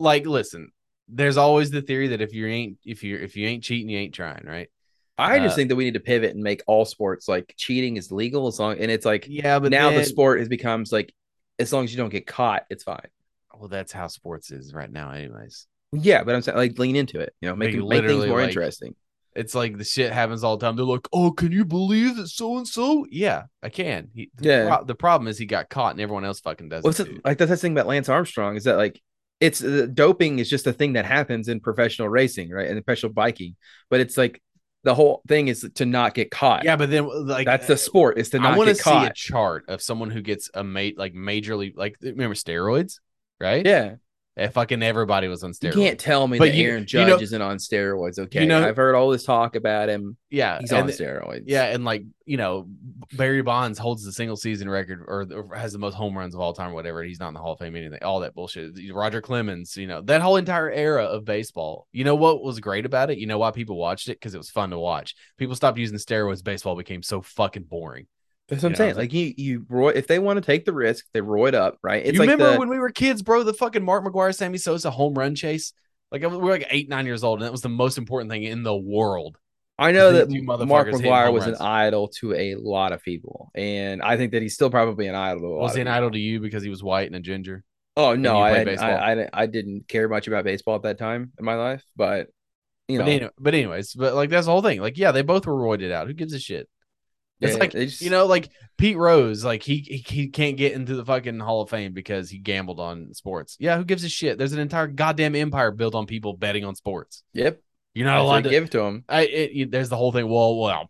[SPEAKER 2] Like, listen, there's always the theory that if you ain't if you are if you ain't cheating, you ain't trying, right?
[SPEAKER 1] I just
[SPEAKER 2] uh,
[SPEAKER 1] think that we need to pivot and make all sports like cheating is legal as long and it's like
[SPEAKER 2] Yeah, but
[SPEAKER 1] now the
[SPEAKER 2] then-
[SPEAKER 1] sport has becomes like as long as you don't get caught, it's fine.
[SPEAKER 2] Well, that's how sports is right now, anyways.
[SPEAKER 1] Yeah, but I'm saying like lean into it, you know, make,
[SPEAKER 2] Like,
[SPEAKER 1] make things
[SPEAKER 2] literally,
[SPEAKER 1] more
[SPEAKER 2] like,
[SPEAKER 1] interesting.
[SPEAKER 2] It's like the shit happens all the time. They're like, "Oh, can you believe that so and so?" Yeah, I can. He, the
[SPEAKER 1] Yeah.
[SPEAKER 2] pro- the problem is he got caught, and everyone else fucking does.
[SPEAKER 1] What's
[SPEAKER 2] it,
[SPEAKER 1] it,
[SPEAKER 2] too.
[SPEAKER 1] like that's the thing about Lance Armstrong is that like it's uh, doping is just a thing that happens in professional racing, right? And professional biking, but it's like the whole thing is to not get caught.
[SPEAKER 2] Yeah, but then like uh,
[SPEAKER 1] that's the sport is to
[SPEAKER 2] I
[SPEAKER 1] not
[SPEAKER 2] want to
[SPEAKER 1] get
[SPEAKER 2] see
[SPEAKER 1] caught.
[SPEAKER 2] a chart of someone who gets a mate like majorly like remember steroids, right?
[SPEAKER 1] Yeah,
[SPEAKER 2] And fucking everybody was on
[SPEAKER 1] you
[SPEAKER 2] steroids.
[SPEAKER 1] can't tell me
[SPEAKER 2] But
[SPEAKER 1] that
[SPEAKER 2] you-
[SPEAKER 1] Aaron
[SPEAKER 2] you know-
[SPEAKER 1] Judge isn't on steroids. Okay,
[SPEAKER 2] know-
[SPEAKER 1] I've heard all this talk about him.
[SPEAKER 2] yeah,
[SPEAKER 1] He's
[SPEAKER 2] and
[SPEAKER 1] on
[SPEAKER 2] th-
[SPEAKER 1] steroids.
[SPEAKER 2] Yeah, and like you know, Barry Bonds holds the single season record or, or has the most home runs of all time, or whatever. and He's not in the Hall of Fame, anything, all that bullshit. Roger Clemens, you know, that whole entire era of baseball. You know what was great about it? You know why people watched it? Because it was fun to watch. People stopped using steroids. Baseball became so fucking boring.
[SPEAKER 1] that's what I'm
[SPEAKER 2] You know,
[SPEAKER 1] saying.
[SPEAKER 2] it's
[SPEAKER 1] Like you, you roy if they want to take the risk, they roy it up, right? It's
[SPEAKER 2] you
[SPEAKER 1] like
[SPEAKER 2] remember
[SPEAKER 1] the,
[SPEAKER 2] when we were kids, bro? The fucking Mark McGuire, Sammy Sosa home run chase. Like I was- we were like eight, nine years old, and that was the most important thing in the world.
[SPEAKER 1] I know
[SPEAKER 2] these
[SPEAKER 1] that
[SPEAKER 2] two
[SPEAKER 1] Mark
[SPEAKER 2] motherfuckers hitting
[SPEAKER 1] McGuire
[SPEAKER 2] home
[SPEAKER 1] was
[SPEAKER 2] runs.
[SPEAKER 1] an idol to a lot of people, and I think that he's still probably an idol. To a lot
[SPEAKER 2] Was
[SPEAKER 1] of
[SPEAKER 2] he an
[SPEAKER 1] people.
[SPEAKER 2] idol to you because he was white and a ginger?
[SPEAKER 1] Oh no,
[SPEAKER 2] you
[SPEAKER 1] I,
[SPEAKER 2] played
[SPEAKER 1] had,
[SPEAKER 2] baseball.
[SPEAKER 1] I, I I didn't care much about baseball at that time in my life, but you know,
[SPEAKER 2] but, anyway, but anyways, but like that's the whole thing. Like, yeah, they both were roided out. Who gives a shit? It's
[SPEAKER 1] yeah,
[SPEAKER 2] like
[SPEAKER 1] they just-
[SPEAKER 2] you know, like Pete Rose, like he, he he can't get into the fucking Hall of Fame because he gambled on sports. Yeah, who gives a shit? There's an entire goddamn empire built on people betting on sports.
[SPEAKER 1] Yep,
[SPEAKER 2] You're
[SPEAKER 1] I
[SPEAKER 2] not allowed to.
[SPEAKER 1] give to him.
[SPEAKER 2] I it, you- there's the whole thing. Well, well,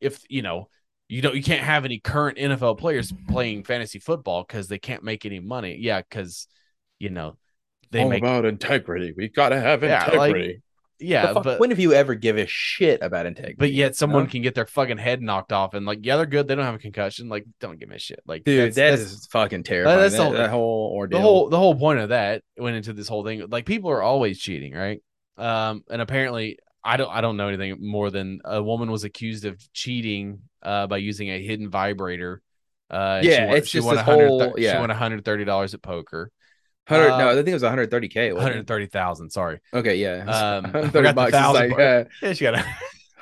[SPEAKER 2] if you know, you don't, you can't have any current NFL players playing fantasy football because they can't make any money. Yeah, because you know they make
[SPEAKER 1] about integrity. We gotta have
[SPEAKER 2] Yeah, like, yeah,
[SPEAKER 1] Yeah,
[SPEAKER 2] but
[SPEAKER 1] when have you ever give a shit about integrity?
[SPEAKER 2] But yet someone
[SPEAKER 1] know?
[SPEAKER 2] can get their fucking head knocked off and like, yeah, they're good. They don't have a concussion. Like, don't give me a shit. Like,
[SPEAKER 1] dude,
[SPEAKER 2] that's,
[SPEAKER 1] that
[SPEAKER 2] that's-
[SPEAKER 1] is fucking terrifying.
[SPEAKER 2] that's
[SPEAKER 1] that,
[SPEAKER 2] the whole-
[SPEAKER 1] that whole
[SPEAKER 2] the
[SPEAKER 1] ordeal.
[SPEAKER 2] whole the whole point of that went into this whole thing. Like, people are always cheating, right? Um, and apparently, I don't I don't know anything more than a woman was accused of cheating uh by using a hidden vibrator. Uh, and she
[SPEAKER 1] Yeah,
[SPEAKER 2] won-
[SPEAKER 1] it's
[SPEAKER 2] she
[SPEAKER 1] just
[SPEAKER 2] won
[SPEAKER 1] this
[SPEAKER 2] 130
[SPEAKER 1] whole-
[SPEAKER 2] She
[SPEAKER 1] yeah.
[SPEAKER 2] won one hundred thirty dollars at poker.
[SPEAKER 1] hundred. no,
[SPEAKER 2] uh,
[SPEAKER 1] I think it was 130k.
[SPEAKER 2] One
[SPEAKER 1] wasn't it?
[SPEAKER 2] hundred thirty thousand. Sorry.
[SPEAKER 1] Okay, yeah,
[SPEAKER 2] Um, I
[SPEAKER 1] 130
[SPEAKER 2] forgot the
[SPEAKER 1] bucks. Is
[SPEAKER 2] thousand
[SPEAKER 1] like,
[SPEAKER 2] part.
[SPEAKER 1] uh,
[SPEAKER 2] Yeah, she got a,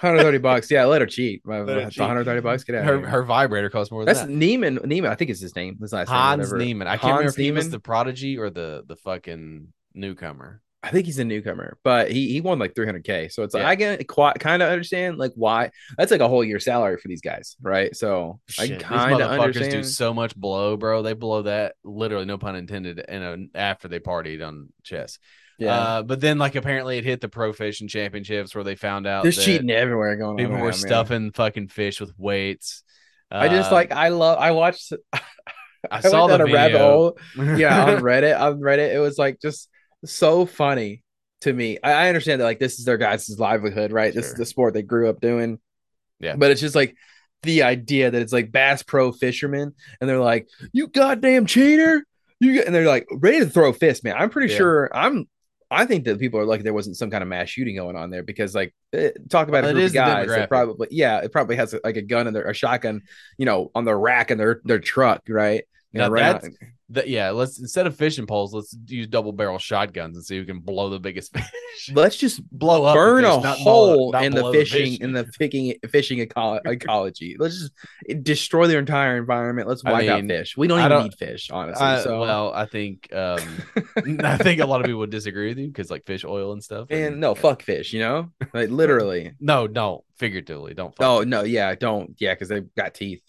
[SPEAKER 1] 130 bucks. Yeah, let her cheat. Let
[SPEAKER 2] her cheat.
[SPEAKER 1] 130 bucks. Get out.
[SPEAKER 2] her her vibrator costs more than
[SPEAKER 1] That's
[SPEAKER 2] that.
[SPEAKER 1] Neiman. Neiman, I think is his name. His last name.
[SPEAKER 2] Hans
[SPEAKER 1] whatever.
[SPEAKER 2] Neiman. I can't
[SPEAKER 1] Hans
[SPEAKER 2] remember if he was
[SPEAKER 1] Niemann.
[SPEAKER 2] the prodigy or the the fucking newcomer.
[SPEAKER 1] I think he's a newcomer, but he he won like 300k. So it's like
[SPEAKER 2] Yeah.
[SPEAKER 1] I can quite, kind of understand like why that's like a whole year salary for these guys, right? So I
[SPEAKER 2] Shit, these
[SPEAKER 1] kind of
[SPEAKER 2] motherfuckers do
[SPEAKER 1] understand.
[SPEAKER 2] so much blow, bro. They blow that literally, no pun intended, and after they partied on chess.
[SPEAKER 1] yeah,
[SPEAKER 2] Uh, but then, like, apparently, it hit the pro fishing championships where they found out
[SPEAKER 1] there's
[SPEAKER 2] that
[SPEAKER 1] cheating everywhere going on.
[SPEAKER 2] People
[SPEAKER 1] right
[SPEAKER 2] were
[SPEAKER 1] now, man.
[SPEAKER 2] stuffing fucking fish with weights.
[SPEAKER 1] I just
[SPEAKER 2] Uh,
[SPEAKER 1] like I love. I watched. I,
[SPEAKER 2] I
[SPEAKER 1] went
[SPEAKER 2] saw the
[SPEAKER 1] down a rabbit
[SPEAKER 2] video.
[SPEAKER 1] hole. Yeah, on Reddit. On Reddit, it was like just so funny to me. I, I understand that like this is their guys' livelihood, right? This is
[SPEAKER 2] Sure.
[SPEAKER 1] the sport they grew up doing.
[SPEAKER 2] Yeah.
[SPEAKER 1] But it's just like the idea that it's like Bass Pro fishermen, and they're like, "You goddamn cheater!" You g-" and they're like ready to throw fists, man. I'm pretty
[SPEAKER 2] Yeah.
[SPEAKER 1] sure I'm. I think that people are lucky there wasn't some kind of mass shooting going on there because, like, eh, talk about
[SPEAKER 2] Well,
[SPEAKER 1] a
[SPEAKER 2] it
[SPEAKER 1] group
[SPEAKER 2] is
[SPEAKER 1] of
[SPEAKER 2] the
[SPEAKER 1] guys
[SPEAKER 2] demographic.
[SPEAKER 1] that probably, yeah, it probably has like a gun and their a shotgun, you know, on the rack in their their truck, right? And
[SPEAKER 2] Now
[SPEAKER 1] they're running out-
[SPEAKER 2] that's- Th- yeah, let's instead of fishing poles, let's use double barrel shotguns and see who can blow the biggest fish.
[SPEAKER 1] let's just
[SPEAKER 2] blow up the
[SPEAKER 1] burn
[SPEAKER 2] fish,
[SPEAKER 1] a
[SPEAKER 2] not blow-
[SPEAKER 1] hole
[SPEAKER 2] not
[SPEAKER 1] in the
[SPEAKER 2] blow
[SPEAKER 1] fishing
[SPEAKER 2] fish.
[SPEAKER 1] in the fishing fishing eco- ecology. Let's just destroy their entire environment. Let's
[SPEAKER 2] I
[SPEAKER 1] wipe
[SPEAKER 2] mean,
[SPEAKER 1] out fish. We don't
[SPEAKER 2] I
[SPEAKER 1] even
[SPEAKER 2] don't-
[SPEAKER 1] need fish, honestly.
[SPEAKER 2] Uh,
[SPEAKER 1] so
[SPEAKER 2] well, I think um, I think a lot of people would disagree with you because like fish oil and stuff.
[SPEAKER 1] and no, fuck fish. You know, like literally.
[SPEAKER 2] no, no, figuratively, don't. Fuck.
[SPEAKER 1] oh no, yeah, don't. Yeah, because they've got teeth.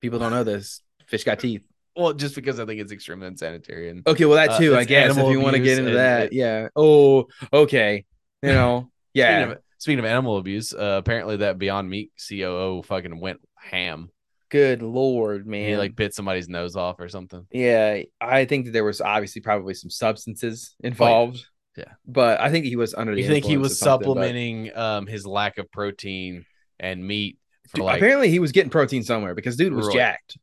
[SPEAKER 1] People don't know this. Fish got teeth.
[SPEAKER 2] well, just because I think it's extremely unsanitary and
[SPEAKER 1] Okay, well
[SPEAKER 2] Uh,
[SPEAKER 1] that too. I
[SPEAKER 2] it's
[SPEAKER 1] guess if
[SPEAKER 2] animal
[SPEAKER 1] you want to
[SPEAKER 2] abuse
[SPEAKER 1] get into
[SPEAKER 2] and
[SPEAKER 1] that,
[SPEAKER 2] it-
[SPEAKER 1] yeah. Oh, okay. You know, yeah.
[SPEAKER 2] Speaking of, speaking of animal abuse, uh, apparently that Beyond Meat COO fucking went ham.
[SPEAKER 1] Good lord, man.
[SPEAKER 2] He like bit somebody's nose off or something.
[SPEAKER 1] Yeah, I think that there was obviously probably some substances involved.
[SPEAKER 2] Yeah.
[SPEAKER 1] but I think he was under. The
[SPEAKER 2] you think he
[SPEAKER 1] influence
[SPEAKER 2] was
[SPEAKER 1] of something, but-
[SPEAKER 2] supplementing um his lack of protein and meat for
[SPEAKER 1] Dude,
[SPEAKER 2] like
[SPEAKER 1] apparently, he was getting protein somewhere because dude was
[SPEAKER 2] Right.
[SPEAKER 1] jacked.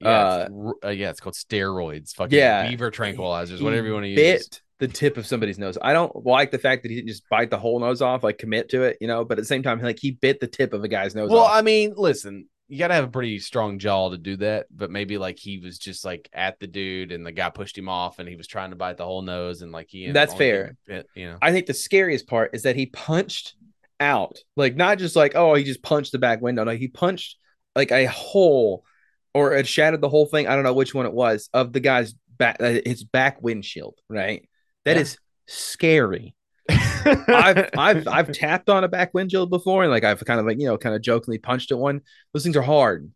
[SPEAKER 2] yeah, it's r- uh, yeah, it's called steroids, fucking
[SPEAKER 1] Yeah.
[SPEAKER 2] beaver tranquilizers,
[SPEAKER 1] He
[SPEAKER 2] whatever you want to use.
[SPEAKER 1] Bit the tip of somebody's nose. I don't like the fact that he didn't just bite the whole nose off, like commit to it, you know. But at the same time, like he bit the tip of a guy's nose.
[SPEAKER 2] Well,
[SPEAKER 1] off.
[SPEAKER 2] I mean, listen, you gotta have a pretty strong jaw to do that, but maybe like he was just like at the dude, and the guy pushed him off, and he was trying to bite the whole nose, and like he ended
[SPEAKER 1] That's
[SPEAKER 2] up only
[SPEAKER 1] fair.
[SPEAKER 2] getting bit, you know.
[SPEAKER 1] I think the scariest part is that he punched out, like not just like oh he just punched the back window. No, he punched like a hole or it shattered the whole thing. I don't know which one it was of the guy's back, uh, his back windshield. Right, That
[SPEAKER 2] Yeah.
[SPEAKER 1] is scary. I've, I've I've tapped on a back windshield before, and like I've kind of like you know kind of jokingly punched at one. Those things are hard,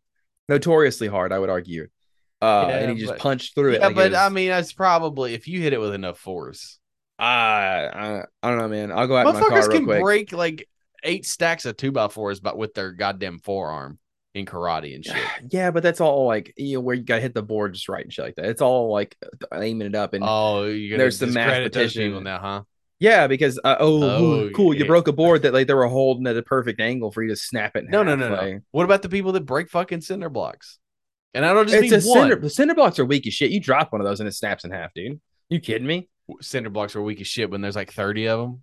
[SPEAKER 1] notoriously hard. I would argue. Uh,
[SPEAKER 2] Yeah,
[SPEAKER 1] and he just
[SPEAKER 2] but-
[SPEAKER 1] punched through it.
[SPEAKER 2] yeah,
[SPEAKER 1] like it
[SPEAKER 2] but
[SPEAKER 1] was-
[SPEAKER 2] I mean, that's probably if you hit it with enough force.
[SPEAKER 1] Ah, I, I I don't know, man. I'll go out in my car
[SPEAKER 2] Motherfuckers
[SPEAKER 1] real
[SPEAKER 2] can
[SPEAKER 1] quick.
[SPEAKER 2] break like eight stacks of two by fours, but with their goddamn forearm in karate and shit.
[SPEAKER 1] yeah, but that's all like you know where you gotta hit the board just right and shit like that. It's all like aiming it up and
[SPEAKER 2] oh, you're gonna
[SPEAKER 1] there's some mass
[SPEAKER 2] discredit those
[SPEAKER 1] petition.
[SPEAKER 2] people now, huh?
[SPEAKER 1] yeah, because uh, oh,
[SPEAKER 2] Oh,
[SPEAKER 1] ooh, cool, you
[SPEAKER 2] yeah.
[SPEAKER 1] broke a board that like they were holding at a perfect angle for you to snap it. in
[SPEAKER 2] No, no,
[SPEAKER 1] half,
[SPEAKER 2] no,
[SPEAKER 1] like-
[SPEAKER 2] no. What about the people that break fucking cinder blocks? And I don't just
[SPEAKER 1] It's a
[SPEAKER 2] mean one.
[SPEAKER 1] cinder. Cinder blocks are weak as shit. You drop one of those and it snaps in half, dude. You kidding me?
[SPEAKER 2] cinder blocks are weak as shit when there's like 30 of them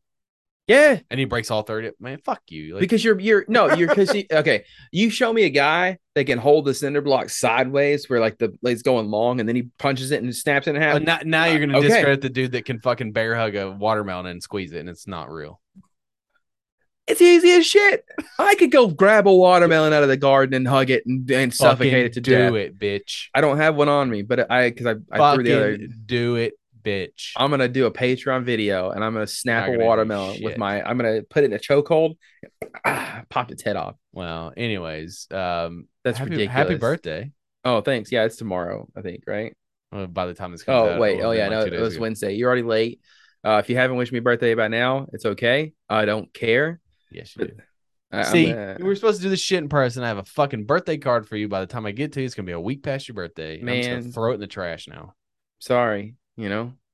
[SPEAKER 1] Yeah,
[SPEAKER 2] and he breaks all 30 man fuck you like,
[SPEAKER 1] because you're you're no you're because you, okay. You show me a guy that can hold the cinder block sideways where like the it's going long and then he punches it and snaps it in half.
[SPEAKER 2] Uh, now, now you're gonna
[SPEAKER 1] okay.
[SPEAKER 2] discredit the dude that can fucking bear hug a watermelon and squeeze it and it's not real
[SPEAKER 1] It's easy as shit. I could go grab a watermelon out of the garden and hug it and, and suffocate it to
[SPEAKER 2] Fucking do
[SPEAKER 1] death.
[SPEAKER 2] it bitch
[SPEAKER 1] I don't have one on me, but I because I, I threw
[SPEAKER 2] fucking
[SPEAKER 1] the other.
[SPEAKER 2] do it bitch
[SPEAKER 1] I'm gonna do a Patreon video and I'm gonna snap
[SPEAKER 2] Not
[SPEAKER 1] a
[SPEAKER 2] gonna do
[SPEAKER 1] watermelon with
[SPEAKER 2] shit.
[SPEAKER 1] my. I'm gonna put it in a chokehold, pop its head off.
[SPEAKER 2] well anyways um
[SPEAKER 1] That's
[SPEAKER 2] happy,
[SPEAKER 1] ridiculous.
[SPEAKER 2] happy birthday
[SPEAKER 1] Oh, thanks. Yeah, it's tomorrow, I think, right?
[SPEAKER 2] Well, by the time this comes out
[SPEAKER 1] Oh,
[SPEAKER 2] it
[SPEAKER 1] wait.
[SPEAKER 2] would've
[SPEAKER 1] Oh,
[SPEAKER 2] been,
[SPEAKER 1] yeah.
[SPEAKER 2] like,
[SPEAKER 1] No,
[SPEAKER 2] two
[SPEAKER 1] it
[SPEAKER 2] days
[SPEAKER 1] was
[SPEAKER 2] ago.
[SPEAKER 1] Wednesday. You're already late. Uh, if you haven't wished me birthday by now, it's okay. I don't care.
[SPEAKER 2] yes you did.
[SPEAKER 1] I, I'm,
[SPEAKER 2] see
[SPEAKER 1] uh,
[SPEAKER 2] we were supposed to do this shit in person i have a fucking birthday card for you by the time i get to you it's gonna be a week past your birthday I'm just gonna
[SPEAKER 1] Man.
[SPEAKER 2] throw it in the trash now
[SPEAKER 1] sorry, you know,